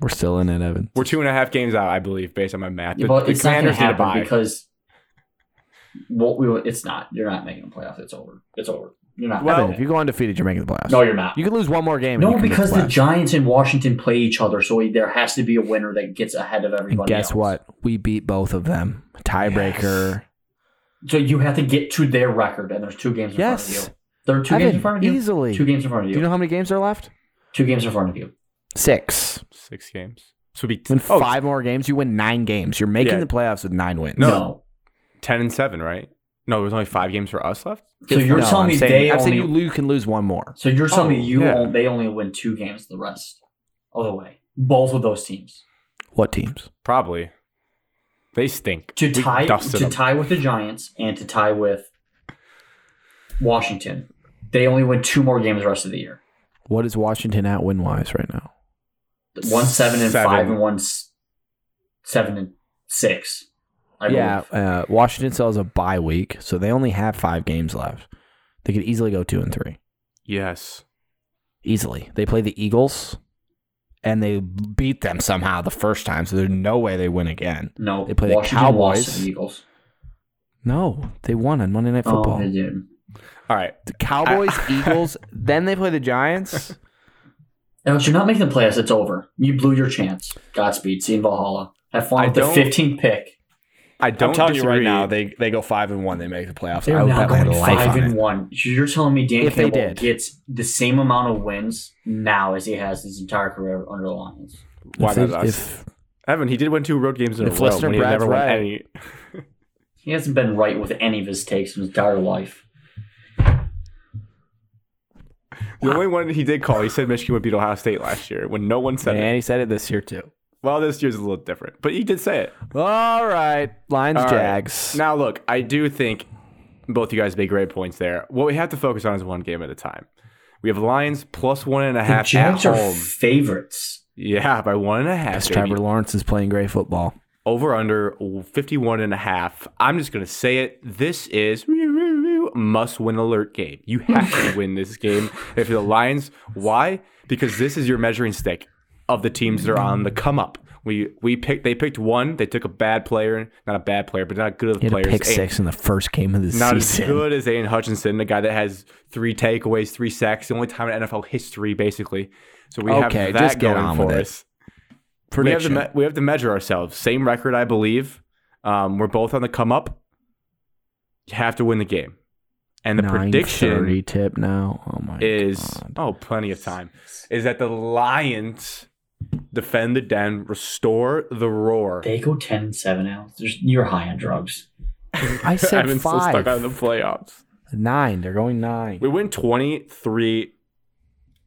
A: We're still in it, Evan.
B: We're two and a half games out, I believe, based on my math.
C: Yeah,
B: The,
C: but
B: the
C: it's not going
B: Commanders
C: to
B: did a
C: happen
B: bye.
C: because what we it's not. You're not making the playoffs. It's over. It's over. You're not.
B: Well-
A: Evan, if you go undefeated, you're making the playoffs.
C: no, you're not.
A: you can lose one more game. and you
C: no,
A: can make
C: because the
A: playoffs.
C: Giants and Washington play each other, so there has to be a winner that gets ahead of
A: And
C: everybody.
A: guess
C: else.
A: what? We beat both of them. Tiebreaker.
C: So you have to get to their record, and there's two games in front
A: Yes.
C: of you. There are two games
A: Evan,
C: in front of you.
A: easily.
C: Two games in front
A: Do
C: of you.
A: you know how many games are left?
C: two games in front of you.
A: Six.
B: Six games. So it'd be t-
A: Win
B: oh,
A: five more games, you win nine games. You're making
B: Yeah.
A: the playoffs with nine wins.
C: No.
B: No. 10 and 7, right? No, there's only five games for us left?
C: So you're
A: No,
C: telling
A: I'm
C: me
A: saying,
C: they
A: I'm saying
C: only.
A: you, lo- you can lose one more.
C: so you're telling
B: Oh,
C: me you
B: yeah.
C: on- they only win two games the rest of the way. Both of those teams
A: What teams?
B: Probably. They stink.
C: to
B: We
C: tie
B: dusted
C: to
B: them.
C: tie with the Giants and to tie with Washington. They only win two more games the rest of the year.
A: What is Washington at win wise right now?
C: One seven and
B: Seven.
C: five and one s- seven and six. I
A: yeah,
C: believe.
A: uh, Washington still has a bye week, so they only have five games left. They could easily go two and three.
B: Yes.
A: Easily. They play the Eagles and they beat them somehow the first time, so there's no way they win again.
C: No,
A: They play the
C: Washington lost to
A: Cowboys.
C: the Eagles.
A: No, they won on Monday Night Football.
C: Oh, they did.
B: All right.
A: the Cowboys, Eagles, then they play the Giants.
C: Now, if you're not making the playoffs, it's over. You blew your chance. Godspeed. See you in Valhalla. Have fun
B: I
C: with the
B: don't-
C: 15th pick.
B: I don't disagree.
A: they, they go five and one, they make the playoffs.
C: They're now going five and one. You're telling me Dan
A: If they
C: Campbell
A: did.
C: gets the same amount of wins now as he has his entire career under the Lions.
B: Why
A: If they-
B: not us?
A: if-
B: Evan, he did win two road games in
A: If
B: a row.
A: Lester
B: when he had
A: Brad's
B: never won
A: right.
B: any.
C: He hasn't been right with any of his takes his entire life.
B: The only one he did call, he said Michigan would beat Ohio State last year when no one said it.
A: and he said it this year too.
B: Well, this year's a little different, but he did say it.
A: All right, Lions,
B: All right.
A: Jags.
B: Now, look, I do think both you guys made great points there. What we have to focus on is one game at a time. We have Lions plus one and a
C: The
B: half at
C: Jags are
B: home.
C: favorites.
B: yeah, by one and a half.
A: Yes,
B: baby.
A: Trevor Lawrence is playing great football.
B: Over under 51 and a half. I'm just going to say it. This is must win alert game. You have to win this game if you're the Lions. Why? Because this is your measuring stick of the teams that are on the come up. We we picked they picked one. They took a bad player, not a bad player, but not good of
A: He
B: the
A: had a
B: players.
A: pick
B: Ain't-
A: six in the first game of the
B: not as
A: season.
B: good as Aiden Hutchinson, the guy that has three takeaways, three sacks, the only time in NFL history, basically. So we
A: Okay,
B: have that
A: just get
B: going
A: on
B: for
A: with it.
B: us. We have, to
A: Prediction.
B: me- we have to measure ourselves. Same record, I believe. Um, we're both on the come up. You have to win the game. And the
A: 9:30
B: prediction
A: tip now. Oh my
B: is
A: God.
B: oh, plenty of time. Is that the Lions defend the den, restore the roar.
C: They go 10 and 7 now. There's- You're high on drugs.
A: I said
B: Evan's still
A: five.
B: stuck out in the playoffs.
A: nine. They're going nine.
B: We win 23.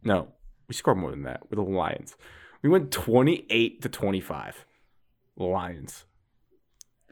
B: No, we scored more than that with the Lions. We went 28 to 25. Lions.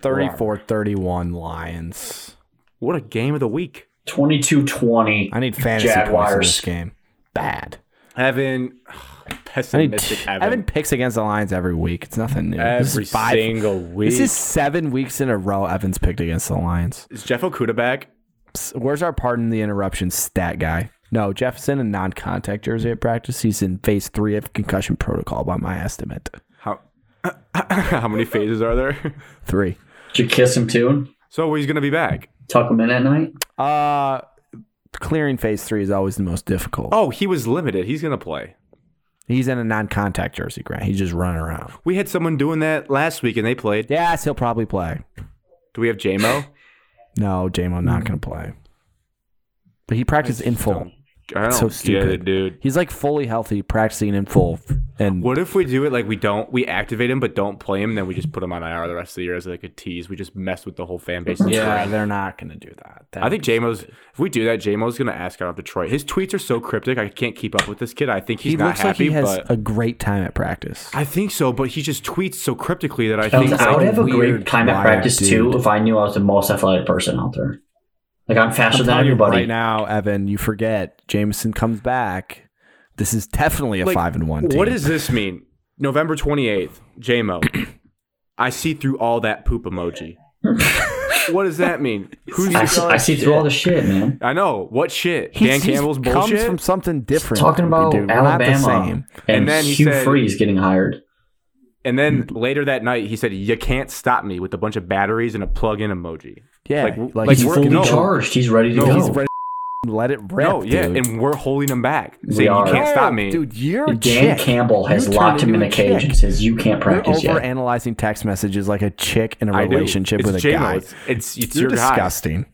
A: 34-31 Lions.
B: What a game of the week.
C: 22 20.
A: I need fantasy points in
C: Jaguars.
A: this game. Bad.
B: Evan,
A: I need
B: pessimistic
A: Evan.
B: Evan.
A: picks against the Lions every week. It's nothing new. this
B: Every
A: is five.
B: single week.
A: This is seven weeks in a row. Evans picked against the Lions.
B: Is Jeff Okuda back?
A: S- Where's our pardon the interruption stat guy? No, Jefferson in non-contact jersey at practice. He's in phase three of concussion protocol, by my estimate.
B: How, how many phases are there?
A: Three.
C: Did you kiss him too? and
B: So he's going to be back.
C: Tuck him in at night?
A: Uh clearing phase three is always the most difficult.
B: Oh, he was limited. He's going to play.
A: He's in a non-contact jersey, Grant. He's just running around.
B: We had someone doing that last week and they played.
A: Yes, he'll probably play.
B: Do we have JMO?
A: No, JMO not gonna play. But he practiced in full.
B: Hmm. I don't
A: So
B: get
A: stupid.
B: it, dude.
A: He's like fully healthy, practicing in full. And
B: What if we do it like we don't we activate him but don't play him, then we just put him on IR the rest of the year as like a tease. We just mess with the whole fan base. in
A: yeah,
B: Detroit.
A: they're not gonna do that. That-
B: I think JMO's if we do that, JMO's gonna ask out of Detroit. His tweets are so cryptic, I can't keep up with this kid. I think he's
A: he
B: not
A: looks like he
B: happy,
A: has
B: but
A: a great time at practice.
B: I think so, but he just tweets so cryptically that I
C: I,
B: think
C: I would
B: like,
C: have a
A: weird
C: great time at
A: wild
C: practice
A: dude.
C: too if I knew I was the most athletic person out there. Like I'm faster
A: I'm
C: than
A: telling you
C: everybody.
A: right now, Evan, you forget Jameson comes back. This is definitely a
B: Like,
A: five and one team.
B: What does this mean? November twenty eighth, JMO. I see through all that poop emoji. what does that mean? Who's
C: I, see, I see through all the shit, man.
B: I know what shit. Dan Campbell's
A: comes
B: bullshit.
A: from something different.
C: Talking about
A: dude. We're not the
C: Alabama
A: same.
C: and,
B: And then he
C: Hugh
B: said-
C: Freeze getting hired.
B: And then later that night, he said, "You can't stop me" with a bunch of batteries and a plug-in emoji.
A: Yeah,
B: Like-
A: like,
B: like
C: He's
B: we're-
C: fully
B: no.
C: charged. He's ready to
B: No,
C: go.
A: he's ready. to Let it rip.
B: no, yeah,
A: dude.
B: and we're holding him back,
C: We
B: saying,
C: are.
B: "You can't stop me."
A: dude. You're a
C: Dan
A: chick.
C: Campbell has
A: You
C: locked
A: turned
C: him in
A: into
C: a
A: a
C: cage
A: chick.
C: and says, "You can't
A: You're
C: practice
A: over
C: yet."
A: analyzing text messages like a chick in a
B: I do.
A: relationship
B: It's
A: with a
B: J-Lo.
A: guy.
B: It's it's, it's
A: You're
B: your guy.
A: disgusting.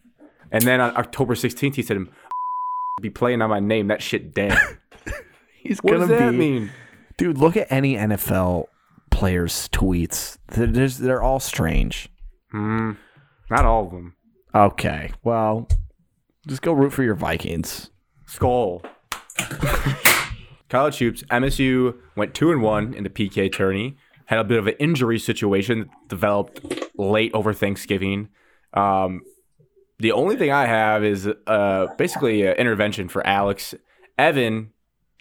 B: And then on October 16th, he said, "Be playing on my name." That shit, damn.
A: He's
B: what
A: gonna
B: does that
A: be
B: mean?
A: dude. Look at any NFL players' tweets. They're, there's- they're all strange.
B: Mm, not all of them.
A: Okay, well, just go root for your Vikings.
B: Skull. College hoops. MSU went two and one in the PK tourney. Had a bit of an injury situation that developed late over Thanksgiving. Um, the only thing I have is uh, basically an intervention for Alex Evan.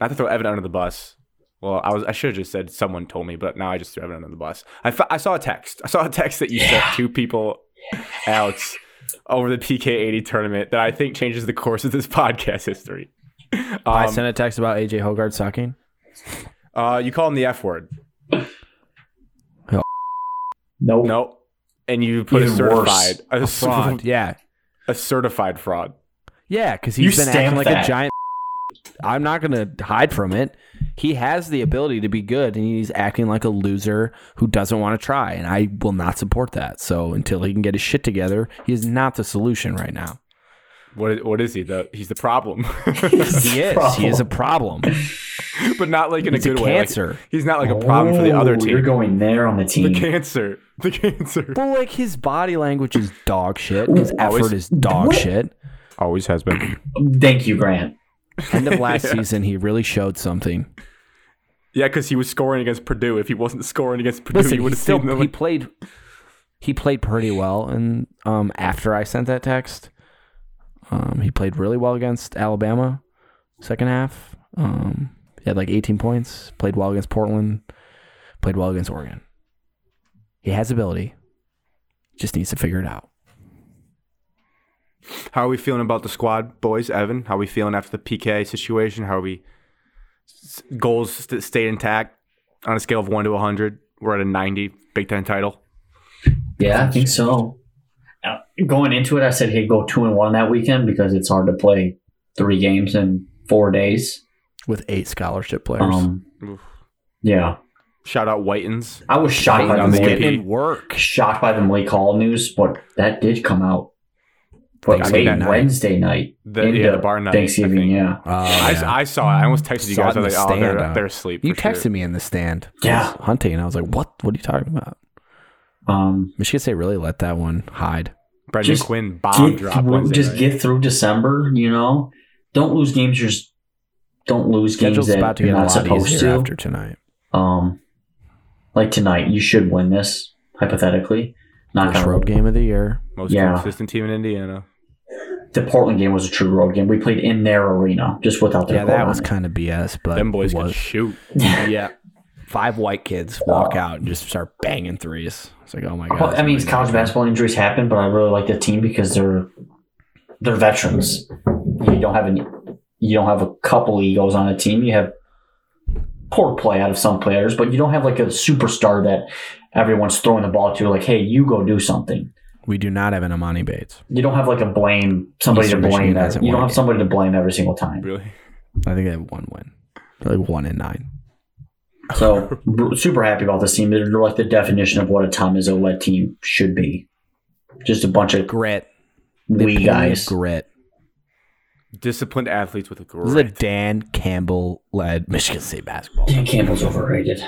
B: Not to throw Evan under the bus. Well, I was I should have just said someone told me, but now I just threw Evan under the bus. I, f- I saw a text. I saw a text that you sent two people, Alex, over the PK80 tournament that I think changes the course of this podcast history.
A: I
B: Um,
A: sent a text about AJ Hogard sucking.
B: uh, you call him the F word.
C: Nope.
B: No. And you put a
C: Even
B: certified
C: worse.
B: a,
A: Fraud.
B: fraud.
A: Yeah,
B: a certified fraud.
A: yeah, because
C: You
A: he's been acting
C: stamped
A: like
C: that.
A: a giant. I'm not gonna hide from it. He has the ability to be good, and he's acting like a loser who doesn't want to try. And I will not support that. So until he can get his shit together, he is not the solution right now.
B: What is, what is he? The, he's the problem.
A: He is. He is a problem.
B: but not like in a
A: He's a
B: good way. like-
A: cancer.
B: he's not like a problem for the other
C: Oh, You're
B: team.
C: going there on the
B: The
C: team.
B: cancer. The cancer.
A: Well, like his body language is dog shit. His
B: Always-
A: effort is dog
C: What?
A: shit.
B: Always has been.
C: Thank you, Grant.
A: End of last season, he really showed something.
B: Yeah, because he was scoring against Purdue. If he wasn't scoring against Purdue,
A: Listen,
B: you
A: he
B: would have
A: still
B: seen them.
A: he played. He played pretty well, and um, after I sent that text, um, he played really well against Alabama. Second half, um, he had like 18 points. Played well against Portland. Played well against Oregon. He has ability. Just needs to figure it out.
B: How are we feeling about the squad, boys? Evan, how are we feeling after the PK situation? How are we? s- Goals st- stayed intact on a scale of one to hundred. We're at a ninety. Big Ten title.
C: Yeah, I think so. Uh, Going into it, I said, "Hey, go two and one that weekend because it's hard to play three games in four days."
A: With eight scholarship players,
C: Um,
B: Oof.
C: yeah,
B: Shout out Whitens.
C: I was shocked
B: Waiting
C: by the
B: on the
C: Malik,
B: AP.
A: getting in work.
C: shocked by the Malik Hall news, but that did come out. But
A: Thanksgiving
C: late
A: night.
C: Wednesday night,
B: The-
C: into
B: yeah, the bar night, I
C: Thanksgiving.
B: think.
C: Yeah,
A: Uh,
B: I, s- I saw it. I almost texted you
A: Saw
B: guys.
A: it
B: I
A: in
B: was
A: the
B: like, oh,
A: stand,
B: they're,
A: uh,
B: they're asleep.
A: You
B: for sure.
A: texted me in the stand. I
C: Yeah.
A: was hunting, and I was like, "What? What are you talking about?"
C: um,
A: Michigan State really let that one hide.
B: Brendan
C: Just
B: Quinn bomb
C: get
B: drop.
C: through-
B: Wednesday
C: just
B: night.
C: get through December. You know, don't lose games. You're just don't lose games
A: Schedule's
C: that
A: about to
C: you're
A: get a
C: not
A: lot
C: supposed
A: easier
C: to.
A: after tonight.
C: Um, like tonight, you should win this hypothetically. Not
A: First
C: gonna-
A: road game of the year.
B: most
C: yeah.
B: consistent team in Indiana.
C: The Portland game was a true road game. We played in their arena, just without their.
A: Yeah,
C: goal
A: that
C: on
A: was
C: it.
A: kind of BS, but
B: Them boys
A: it
B: can
A: was.
B: shoot.
A: yeah, five white kids walk out and just start banging threes. It's like, oh my god.
C: Well, I mean,
A: it's
C: college basketball injuries happen, but I really like the team because they're they're veterans. You don't have any, you don't have a couple egos on a team. You have poor play out of some players, but you don't have like a superstar that everyone's throwing the ball to. Like, hey, you go do something.
A: We do not have an Amani Bates.
C: You don't have like a blame somebody
A: Eastern
C: to blame.
A: Michigan
C: that-
A: hasn't
C: you don't
A: won a
C: have
A: game.
C: somebody to blame every single time.
B: Really?
A: I think they have one win, They're like one in nine.
C: So b- super happy about this team. They're like the definition of what a Tom Izzo led team should be. Just a bunch of
A: Grit. The
C: we
A: epitome of
C: guys.
A: Grit.
B: Disciplined athletes with a
A: This is a
B: great.
A: Dan Campbell led Michigan State basketball
C: Dan Campbell's overrated.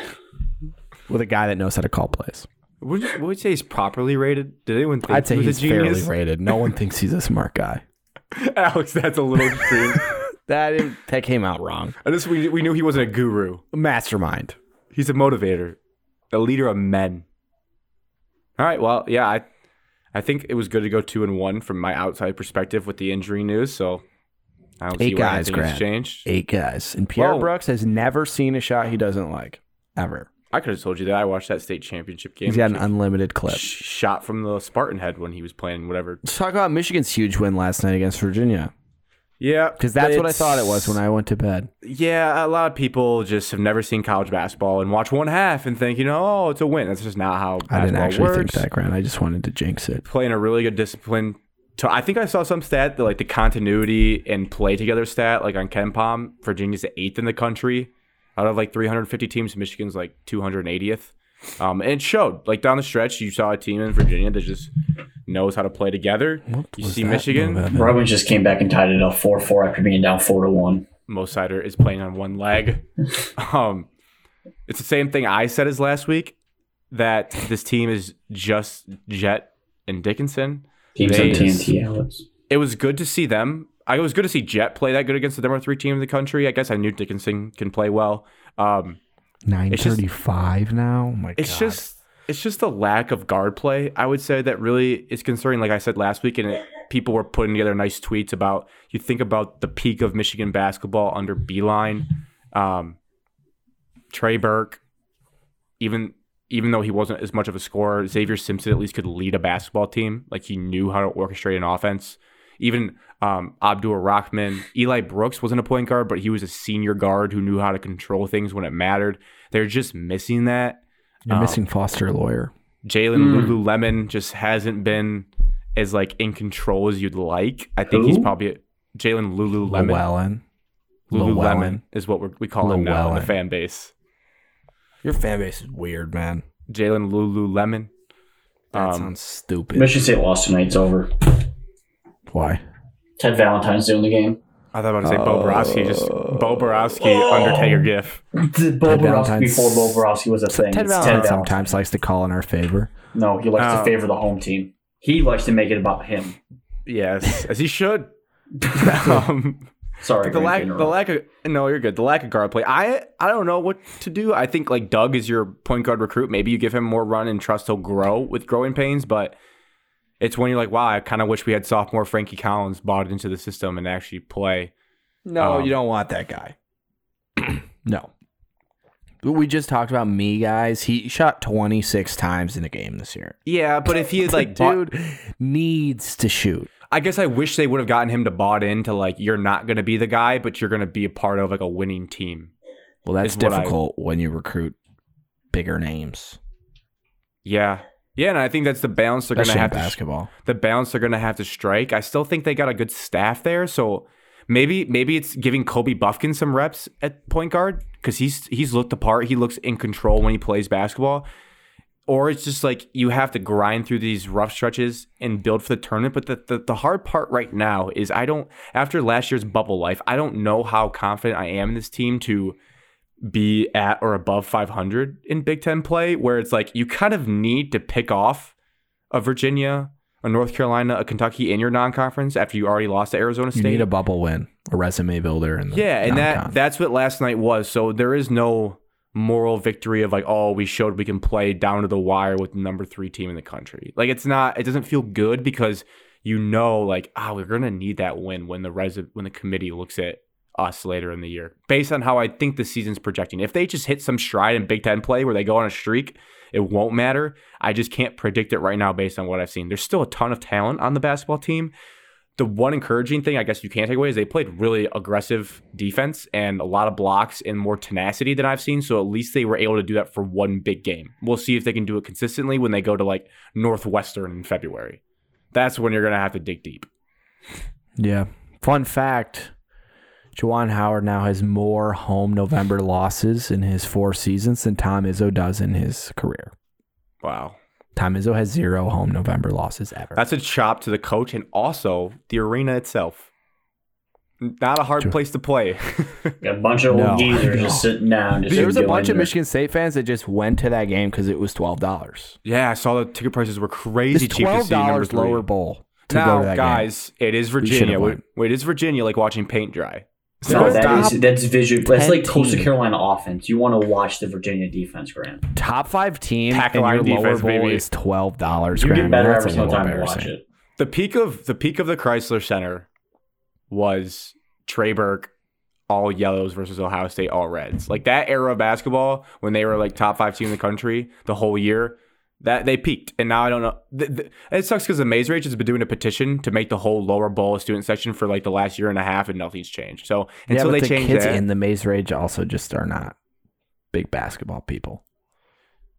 A: with a guy that knows how to call plays.
B: Would you, would you say he's properly rated? Did anyone think
A: I'd say
B: he was
A: he's
B: a genius?
A: fairly rated. No one thinks he's a smart guy.
B: Alex, that's a little extreme.
A: That that came out wrong.
B: At least we, we knew he wasn't a guru.
A: Mastermind.
B: He's a motivator, a leader of men. All right. Well, yeah, I, I think it was good to go two and one from my outside perspective with the injury news. So I don't
A: Eight
B: see why
A: guys,
B: anything's
A: Grant.
B: changed.
A: Eight guys, and Pierre
B: Whoa.
A: Brooks has never seen a shot he doesn't like ever.
B: I could have told you that. I watched that state championship game.
A: He's got an
B: Sh-
A: unlimited clip.
B: shot from the Spartan head when he was playing whatever.
A: Let's talk about Michigan's huge win last night against Virginia
B: Yeah,
A: because that's what I thought it was when I went to bed.
B: Yeah, a lot of people just have never seen college basketball and watch one half and think, you know, oh, it's a win. That's just not how basketball
A: I didn't actually think
B: works.
A: that, Grant. I just wanted to jinx it.
B: Playing a really good discipline. To, I think I saw some stat that like the continuity and play together stat, like on Ken Palm, Virginia's the eighth in the country out of like 350 teams. Michigan's like 280th. Um, and it showed like down the stretch, you saw a team in Virginia that just knows how to play together. you see Michigan,
C: Red Wings just came back and tied it up four four after being down four to one.
B: Mo Sider is playing on one leg. um, it's the same thing I said as last week. that this team is just Jet and Dickinson.
C: Teams
B: They-
C: on TNT, Alex.
B: It was good to see them. I it was good to see Jet play that good against the number three team in the country. I guess I knew Dickinson can play well. Um,
A: Nine
B: just-
A: thirty-five now. Oh my
B: it's
A: god.
B: just it's just the lack of guard play i would say that really is concerning like i said last week and it, people were putting together nice tweets about you think about the peak of michigan basketball under beeline um, trey burke even even though he wasn't as much of a scorer xavier simpson at least could lead a basketball team like he knew how to orchestrate an offense even um, Abdul Rockman, Eli Brooks wasn't a point guard, but he was a senior guard who knew how to control things when it mattered. They're just missing that.
A: you're
B: um,
A: missing Foster Lawyer.
B: Jalen
C: Mm.
B: Lululemon just hasn't been as like in control as you'd like. I think he's
C: Who?
B: probably Jalen Lululemon.
A: Llewellyn.
B: Lululemon
A: Llewellyn.
B: is what we're, we call him now in the
A: Llewellyn.
B: fan base.
A: Your fan base is weird, man.
B: Jalen Lululemon.
A: That
B: Um,
A: sounds stupid.
C: Michigan State lost tonight. It's over.
A: Why?
C: Ted Valentine's doing the game.
B: I thought I was about to say Bo Borowski, just Bo Borowski
C: Oh.
B: Undertaker gif.
C: Ted Bobrovsky
A: Valentine's-
C: before Bobrovsky was a
A: So
C: thing.
A: Ted
C: It's
A: Valentine
C: Ted Valentine.
A: sometimes likes to call in our favor.
C: No, he likes
B: Oh.
C: to favor the home team. He likes to make it about him.
B: Yes, as he should. um,
C: Sorry,
B: but the
C: Grant,
B: lack,
C: to
B: the
C: interrupt.
B: lack of no, you're good. The lack of guard play. I I don't know what to do. I think like Doug is your point guard recruit. Maybe you give him more run and trust he'll grow with growing pains. But it's when you're like, wow, I kind of wish we had sophomore Frankie Collins bought into the system and actually play.
A: No,
B: Um,
A: you don't want that guy. no. We just talked about me, guys. He shot 26 times in a game this year.
B: Yeah, but if he is like, dude,
A: Dude needs to shoot.
B: I guess I wish they would have gotten him to bought into like you're not gonna be the guy, but you're gonna be a part of like a winning team.
A: Well, that's
B: Is what I-
A: difficult when you recruit bigger names,
B: Yeah, yeah, and I think that's the balance they're
A: especially
B: gonna
A: in
B: have to
A: basketball.
B: the balance they're going to have to strike. I still think they got a good staff there, so maybe maybe it's giving Kobe Buffkin some reps at point guard because he's he's looked the part. He looks in control when he plays basketball. Or it's just like you have to grind through these rough stretches and build for the tournament. But the, the, the hard part right now is I don't, after last year's bubble life, I don't know how confident I am in this team to be at or above 500 in Big Ten play, where it's like you kind of need to pick off a Virginia, a North Carolina, a Kentucky in your non-conference after you already lost to Arizona
A: You
B: State.
A: need a bubble win, a resume builder, and
B: yeah, and that that's what last night was. So there is no moral victory of like, oh, we showed we can play down to the wire with the number three team in the country. Like it's not, it doesn't feel good because you know, like, ah, we're gonna need that win when the res when the committee looks at us later in the year, based on how I think the season's projecting. If they just hit some stride in Big Ten play where they go on a streak, it won't matter. I just can't predict it right now based on what I've seen. There's still a ton of talent on the basketball team. The one encouraging thing I guess you can take away is they played really aggressive defense and a lot of blocks and more tenacity than I've seen. So at least they were able to do that for one big game. We'll see if they can do it consistently when they go to like Northwestern in February. That's when you're gonna have to dig deep.
A: Yeah. Fun fact Jawan Howard now has more home November losses in his four seasons than Tom Izzo does in his career.
B: Wow.
A: Tom Izzo has zero home November losses ever.
B: That's a chop to the coach and also the arena itself. Not a hard
A: True.
B: place to play.
C: Got a bunch of old
A: No,
C: geezers
A: no.
C: just sitting down. Just
A: there was a
C: enjoying
A: bunch of
C: their-
A: Michigan State fans that just went to that game because it was twelve dollars.
B: yeah, I saw the ticket prices were
A: It's
B: crazy cheap to
A: twelve
B: see number
A: dollars
B: three.
A: lower bowl to
B: now,
A: go to that game.
B: guys, it is Virginia.
A: should've
B: Wait,
A: won.
B: wait, it is Virginia like watching paint dry.
C: No,
A: Top
C: that is that's visual. That's
A: 10
C: like Coastal
A: team.
C: Carolina offense. You want to watch the Virginia defense, Grant.
A: Top five team
B: Pack
A: and
B: line
A: your lower
B: defense,
A: bowl
B: baby.
A: is twelve dollars.
C: You get better
A: That's
C: every
A: a
C: single
A: little
C: time you watch
A: embarrassing.
C: it.
B: The peak of the peak of the Chrysler Center was Trey Burke, all yellows versus Ohio State, all reds. Like that era of basketball when they were like top five team in the country the whole year. That they peaked, and now I don't know. Th- th- it sucks because the Maze Rage has been doing a petition to make the whole lower bowl a student section for like the last year and a half, and nothing's changed. So
A: Yeah,
B: until
A: but
B: they
A: the
B: change
A: kids
B: that,
A: in the Maze Rage also just are not big basketball people.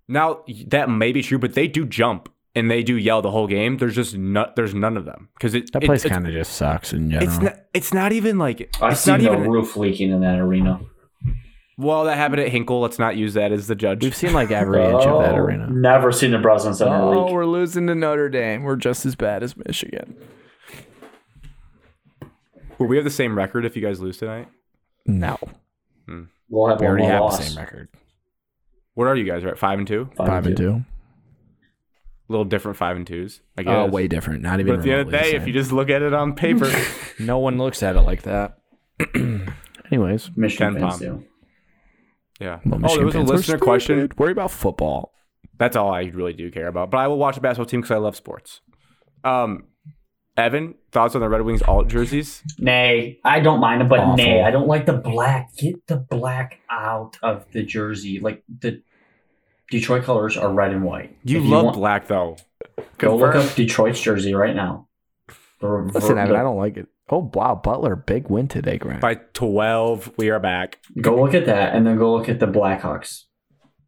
B: Now that may be true, but they do jump and they do yell the whole game. There's just not there's none of them because it,
A: That
B: it-
A: place
B: it's,
A: kind of just sucks in general.
B: it's not it's not even like
C: I
B: it's
C: see
B: not
C: the
B: even
C: roof leaking in that arena.
B: well that happened at Hinkle. Let's not use that as the judge.
A: We've seen like every inch of that
C: Oh,
A: arena.
C: Never seen the Breslin Center
B: Oh,
C: leak.
A: we're losing to Notre Dame. We're just as bad as Michigan.
B: Will we have the same record if you guys lose tonight?
A: No,
C: We'll have
A: we
C: one
A: already
C: more
A: have the
C: loss.
A: same record.
B: What are you guys? Right, five and two.
C: Five
A: Five and
C: two.
A: two.
B: A little different five and twos. I guess.
A: Oh, way different. Not even.
B: But at the end of the
A: remotely
B: day,
A: the
B: if
A: same.
B: you just look at it on paper,
A: no one looks at it like that. Anyways,
C: Michigan
B: Ken
C: fans
B: Palm.
C: do.
B: yeah.
A: well,
B: oh,
A: Michigan
B: there was a
A: fans are
B: listener question.
A: stupid. Worry about football.
B: That's all I really do care about. But I will watch a basketball team because I love sports. Um, Evan, thoughts on the Red Wings alt jerseys?
C: Nay, I don't mind it, but
A: Awful.
C: nay, I don't like the black. Get the black out of the jersey. Like the Detroit colors are red and white.
B: You
C: If
B: love
C: want-
B: black though.
C: Go look
B: Confirm.
C: up Detroit's jersey right now. The rever-
A: Listen, Evan,
C: the-
A: I don't like it. Oh wow, Butler, big win today, Grant.
B: By twelve, we are back.
C: Go look at that, and then go look at the Blackhawks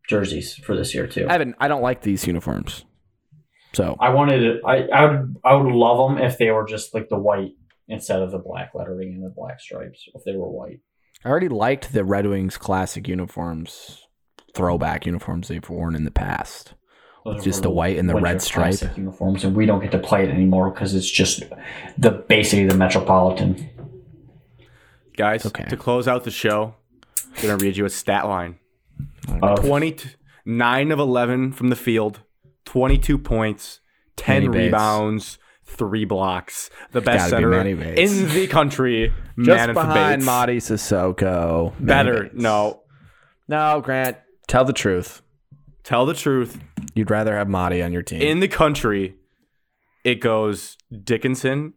C: jerseys for this year too.
A: Evan, I don't like these uniforms. So
C: I wanted, I, I would, I would love them if they were just like the white instead of the black lettering and the black stripes. If they were white,
A: I already liked the Red Wings classic uniforms, throwback uniforms they've worn in the past.
C: Those
A: Just
C: were
A: the white and the
C: winter
A: red stripe.
C: classic uniforms, and we don't get to play it anymore because it's just the basically the metropolitan.
B: Guys,
A: Okay.
B: to close out the show, I'm gonna read you a stat line.
C: Of,
B: 20 9 of 11 from the field, 22 points, 10
A: Manny Bates.
B: rebounds, 3 blocks. The best
A: gotta be
B: center
A: Manny Bates.
B: in the country,
A: Just
B: Manatha
A: behind
B: Bates.
A: Marty Sissoko. Manny
B: Better.
A: Bates.
B: No.
A: No, Grant. Tell the truth.
B: Tell the truth.
A: You'd rather have Marty on your team.
B: In the country, it goes Dickinson.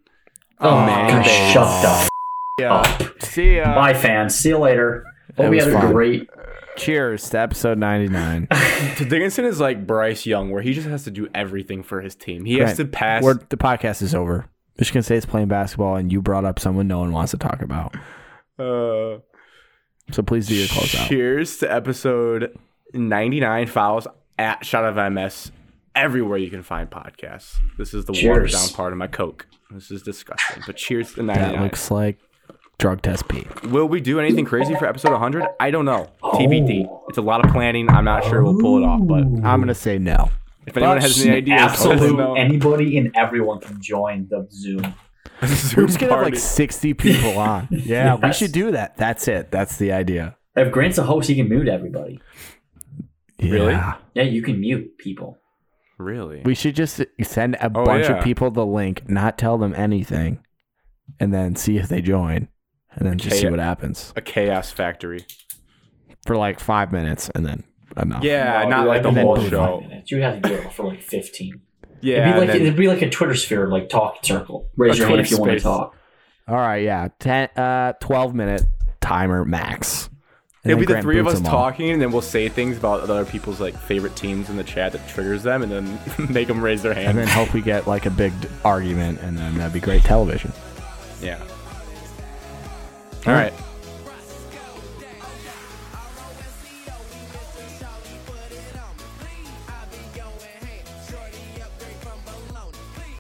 C: oh
B: man.
C: man, shut the
A: yeah. See ya.
C: Bye, fans. See you later. Hope
A: That
C: we
A: was
C: had a
A: fun.
C: great.
A: Cheers to episode 99.
B: So Dickinson is like Bryce Young, where he just has to do everything for his team. He
A: Grant,
B: has to pass.
A: We're, the podcast is over. Michigan State's playing basketball, and you brought up someone no one wants to talk about.
B: Uh,
A: So please do your close out.
B: Cheers to episode 99 files at Shot of MS everywhere you can find podcasts. This is the watered
C: Cheers.
B: down part of my Coke. This is disgusting. But cheers to
A: That
B: 99.
A: looks like drug test P.
B: Will we do anything crazy for episode 100? I don't know. TBD. It's a lot of planning. I'm not sure we'll pull it off, but
A: I'm going to say no.
B: if anyone has any ideas,
C: Absolutely,
B: let
C: anybody and everyone can join the Zoom.
A: We're
B: us know.
A: just
B: Zoom
A: going to have like
B: party.
A: 60 people on. Yeah, we
C: Yes.
A: should do that. That's it. That's the idea.
C: If Grant's a host, he can mute everybody.
B: Really?
A: Yeah.
C: Yeah, you can mute people.
B: Really?
A: We should just send a
B: Oh,
A: bunch
B: yeah.
A: of people the link, not tell them anything, and then see if they join, and then just
B: Okay.
A: see what happens
B: A chaos factory.
A: for like five minutes, and then enough.
B: Yeah,
C: No,
B: not
C: dude,
B: like the
C: that'd be
B: whole
C: more than five
B: show.
C: minutes. You would have to do it for like fifteen.
B: Yeah.
C: it'd be
B: and
C: like
B: then-
C: it'd be like a Twitter sphere, like talk circle. Raise
B: A
C: your hand if
B: Twitter
C: you want to
B: space.
C: talk.
A: All right. Yeah. Ten, uh, twelve minute timer max. And
B: It'll
A: then
B: be the
A: Grant
B: three of
A: boots
B: us
A: them all.
B: talking, and then we'll say things about other people's like favorite teams in the chat that triggers them, and then make them raise their
A: and then
B: hand.
A: hope we get like a big d- argument, and then that'd be great television.
B: Yeah. All right.